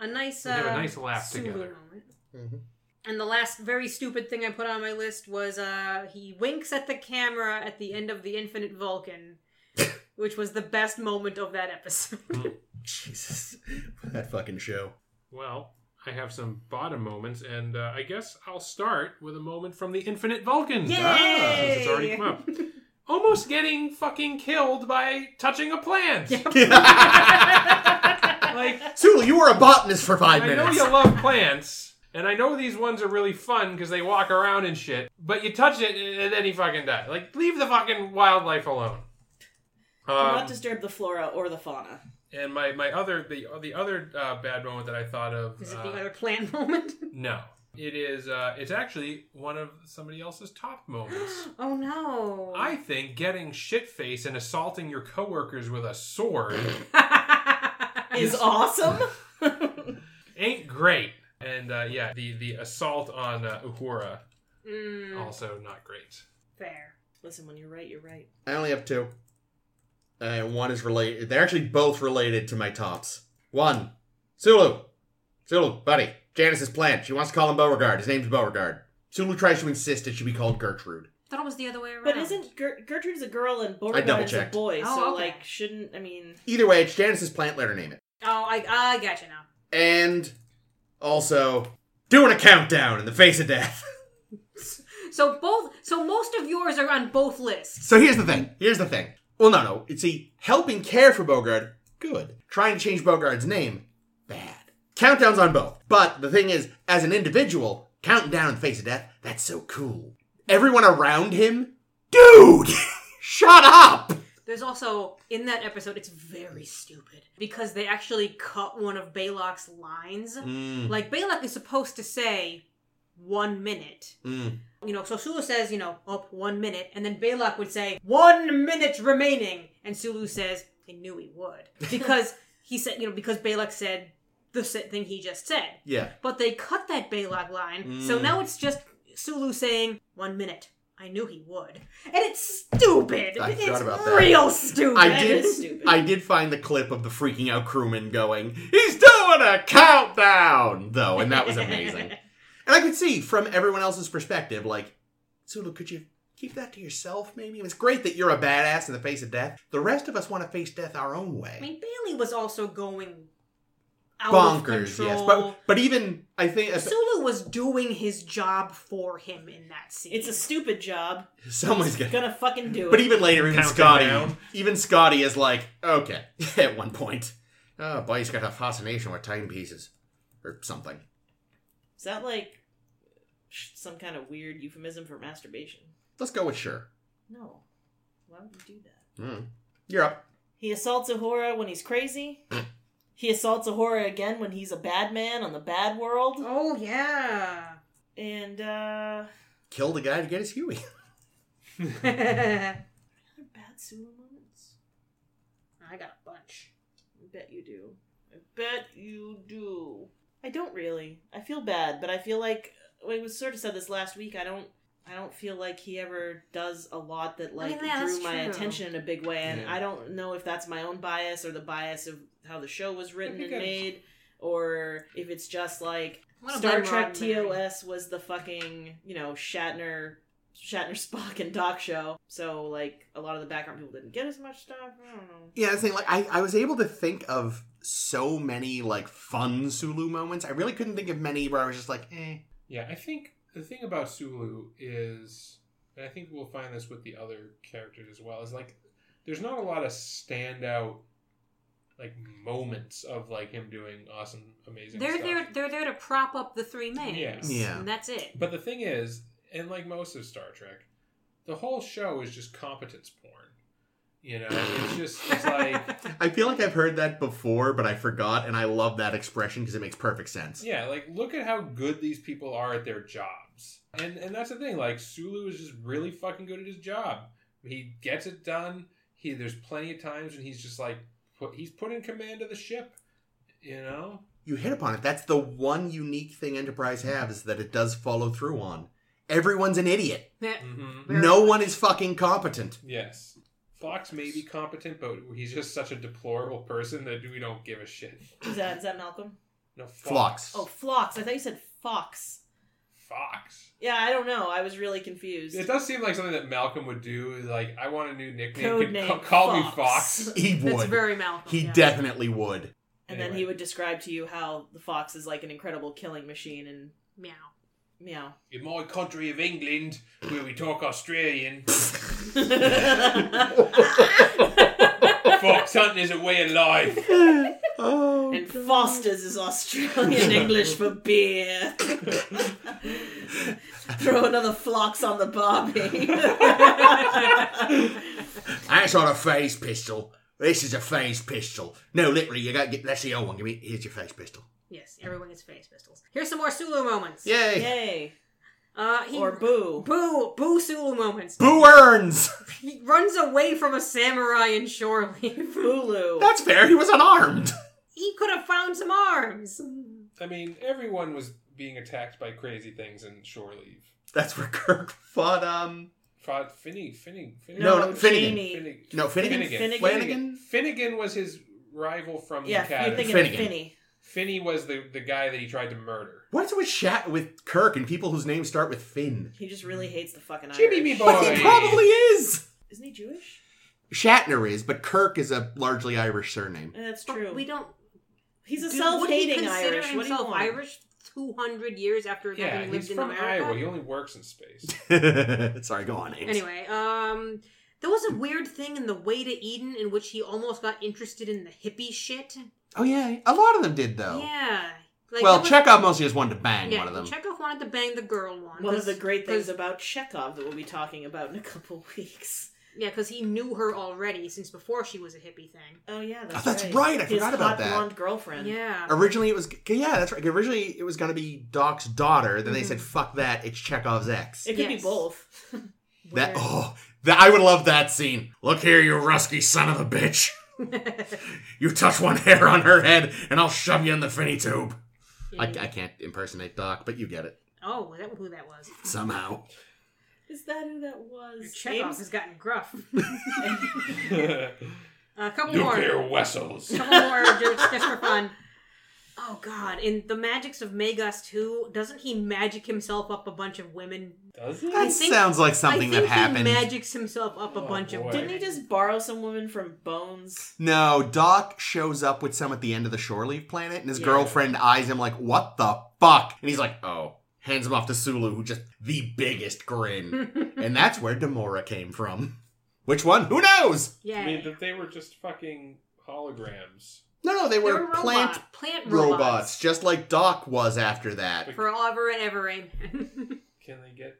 S5: a nice,
S4: We have a
S5: uh,
S4: nice laugh
S5: Sulu
S4: together.
S5: moment.
S3: Mhm.
S5: And the last very stupid thing I put on my list was uh, he winks at the camera at the end of the Infinite Vulcan, which was the best moment of that episode.
S3: Jesus, that fucking show.
S4: Well, I have some bottom moments, and uh, I guess I'll start with a moment from the Infinite Vulcan.
S5: Yay!
S4: Since it's already come up. Almost getting fucking killed by touching a plant. Like,
S3: Sulu, you were a botanist for five
S4: I know
S3: minutes.
S4: you love plants, and I know these ones are really fun because they walk around and shit. But you touch it, and then he fucking dies. Like, leave the fucking wildlife alone.
S2: Do
S4: Um,
S2: not disturb the flora or the fauna.
S4: and my my other the the other uh, bad moment that I thought of
S5: Is it
S4: uh,
S5: the other plan moment?
S4: no. It is. Uh, it's actually one of somebody else's top moments.
S5: oh no.
S4: I think getting shit faced and assaulting your coworkers with a sword
S2: Is awesome.
S4: ain't great. And uh, yeah, the the assault on uh, Uhura
S5: mm,
S4: also not great.
S5: fair.
S2: Listen, when you're right, you're right.
S3: I only have two. Uh, one is related. They're actually both related to my tops. One, Sulu. Sulu, buddy. Janice's plant. She wants to call him Beauregard. His name's Beauregard. Sulu tries to insist it should be called Gertrude.
S5: Thought it was the other way around.
S2: But isn't Ger- Gertrude's a girl and Beauregard is a
S3: double-checked.
S2: boy?
S5: Oh,
S2: so
S5: okay.
S2: like, shouldn't I mean?
S3: Either way, it's Janice's plant. Let her name it.
S5: Oh, I I gotcha now.
S3: And also, doing a countdown in the face of death.
S5: So both. So most of yours are on both lists.
S3: So here's the thing. Here's the thing. Well, no, no. It's see, helping care for Bogard, good. Trying to change Bogard's name, bad. Countdowns on both. But the thing is, as an individual, counting down in the face of death, that's so cool. Everyone around him, dude, shut up.
S5: There's also in that episode. It's very stupid because they actually cut one of Balok's lines.
S3: Mm.
S5: Like Balok is supposed to say one minute.
S3: Mm.
S5: You know, so Sulu says, you know, up one minute, and then Balok would say, one minute remaining. And Sulu says, I knew he would. Because he said, you know, because Balok said the sa- thing he just said.
S3: Yeah.
S5: But they cut that Balog line, so
S3: Mm.
S5: now it's just Sulu saying, one minute. I knew he would. And it's stupid.
S3: I forgot
S5: it's
S3: about that.
S5: real stupid.
S3: I
S2: That
S3: did.
S2: is stupid.
S3: I did find the clip of the freaking out crewman going, "He's doing a countdown," though, and that was amazing. And I could see from everyone else's perspective, like, Sulu, could you keep that to yourself, maybe? It's great that you're a badass in the face of death. The rest of us want to face death our own way.
S5: I mean, Bailey was also going out of
S3: Bonkers,
S5: control.
S3: yes. But but even I think uh, if
S5: Sulu was doing his job for him in that scene.
S2: It's a stupid job.
S3: someone's gonna.
S2: Gonna fucking do it.
S3: But even later, even
S4: Counting
S3: Scotty,
S4: down.
S3: even Scotty is like, okay, at one point, oh boy, he's got a fascination with timepieces or something.
S2: is that like sh- some kind of weird euphemism for masturbation?
S3: Let's go with sure.
S2: No. Why would you do that?
S3: Mm. You're up.
S2: He assaults Ahura when he's crazy. he assaults Ahura again when he's a bad man on the bad world.
S5: oh yeah.
S2: And uh
S3: Kill the guy to get his Huey.
S5: I
S2: bad Sulu moments.
S5: got a bunch.
S2: I bet you do. I bet you do.
S1: I don't really. I feel bad, but I feel like we was sort of said this last week. I don't. I don't feel like he ever does a lot that like
S5: mean, yeah,
S1: drew
S5: that's
S1: my
S5: true.
S1: attention in a big way, and
S3: Yeah.
S1: I don't know if that's my own bias or the bias of how the show was written
S4: That'd
S1: and
S4: be good.
S1: made, or if it's just like
S5: What a
S1: Star
S5: Blade
S1: Trek
S5: Runner.
S1: TOS was the fucking you know Shatner, Shatner Spock and Doc show, so like a lot of the background people didn't get as much stuff. I don't know.
S3: Yeah, that's the thing. Like, I, I was able to think of so many like fun Sulu moments. I really couldn't think of many where I was just like, eh.
S4: Yeah, I think the thing about Sulu is, and I think we'll find this with the other characters as well, is like there's not a lot of standout like moments of like him doing awesome, amazing.
S5: They're
S4: stuff.
S5: there. They're there to prop up the three mains.
S3: Yeah.
S5: And that's it.
S4: But the thing is, and like most of Star Trek, the whole show is just competence porn. You know, it's just it's like
S3: I feel like I've heard that before, but I forgot, and I love that expression because it makes perfect sense.
S4: Yeah, like look at how good these people are at their jobs. And and that's the thing, like Sulu is just really fucking good at his job. He gets it done. He there's plenty of times when he's just like put, he's put in command of the ship, you know?
S3: You hit upon it. That's the one unique thing Enterprise has is that it does follow through on. Everyone's an idiot.
S4: Mhm.
S5: Very
S3: no
S5: much.
S3: one is fucking competent.
S4: Yes. Fox may be competent, but he's just such a deplorable person that we don't give a shit.
S1: Is that is that Malcolm?
S4: No
S3: Flocks.
S4: Fox.
S1: Oh, Phlox. I thought you said Fox.
S4: Fox.
S1: Yeah, I don't know. I was really confused.
S4: It does seem like something that Malcolm would do. Like, I want a new nickname.
S1: Code
S4: Could-
S1: name,
S4: ca- call me
S1: Fox.
S4: Fox.
S3: He
S5: That's
S3: would.
S5: very Malcolm.
S3: He
S5: yeah.
S3: definitely would.
S1: And then he would describe to you how the fox is like an incredible killing machine and
S5: Meow.
S1: meow.
S4: In my country of England, where we talk Australian, fox hunting is a way of life.
S3: oh,
S1: and
S3: God.
S1: Foster's is Australian English for beer. Throw another Phlox on the barbie.
S3: That's not a phase pistol. This is a phase pistol. No, literally, you gotta get. That's the old one. Give me. Here's your phase pistol.
S5: Yes, everyone gets face pistols. Here's some more Sulu moments.
S3: Yay!
S1: Yay.
S5: Uh, he,
S1: Or boo.
S5: boo, boo Sulu moments.
S3: Boo earns.
S5: He runs away from a samurai in shore leave.
S1: Bulu.
S3: That's fair. He was unarmed.
S5: he could have found some arms.
S4: I mean, everyone was being attacked by crazy things in Shore Leave.
S3: That's where Kirk fought. Um,
S4: Fought Finney, Finney, Finney.
S3: No, no, Finnegan.
S1: Janie.
S4: Finnegan.
S3: no Finnegan.
S4: Finnegan.
S3: Flanagan?
S4: Finnegan was his rival from the
S1: Yeah, you're
S4: academy.
S1: thinking
S3: Finnegan.
S1: of Finny.
S4: Finney was the, the guy that he tried to murder.
S3: What's with chat with Kirk and people whose names start with Finn?
S1: He just really hates the fucking Irish.
S4: Jimmy me
S3: But
S4: Boy.
S3: he probably is.
S1: Isn't he Jewish?
S3: Shatner is, but Kirk is a largely Irish surname.
S1: Eh, That's true.
S5: But we don't.
S1: He's a
S5: do-
S1: self-hating
S5: would he
S1: Irish.
S5: consider
S1: What do you
S5: himself
S1: want?
S5: Irish 200 years after
S4: Yeah,
S5: having lived
S4: he's
S5: in
S4: from
S5: America?
S4: Iowa. He only works in space.
S3: Sorry, go on, Ames.
S5: Anyway, um, there was a weird thing in the way to Eden in which he almost got interested in the hippie shit.
S3: Oh yeah, a lot of them did though.
S5: Yeah. Like,
S3: well,
S5: that was-
S3: Chekhov mostly just wanted to bang
S5: yeah,
S3: one of them.
S5: Chekhov wanted to bang the girl one.
S1: One of
S5: 'cause-
S1: the great things
S5: 'cause-
S1: about Chekhov that we'll be talking about in a couple weeks.
S5: yeah, because he knew her already since before she was a hippie thing.
S1: Oh yeah, that's,
S3: Oh, that's right. I
S1: His
S3: forgot about
S1: hot
S3: that.
S1: blonde girlfriend.
S5: Yeah.
S3: Originally, it was yeah, that's right. Originally, it was gonna be Doc's daughter. Then they
S5: Mm-hmm.
S3: said, "Fuck that! It's Chekhov's ex."
S1: It could be
S5: Yes.
S1: both.
S3: that
S5: Weird.
S3: oh, that, I would love that scene. Look here, you rusky son of a bitch! you touch one hair on her head, and I'll shove you in the finny tube. oh, I, I can't impersonate Doc, but you get it
S5: Oh, is that who that was?
S3: somehow.
S1: Is that who that was?
S5: Chekhov
S1: Ames?
S5: has gotten gruff.
S4: Nuclear
S5: a couple more.
S4: vessels.
S5: couple more just, just for fun. Oh God! In the magics of Magus too, doesn't he magic himself up a bunch of women?
S4: Does he?
S3: That
S5: think-
S3: sounds like something
S5: I think
S3: that happened.
S5: He magics himself up a
S4: Oh,
S5: bunch of
S4: boy.
S5: women.
S1: Didn't he just borrow some woman from Bones?
S3: No, Doc shows up with some at the end of the Shore Leave Planet, and his
S4: Yeah.
S3: girlfriend eyes him like, "What the fuck?" And he's like, "Oh." Hands him off to Sulu, who just the biggest grin, and that's where Demora came from. Which one? Who knows?
S5: Yeah.
S4: I mean, that they were just fucking holograms.
S3: No, no, they
S5: They're
S3: were
S5: robot-
S3: plant
S5: plant
S3: robots.
S5: robots,
S3: just like Doc was after that.
S5: forever and ever. Amen.
S4: Can they get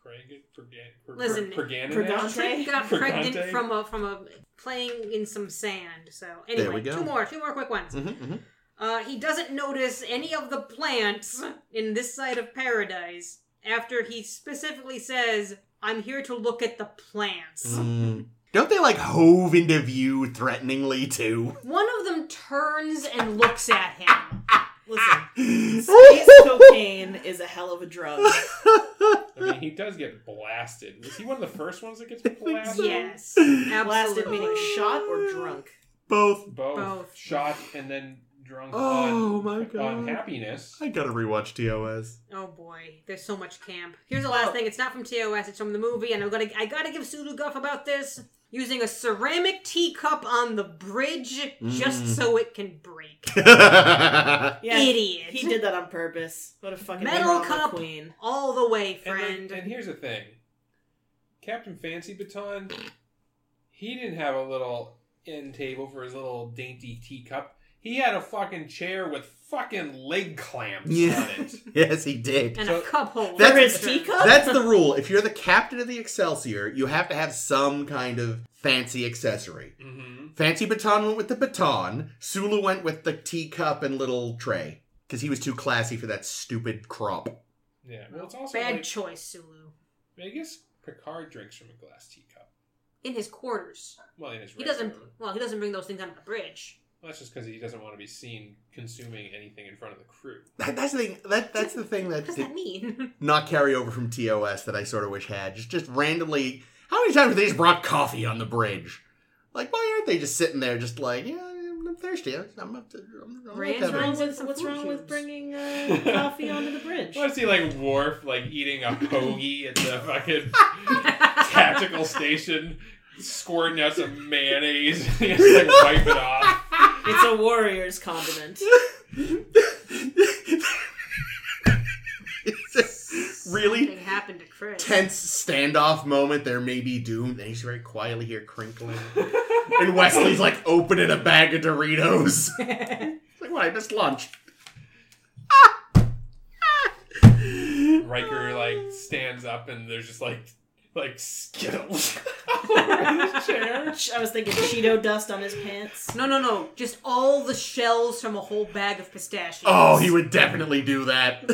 S4: pregnant? Pregan-
S5: Listen,
S4: preganant?
S1: pregon-
S5: Trick got
S4: For
S5: pregnant
S4: Dante?
S5: from a from a playing in some sand. So anyway,
S3: we go.
S5: two more, two more quick ones.
S3: Mhm, mhm.
S5: Uh, he doesn't notice any of the plants in this side of paradise after he specifically says, I'm here to look at the plants.
S3: Mm. Don't they like hove into view threateningly too?
S5: One of them turns and looks at him.
S2: Listen,
S3: Ah.
S2: space cocaine is a hell of a drug.
S4: I mean, he does get blasted. Was he one of the first ones that gets blasted?
S5: Yes.
S2: Blasted
S5: Absolutely.
S2: meaning shot or drunk.
S3: Both.
S4: Both,
S5: Both.
S4: shot and then drunk
S3: Oh,
S4: on,
S3: my God.
S4: on happiness.
S3: I gotta rewatch TOS.
S5: Oh boy, there's so much camp. Here's the last
S2: Oh.
S5: thing. It's not from TOS. It's from the movie, and I'm gonna I gotta give Sulu guff about this. Using a ceramic teacup on the bridge just
S3: Mm.
S5: so it can break.
S2: Yeah,
S5: Idiot.
S2: he did that on purpose. What a fucking
S5: Metal
S2: drama
S5: cup.
S2: queen.
S5: all the way,
S4: And, like,
S5: friend.
S4: and here's the thing Captain Fancy Baton, he didn't have a little end table for his little dainty teacup. He had a fucking chair with fucking leg clamps
S3: Yeah.
S4: on it.
S3: yes, he did.
S5: And
S4: So-
S5: a cup holder.
S3: That's- For
S2: his teacup?
S3: That's the rule. If you're the captain of the Excelsior, you have to have some kind of fancy accessory.
S4: Mm-hmm.
S3: Fancy Baton went with the baton. Sulu went with the teacup and little tray because he was too classy for that stupid crop.
S4: Yeah. Well, it's also
S5: Bad
S4: like,
S5: choice, Sulu.
S4: I guess Picard drinks from a glass teacup.
S5: In his quarters.
S4: Well, in his
S5: He
S4: red
S5: doesn't
S4: room.
S5: well, he doesn't bring those things onto the bridge.
S4: Well, that's just because he doesn't want to be seen consuming anything in front of the crew.
S3: That, that's the thing. That, that's the thing that
S5: What does
S3: did
S5: that mean?
S3: not carry over from TOS that I sort of wish had. Just just randomly. How many times have they just brought coffee on the bridge? Like, why aren't they just sitting there, just like, yeah, I'm I'm thirsty. I'm, I'm up to. I'm, I'm
S5: Rand's
S3: up to
S2: What's
S3: having-"
S2: wrong
S5: Brings in
S2: with,
S5: some
S2: what's wrong with
S5: fortunes.
S2: bringing uh, coffee onto the bridge?
S4: Well, I see like Worf like eating a hoagie at the fucking tactical station, squirting out some mayonnaise, and just like wipe it off.
S2: It's a warrior's condiment.
S3: It's a really
S5: Something happened to Chris.
S3: tense standoff moment. There may be doomed, and he's very quietly here crinkling. and Wesley's like opening a bag of Doritos. It's like, what? I missed lunch. Ah!
S4: Riker like stands up and there's just like like skittles all over his chair.
S2: I was thinking Cheeto dust on his pants.
S5: No no no. Just all the shells from a whole bag of pistachios.
S3: Oh, he would definitely do that.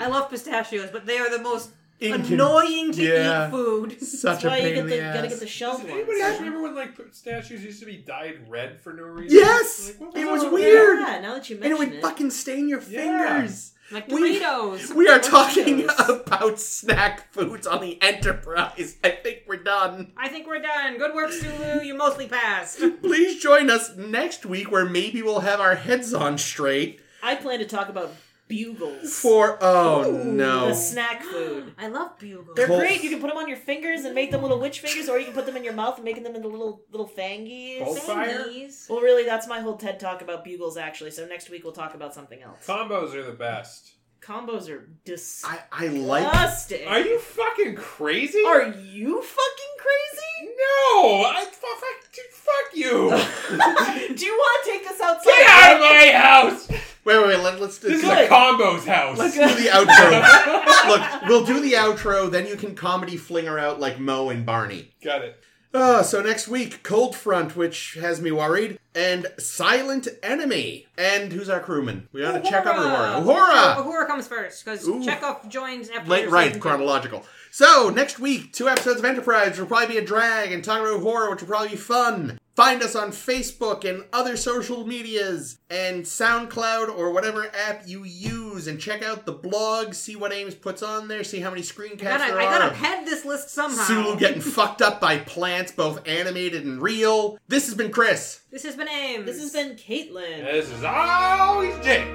S5: I love pistachios, but they are the most
S3: Incon-
S5: annoying to
S3: yeah.
S5: eat food.
S3: Such
S2: That's
S3: a
S2: why you
S3: pain
S2: get
S3: in
S2: the,
S3: the
S2: gotta get
S3: ass.
S2: the shelled
S4: Does
S2: ones.
S4: anybody else remember when like statues used to be dyed red for no reason?
S3: Yes!
S4: Like, what
S3: It
S4: the
S3: was
S4: hell?
S3: weird!
S2: Yeah, now that you
S3: And it
S2: mention
S3: would fucking stain your
S4: Yeah.
S3: fingers.
S5: Like
S3: We-
S5: Doritos.
S3: We are
S2: What
S3: talking
S2: is this?
S3: about snack foods on the Enterprise. I think we're done.
S5: I think we're done. Good work, Sulu. You mostly passed.
S3: Please join us next week where maybe we'll have our heads on straight
S2: I plan to talk about bugles.
S3: for oh
S2: The
S3: no.
S2: snack food.
S5: I love bugles.
S2: They're
S3: Col-
S2: great. You can put them on your fingers and make them little witch fingers, or you can put them in your mouth and make them into little little fangies.
S4: Both. fire.
S5: Sandies.
S2: Well, really, that's my whole TED talk about bugles. Actually, so next week we'll talk about something else.
S4: Combos are the best.
S2: Combos are disgusting.
S3: I, I like
S4: Are you fucking crazy?
S2: Are you fucking
S4: No! I, fu- fuck, dude, fuck you!
S2: crazy? Do you want to take this outside?
S4: Get out of my house!
S3: Wait, wait, wait, let, let's do
S4: This is
S2: Good.
S4: a combo's house.
S3: Let's do the outro. Look, we'll do the outro, then you can comedy flinger out like Mo and Barney.
S4: Got it.
S3: Uh, so next week, Cold Front, which has me worried, and Silent Enemy. And who's our crewman? We ought to check on Uhura. Uhura!
S5: Uhura comes first because
S3: Ooh.
S5: Chekhov joins after.
S3: Late, right,
S5: season
S3: chronological. So, next week, two episodes of Enterprise, which will probably be a drag, and talking about horror, which will probably be fun. Find us on Facebook and other social medias, and SoundCloud, or whatever app you use, and check out the blog, see what Ames puts on there, see how many screencasts
S5: two. I gotta,
S3: there
S5: I
S3: are.
S5: gotta
S3: of
S5: head this list somehow.
S3: Sulu getting fucked up by plants, both animated and real. This has been Chris.
S5: This has been Ames.
S2: This has been Caitlin.
S4: This is always Jake.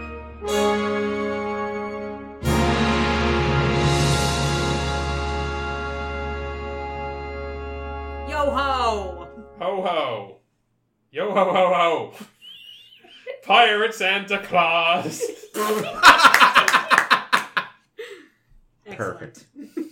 S5: Yo ho.
S4: Ho ho. Yo ho ho ho. Pirate Santa Claus.
S5: Excellent.
S3: Perfect.